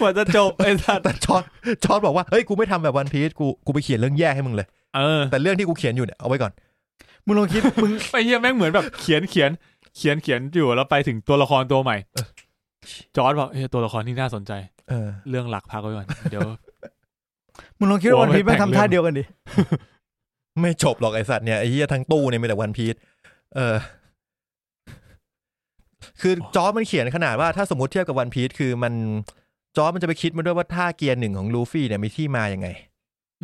Speaker 2: กว่าจะจบไอ้สัตว์
Speaker 1: แต่จอร์ดจอร์ดบอกว่า เฮ้ย กูไม่ทำแบบวันพีชกูกูไปเขียนเรื่องแย่ให้มึงเลย
Speaker 2: เออ
Speaker 1: แต่เรื่องที่กูเขียนอยู่เนี่ย เอาไว้ก่อน
Speaker 3: มึงลองคิด มึง
Speaker 2: ไอ้เหี้ยแม่งเหมือนแบบเขียนเขียนเขียนเขียนอยู่แล้วไปถึงตัวละครตัวใหม่
Speaker 1: เออ
Speaker 2: จอร์ดบอกเฮ้ยตัวละครที่น่าสนใจ
Speaker 1: เออ
Speaker 2: เรื่องหลักพักไว้ก่อน เดี๋ยว
Speaker 3: มึงลองคิดว่าวันพีช
Speaker 2: โอ้ไม่
Speaker 3: แม่ง
Speaker 2: แต่ง
Speaker 3: ทำท่าเดียวกันดิ
Speaker 1: ไม่จบหรอกไอสัตว์เนี่ย ไอเฮียทั้งตู้เนี่ยมีแต่วันพีชเออ คือจอร์ดมันเขียนขนาดว่าถ้าสมมติเทียบกับวันพีชคือมันจอร์ดมันจะไปคิดมาด้วยว่าท่าเกียร์หนึ่งของลูฟี่เนี่ยมีที่มาอย่างไง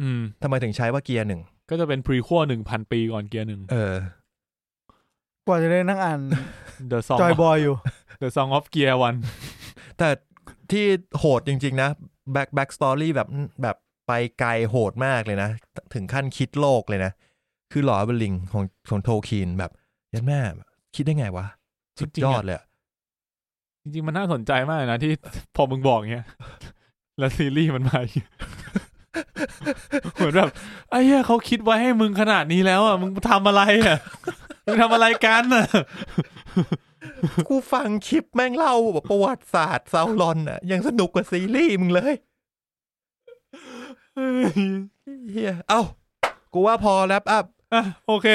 Speaker 2: อืม
Speaker 1: ทำไมถึงใช้ว่าเกียร์หนึ่ง
Speaker 2: ก็จะเป็นพรีคัวหนึ่งพันปีก่อนเกียร์หนึ่ง
Speaker 1: เออ
Speaker 3: กว่าจะได้นั่งอ่าน
Speaker 2: The Song
Speaker 3: จอย
Speaker 2: of-
Speaker 3: บอยอยู่
Speaker 2: The Song of Gear One
Speaker 1: แต่ที่โหดจริง ๆ นะแบ็คแบ็กสตอรี่แบบแบบไปไกลโหดมากเลยนะ ถึงขั้นคิดโลกเลยนะ คือหลอเบลิงของของโทคีนแบบยันแม่คิดได้ไงวะ
Speaker 2: จ
Speaker 1: สุด
Speaker 2: ริง
Speaker 1: ยอ
Speaker 2: ๆอะ
Speaker 1: ดเลยอะ
Speaker 2: จริงๆ มันน่าสนใจมากเลยนะที่ *laughs* พอมึงบอกเงี้ย *laughs* แล้วซีรีส์มันมาอีก *laughs* เหมือนแบบไอ้เหี้ยเขาคิดไว้ให้มึงขนาดนี้แล้วอ่ะมึงทำอะไรอ่ะ *laughs* มึงทำอะไรกันอ่ะ
Speaker 1: กูฟังคลิปแม่งเล่าแบบประวัติศาสตร์ซาวลอนอ่ะ ยังสนุกกว่าซีรีส์มึงเลยเฮียเอ้า กูว่าพอแรปอัพ
Speaker 2: อ่ะโอเค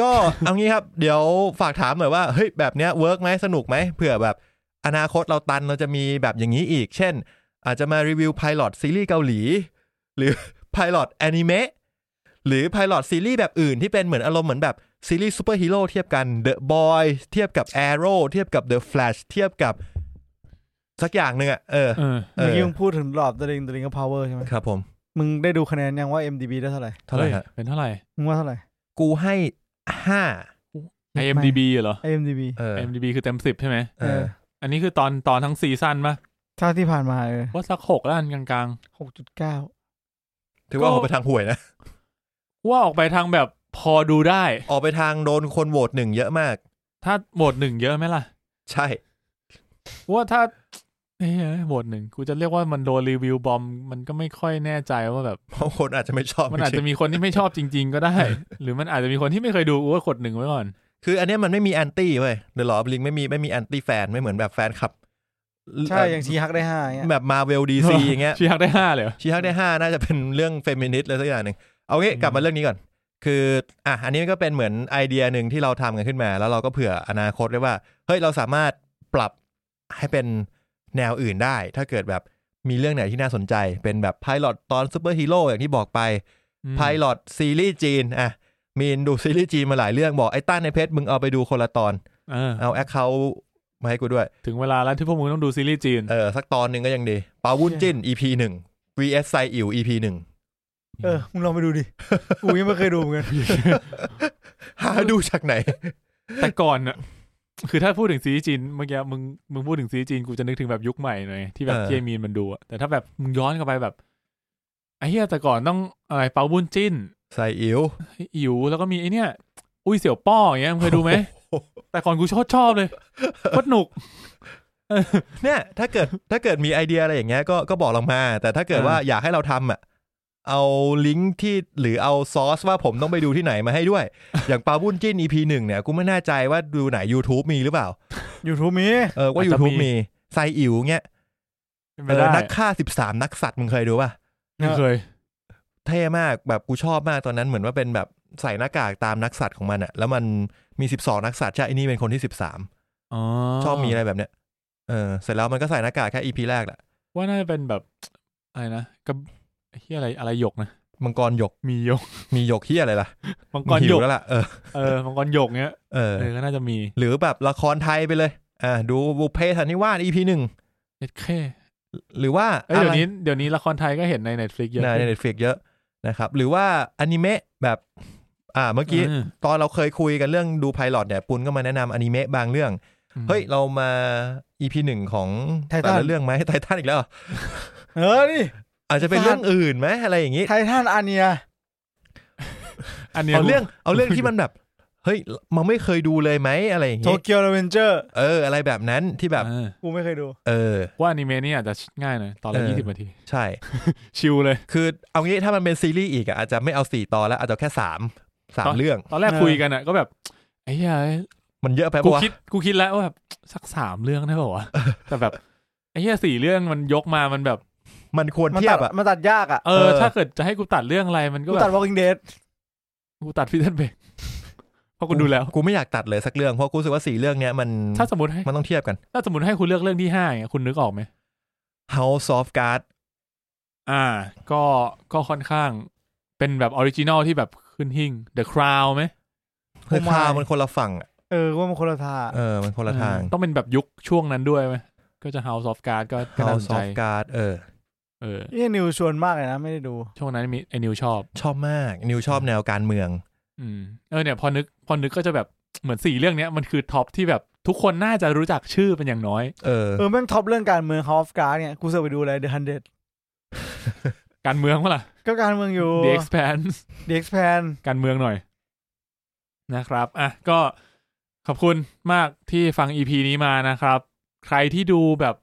Speaker 1: ก็ *laughs* เอางี้ครับ เดี๋ยวฝากถามหน่อยว่าเฮ้ยแบบเนี้ยเวิร์กไหมสนุกไหมเผื่อแบบอนาคตเราตันเราจะมีแบบอย่างนี้อีก เช่น อาจจะมารีวิวพ i l o t ซีรีส์เกาหลี หรือ *laughs* p i l o t แอนิเมะหรือ p i l o t ซีรีส์แบบอื่นที่เป็นเหมือนอารมณ์เหมือนแบบซีรีส์ซูเปอร์ฮีโร่เทียบกัน The Boy เทียบกับ Arrow เทียบกับ The Flash เทียบกับ สักอย่างหนึ่งอะเออ
Speaker 2: เออ
Speaker 1: เอ
Speaker 3: เมื่อกี้
Speaker 1: อ
Speaker 3: มึงพูดถึงหลอบตะลิงตะลิงกับพาวเวอร์ใช่ไหม
Speaker 1: ครับผม
Speaker 3: มึงได้ดูคะแนนยังว่า MDB ได้เท่าไหร่
Speaker 1: เท่าไหร่ฮะ
Speaker 2: ฮ้ยเป็นเท่าไหร่
Speaker 3: มึงว่าเท่าไหร่
Speaker 1: กูให้ห้า
Speaker 2: IMDB เหรอ
Speaker 3: IMDB
Speaker 1: เออ
Speaker 2: IMDB คือเต็มสิบใช่ไหม
Speaker 1: เออ
Speaker 2: อันนี้คือตอนตอนทั้งซีซั่นปะ
Speaker 3: เท่าที่ผ่านมาเออ
Speaker 2: ว่าสักหกแล้วอันกลาง
Speaker 3: หกจุดเก้า
Speaker 1: ถือว่าออกไปทางห่วยนะ
Speaker 2: ๆว่าออกไปทางแบบพอดูได้
Speaker 1: ออกไปทางโดนคนโหวตหนึ่งเยอะมาก
Speaker 2: ถ้าโหวตหนึ่งเยอะไหมล่ะ
Speaker 1: ใช่
Speaker 2: ว่าถ้าเอ้ยโหวตหนึ่งกูจะเรียกว่ามันโดนรีวิวบอมมันก็ไม่ค่อยแน่ใจว่าแบบ
Speaker 1: เพราะคนอาจจะไม่ชอบ
Speaker 2: มันอาจ
Speaker 1: จริ
Speaker 2: จะ
Speaker 1: ง
Speaker 2: มีคนที่ไม่ชอบจริง ๆ ก็ได้
Speaker 1: *laughs*
Speaker 2: หรือมันอาจจะมีคนที่ไม่เคยดูกูก็กดหนึ่งไว้ก่อน
Speaker 1: ๆคืออันเนี้ยมันไม่มีแอนตี้เว้ยเดอะลอบลิงไม่มีไม่มีแอนตี้แฟน ไม่เหมือนแบบแฟนคลับ
Speaker 3: ใช่อย่างชีฮักได้ห้าอย่างเงี้ย
Speaker 1: แบบมาเวลดีซีอย่างเงี้ย
Speaker 2: *laughs* ชี้ฮักได้ห้าเลยเหรอ
Speaker 1: ชีฮักได้ห้าน่าจะเป็นเรื่องเฟมินิสต์อะไรสักอย่างหนึ่งเอางี้
Speaker 2: อืม
Speaker 1: กลับมาเรื่องนี้ก่อน คืออ่ะอันนี้มันก็เป็นเหมือนไอเดียหนึ่งที่เราทำกันขึ้นมา แล้วเราก็เผื่ออนาคตได้ว่า เฮ้ยเราสามารถปรับให้เป็นแนวอื่นได้ ถ้าเกิดแบบมีเรื่องไหนที่น่าสนใจ เป็นแบบพายลอตตอนซูเปอร์ฮีโร่อย่างที่บอกไป
Speaker 2: อืม
Speaker 1: พายลอตซีรีส์จีนอ่ะมีนดูซีรีส์จีนมาหลายเรื่องบอกไอ้ต้านในเพชรมึงเอาไปดูคนละตอน
Speaker 2: เออ
Speaker 1: เอาแอคเคาท์มาให้กูด้วย
Speaker 2: ถึงเวลาแล้วที่พวกมึงต้องดูซีรีส์จีน
Speaker 1: เออ สักตอนหนึ่งก็ยังดีปาวุ้นจิ้น EP หนึ่ง vs ไซอิ๋ว EP หนึ่ง
Speaker 3: เออมึงลองไปดูดิกูยังไม่เคยดูเหมือนกัน
Speaker 1: หาดูจากไหน
Speaker 2: *laughs*
Speaker 1: *laughs*
Speaker 2: แต่ก่อนอะคือถ้าพูดถึงซีรีส์จีนเมื่อกี้มึงมึงพูดถึงซีรีส์จีนกูจะนึกถึงแบบยุคใหม่หน่อยที่แบบ
Speaker 1: เออ
Speaker 2: เจมีนมันดูอะแต่ถ้าแบบมึงย้อนกลับไปแบบไอ้เหี้ยแต่ก่อนต้องอะไรเปาบุญจิ้น
Speaker 1: ไซอิ๋ว
Speaker 2: อิ๋วแล้วก็มีไอเนี่ย อุ้ยเสี่ยวป้ออย่างเงี้ยมึงเคยดู
Speaker 1: *laughs*
Speaker 2: ไหม แต่ก่อนกูชอบชอบเลยโคตรหนุก
Speaker 1: เนี่ย ถ้าเกิดถ้าเกิดมีไอเดียอะไรอย่างเงี้ยก็ก็บอกลงมา แต่ถ้าเกิดว่าอยากให้เราทำอ่ะ เอาลิงก์ที่หรือเอาซอสว่าผมต้องไปดูที่ไหนมาให้
Speaker 2: *laughs*
Speaker 1: ด้วย อย่างปลาบุญจิ้น EP หนึ่งเนี่ย กูไม่แน่ใจว่าดูไหน YouTube มีหรือเปล่า
Speaker 3: ยูทูบมี
Speaker 1: เออว่า
Speaker 2: อาจจะ
Speaker 1: YouTube
Speaker 2: มี
Speaker 1: มีไซอิ๋วเงี้ย
Speaker 2: เป็นไป
Speaker 1: เออ
Speaker 2: ได้
Speaker 1: นักฆ่าสิบสามนักสัตว์มึงเคยดูป่ะ
Speaker 2: ไม่เคย
Speaker 1: เท่มากแบบกูชอบมากตอนนั้นเหมือนว่าเป็นแบบใส่หน้ากากตามนักสัตว์ของมันอะแล้วมันมีสิบสองนักสัตว์ใช่ไอ้นี่เป็นคนที่สิบสาม
Speaker 2: อ๋อ
Speaker 1: ชอบมีอะไรแบบเนี้ยเออเสร็จแล้วมันก็ใส่หน้ากากแค่อีพีแรกแหละ
Speaker 2: ว่าน่าจะเป็นแบบ อะไรนะกับเฮียอะไรอะไรหยกนะ
Speaker 1: มังกรหยก
Speaker 2: มีหย
Speaker 1: *laughs*
Speaker 2: ก
Speaker 1: มีหยกที่อะไรล่ะ
Speaker 2: มังก
Speaker 1: มั
Speaker 2: ร
Speaker 1: นหิ
Speaker 2: หยว ก
Speaker 1: แล้วล่ะเออ
Speaker 2: เออมังกรหยกเนี้ย
Speaker 1: เออ
Speaker 2: เออก็น่าจะมี
Speaker 1: หรือแบบละครไทยไปเลยอ่าดูบุพเพสันนิวาสอีพีหนึ่ง
Speaker 2: เอ็ดเค
Speaker 1: หรือว่า
Speaker 2: เอ้ยเดี๋ยวนี้
Speaker 1: อะ
Speaker 2: เดี๋ยวนี้ละครไทยก็เห็นใน Netflix เยอะ
Speaker 1: ไรในเน็ตฟลิกเยอะนะครับ หรือว่าอนิเมะแบบอ่าเมื่อกี้
Speaker 2: เออ
Speaker 1: ตอนเราเคยคุยกันเรื่องดูไพลอตเนี่ยปุณก็มาแนะนำอนิเมะบางเรื่อง
Speaker 2: อืม
Speaker 1: เฮ้ย เรามาอีพีหนึ่งของ
Speaker 3: Titan
Speaker 1: แต่ละเรื่องไหมไททันอีกแล้วเหรอ
Speaker 3: เออนี่
Speaker 1: อาจจะเป็นเรื่องอื่นไหมอะไรอย่างนี้
Speaker 3: ไททันอาเนีย
Speaker 2: อันเนี้ย
Speaker 1: เอาเรื่องเอาเรื่องที่มันแบบ เฮ้ยมันไม่เคยดูเลยไหมอะไรอย่าง
Speaker 3: โต
Speaker 1: นี้
Speaker 3: เกียวเรเวนเจอร์
Speaker 1: เออ อะไรแบบนั้นที่แบบ
Speaker 2: เออ
Speaker 3: กูไม่เคยดู
Speaker 1: เออ
Speaker 2: ว่าอนิเมะนี่อาจจะง่ายหน่อยตอนละ
Speaker 1: เออ
Speaker 2: ยี่สิบนาที
Speaker 1: ใช่
Speaker 2: ชิลเลย
Speaker 1: คือเอางี้ถ้ามันเป็นซีรีส์อีกอะอาจจะไม่เอาสี่ตอนแล้วอาจจะแค่สามสา
Speaker 2: ต
Speaker 1: ม
Speaker 2: อน
Speaker 1: เรื่อง
Speaker 2: ตอนแรก
Speaker 3: เออ
Speaker 2: คุยกันอ่ะก็แบบไอ้เหี้ย
Speaker 1: มันเยอะไป
Speaker 2: กู
Speaker 1: ปะวะ
Speaker 2: คิดกูคิดแล้วว่าแบบสักสามเรื่องได้ป่าวะ แต่แบบไอ้เหี้ยสี่เรื่องมันยกมามันแบบ
Speaker 1: มันควร
Speaker 3: มัน
Speaker 1: เทีย
Speaker 3: ตัด
Speaker 1: บอะ
Speaker 3: มันตัดยากอ่ะ
Speaker 2: เอ
Speaker 1: เอ
Speaker 2: อ
Speaker 1: อ
Speaker 2: ถ้าเกิดจะให้กูตัดเรื่องอะไรมันก็
Speaker 3: กู
Speaker 2: แบ
Speaker 3: ตัด
Speaker 2: บ
Speaker 3: Walking Dead
Speaker 2: กูตัดฟิทันเบก *laughs* เพราะกูดูแล้ว
Speaker 1: กูไม่อยากตัดเลยสักเรื่องเพราะกูรู้สึกว่าสี่เรื่องเนี้ยมัน
Speaker 2: ถ้าสมมติให้
Speaker 1: มันต้องเทียบกัน
Speaker 2: ถ้าสมมติให้คุณเลือกเรื่องที่ห้าอย่างเงี้ยคุณนึกออกไหม
Speaker 1: House of Cards
Speaker 2: อ่า ก็ก็ค่อนข้างเป็นแบบออริจินอลที่แบบขึ้นหิ่ง The Crown ไหม
Speaker 1: คือ
Speaker 3: Oh my
Speaker 1: คาวมันคนละฝั่งอะ
Speaker 3: เออว่ามันคนละท่า
Speaker 1: เออมันคนละทาง
Speaker 2: เออต้องเป็นแบบยุคช่วงนั้นด้วยไหมก็จะ House of Cards ก็ก็น่าส
Speaker 1: House
Speaker 2: นใจ
Speaker 1: of Cards เออ
Speaker 2: เออ
Speaker 3: นี่นิวชวนมากเลยนะ ไม่ได้ดู
Speaker 2: ช่วงนั้นมีไอ้นิวชอบ
Speaker 1: ชอบมากนิวชอบแนวการเมือง
Speaker 2: อืมเออเนี่ยพอนึกพอนึกก็จะแบบเหมือนสี่เรื่องเนี้ยมันคือท็อปที่แบบทุกคนน่าจะรู้จักชื่อเป็นอย่างน้อย
Speaker 1: เออ
Speaker 3: เออแม่งท็อปเรื่องการเมืองฮอฟการ์เนี่ย กูเสิร์ชไปดูอะไรเดอะฮันเดด
Speaker 2: การเมืองเมื่อไหร่ะ
Speaker 3: ก็การเมืองอยู่
Speaker 2: The Expanse
Speaker 3: เด็กแพน
Speaker 2: การเมืองหน่อยนะครับ อ่ะ ก็ขอบคุณมากที่ฟัง EP นี้มานะครับ ใครที่ดูแบบ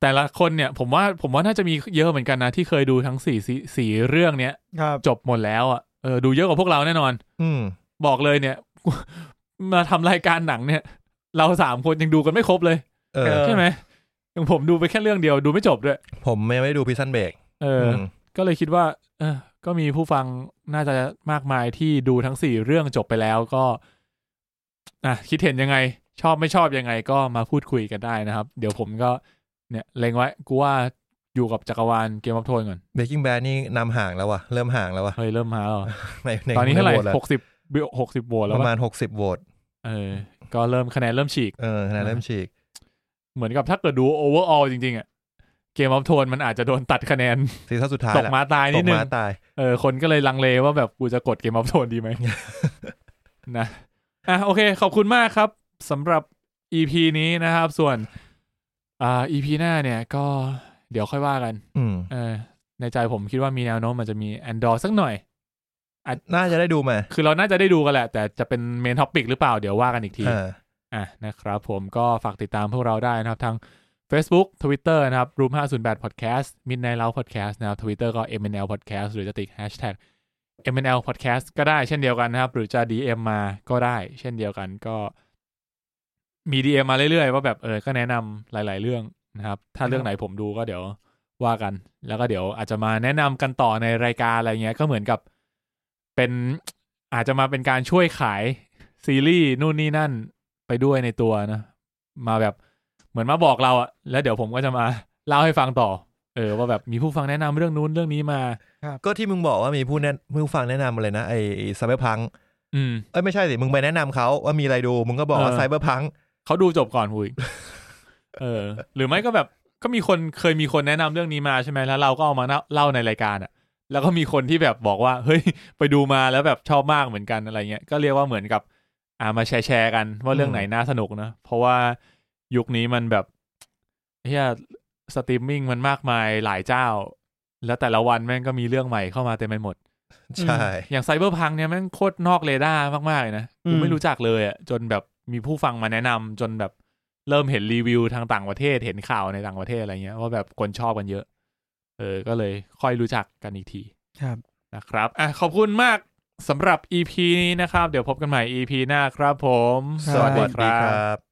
Speaker 2: แต่ละคนเนี่ย ผมว่าผมว่าน่าจะมีเยอะเหมือนกันนะ ที่เคยดูทั้งสี่สี่สี่เรื่องเนี้ย
Speaker 3: ครับ
Speaker 2: จบหมดแล้วอ่ะเออดูเยอะกว่าพวกเราแน่นอน
Speaker 1: อืม
Speaker 2: บอกเลย *laughs* เนี่ย มาทำรายการหนังเนี่ย เราสามคนยังดูกันไม่ครบเลย
Speaker 1: เออ
Speaker 2: ใช่ไหมยังผมดูไปแค่เรื่องเดียวดูไม่จบด้วย
Speaker 1: ผมยังไม่ได้ดูพิซันเบก
Speaker 2: เอออ ก็เลยคิดว่า เออ ก็มีผู้ฟังน่าจะมากมายที่ดูทั้งสี่เรื่องจบไปแล้วก็ อ่ะคิดเห็นยังไง ชอบไม่ชอบยังไง ก็มาพูดคุยกันได้นะครับ เดี๋ยวผมก็เนี่ยเล็งไว้กูว่าอยู่กับจักรวาลเกมอัพโทนก่อน
Speaker 1: เบกกิ้งแบดนี่นำห่างแล้วว่ะ เริ่มห่างแล้วว่ะ
Speaker 2: เฮ้ยเริ่มมาแล้วอ่ะ
Speaker 1: ในใน
Speaker 2: ตอนนี้เท่าไหร่
Speaker 1: ใโวตแล้ว
Speaker 2: หกสิบหกสิบโหวตแล้
Speaker 1: ป
Speaker 2: ว
Speaker 1: ระ
Speaker 2: ปะ
Speaker 1: มาณหกสิบโหวต
Speaker 2: เออ ก็เริ่มคะแนนเริ่มฉีก
Speaker 1: เออคะแนนเริ่มฉีก
Speaker 2: เหมือนกับถ้าเกิดดูโอเวอร์ออลจริงๆอ่ะเกมอัพโทนมันอาจจะโดนตัดคะแนน
Speaker 1: ซีซั่นสุดท้าย
Speaker 2: ตก
Speaker 1: ละ
Speaker 2: มาตาย
Speaker 1: ต
Speaker 2: นิด
Speaker 1: ก
Speaker 2: นึง
Speaker 1: มาตาย
Speaker 2: เออคนก็เลยลังเลว่าแบบกูจะกดเกมอัพโทนดีไหม *laughs* นะ อ่ะโอเค ขอบคุณมากครับสำหรับ EP นี้นะครับ ส่วน อ่า EP หน้าเนี่ยก็เดี๋ยวค่อยว่ากัน
Speaker 1: อืม
Speaker 2: เออ ในใจผมคิดว่ามีแนวโน้มมันจะมีแอนดอร์สักหน่อย
Speaker 1: น่าจะได้ดูมา
Speaker 2: คือเราน่าจะได้ดูกันแหละ แต่จะเป็นเมนท็อปิกหรือเปล่าเดี๋ยวว่ากันอีกที
Speaker 1: อ่า
Speaker 2: อ่ะนะครับผมก็ฝากติดตามพวกเราได้นะครับ ทาง Facebook Twitter นะครับ Room 508 Podcast Midnight Lounge Podcast นะครับ Twitter ก็ MNL Podcast หรือจะติด Hashtag MNL Podcast ก็ได้เช่นเดียวกันนะครับ หรือจะ DM มาก็ได้เช่นเดียวกันก็ มี DM มาเรื่อยๆ ว่าแบบเออก็แนะนำหลาย ๆ เรื่องนะครับ ถ้าเรื่องไหนผมดูก็เดี๋ยวว่ากัน แล้วก็เดี๋ยวอาจจะมาแนะนำกันต่อในรายการอะไรเงี้ยก็เหมือนกับเป็นอาจจะมาเป็นการช่วยขายซีรีส์นู่นนี่นั่น ไปด้วยในตัวนะ มาแบบเหมือนมาบอกเราอะแล้วเดี๋ยวผมก็จะมา เล่าให้ฟังต่อ เออ ว่าแบบมีผู้ฟังแนะนำเรื่องนู้นเรื่องนี้มา
Speaker 1: ก็ที่มึงบอกว่ามีผู้แนะผู้ฟังแนะนำอะไรนะไอ้ไซเบอร์พัง
Speaker 2: อืม
Speaker 1: เอ้ยไม่ใช่สิ มึงไปแนะนำเขาว่ามีอะไรดู มึงก็บอกว่า
Speaker 2: เออ
Speaker 1: ไซเบอร์พัง
Speaker 2: เขาดูจบก่อนกูอีก *laughs* เออ หรือไม่ก็แบบก็มีคนเคยมีคนแนะนำเรื่องนี้มาใช่ไหมแล้วเราก็เอามาเล่าเล่าในรายการอะแล้วก็มีคนที่แบบบอกว่า เฮ้ย ไปดูมาแล้วแบบชอบมากเหมือนกันอะไรเงี้ยก็เรียกว่าเหมือนกับ อ่ามาแชร์แชร์กันว่าเรื่องไหนน่าสนุกนะเพราะว่ายุคนี้มันแบบเฮียสตรีมมิ่งมันมากมายหลายเจ้า แล้วแต่ละวันแม่งก็มีเรื่องใหม่เข้ามาเต็มไปหมด
Speaker 1: ใช่
Speaker 2: อย่างไซเบอร์พังเนี่ยแม่งโคตรนอกเรดาร์มาก ๆ เลยนะกูไม่
Speaker 3: อืม
Speaker 2: รู้จักเลยอ่ะจนแบบมีผู้ฟังมาแนะนำจนแบบเริ่มเห็นรีวิวทางต่างประเทศเห็นข่าวในต่างประเทศอะไรเงี้ยว่าแบบคนชอบกันเยอะ เออ ก็เลยค่อยรู้จักกันอีกที
Speaker 3: ครับ
Speaker 2: นะครับอ่ะขอบคุณมากสำหรับ EP นี้นะครับ เดี๋ยวพบกันใหม่ EP หน้าครับผม
Speaker 1: สวัสดีครับ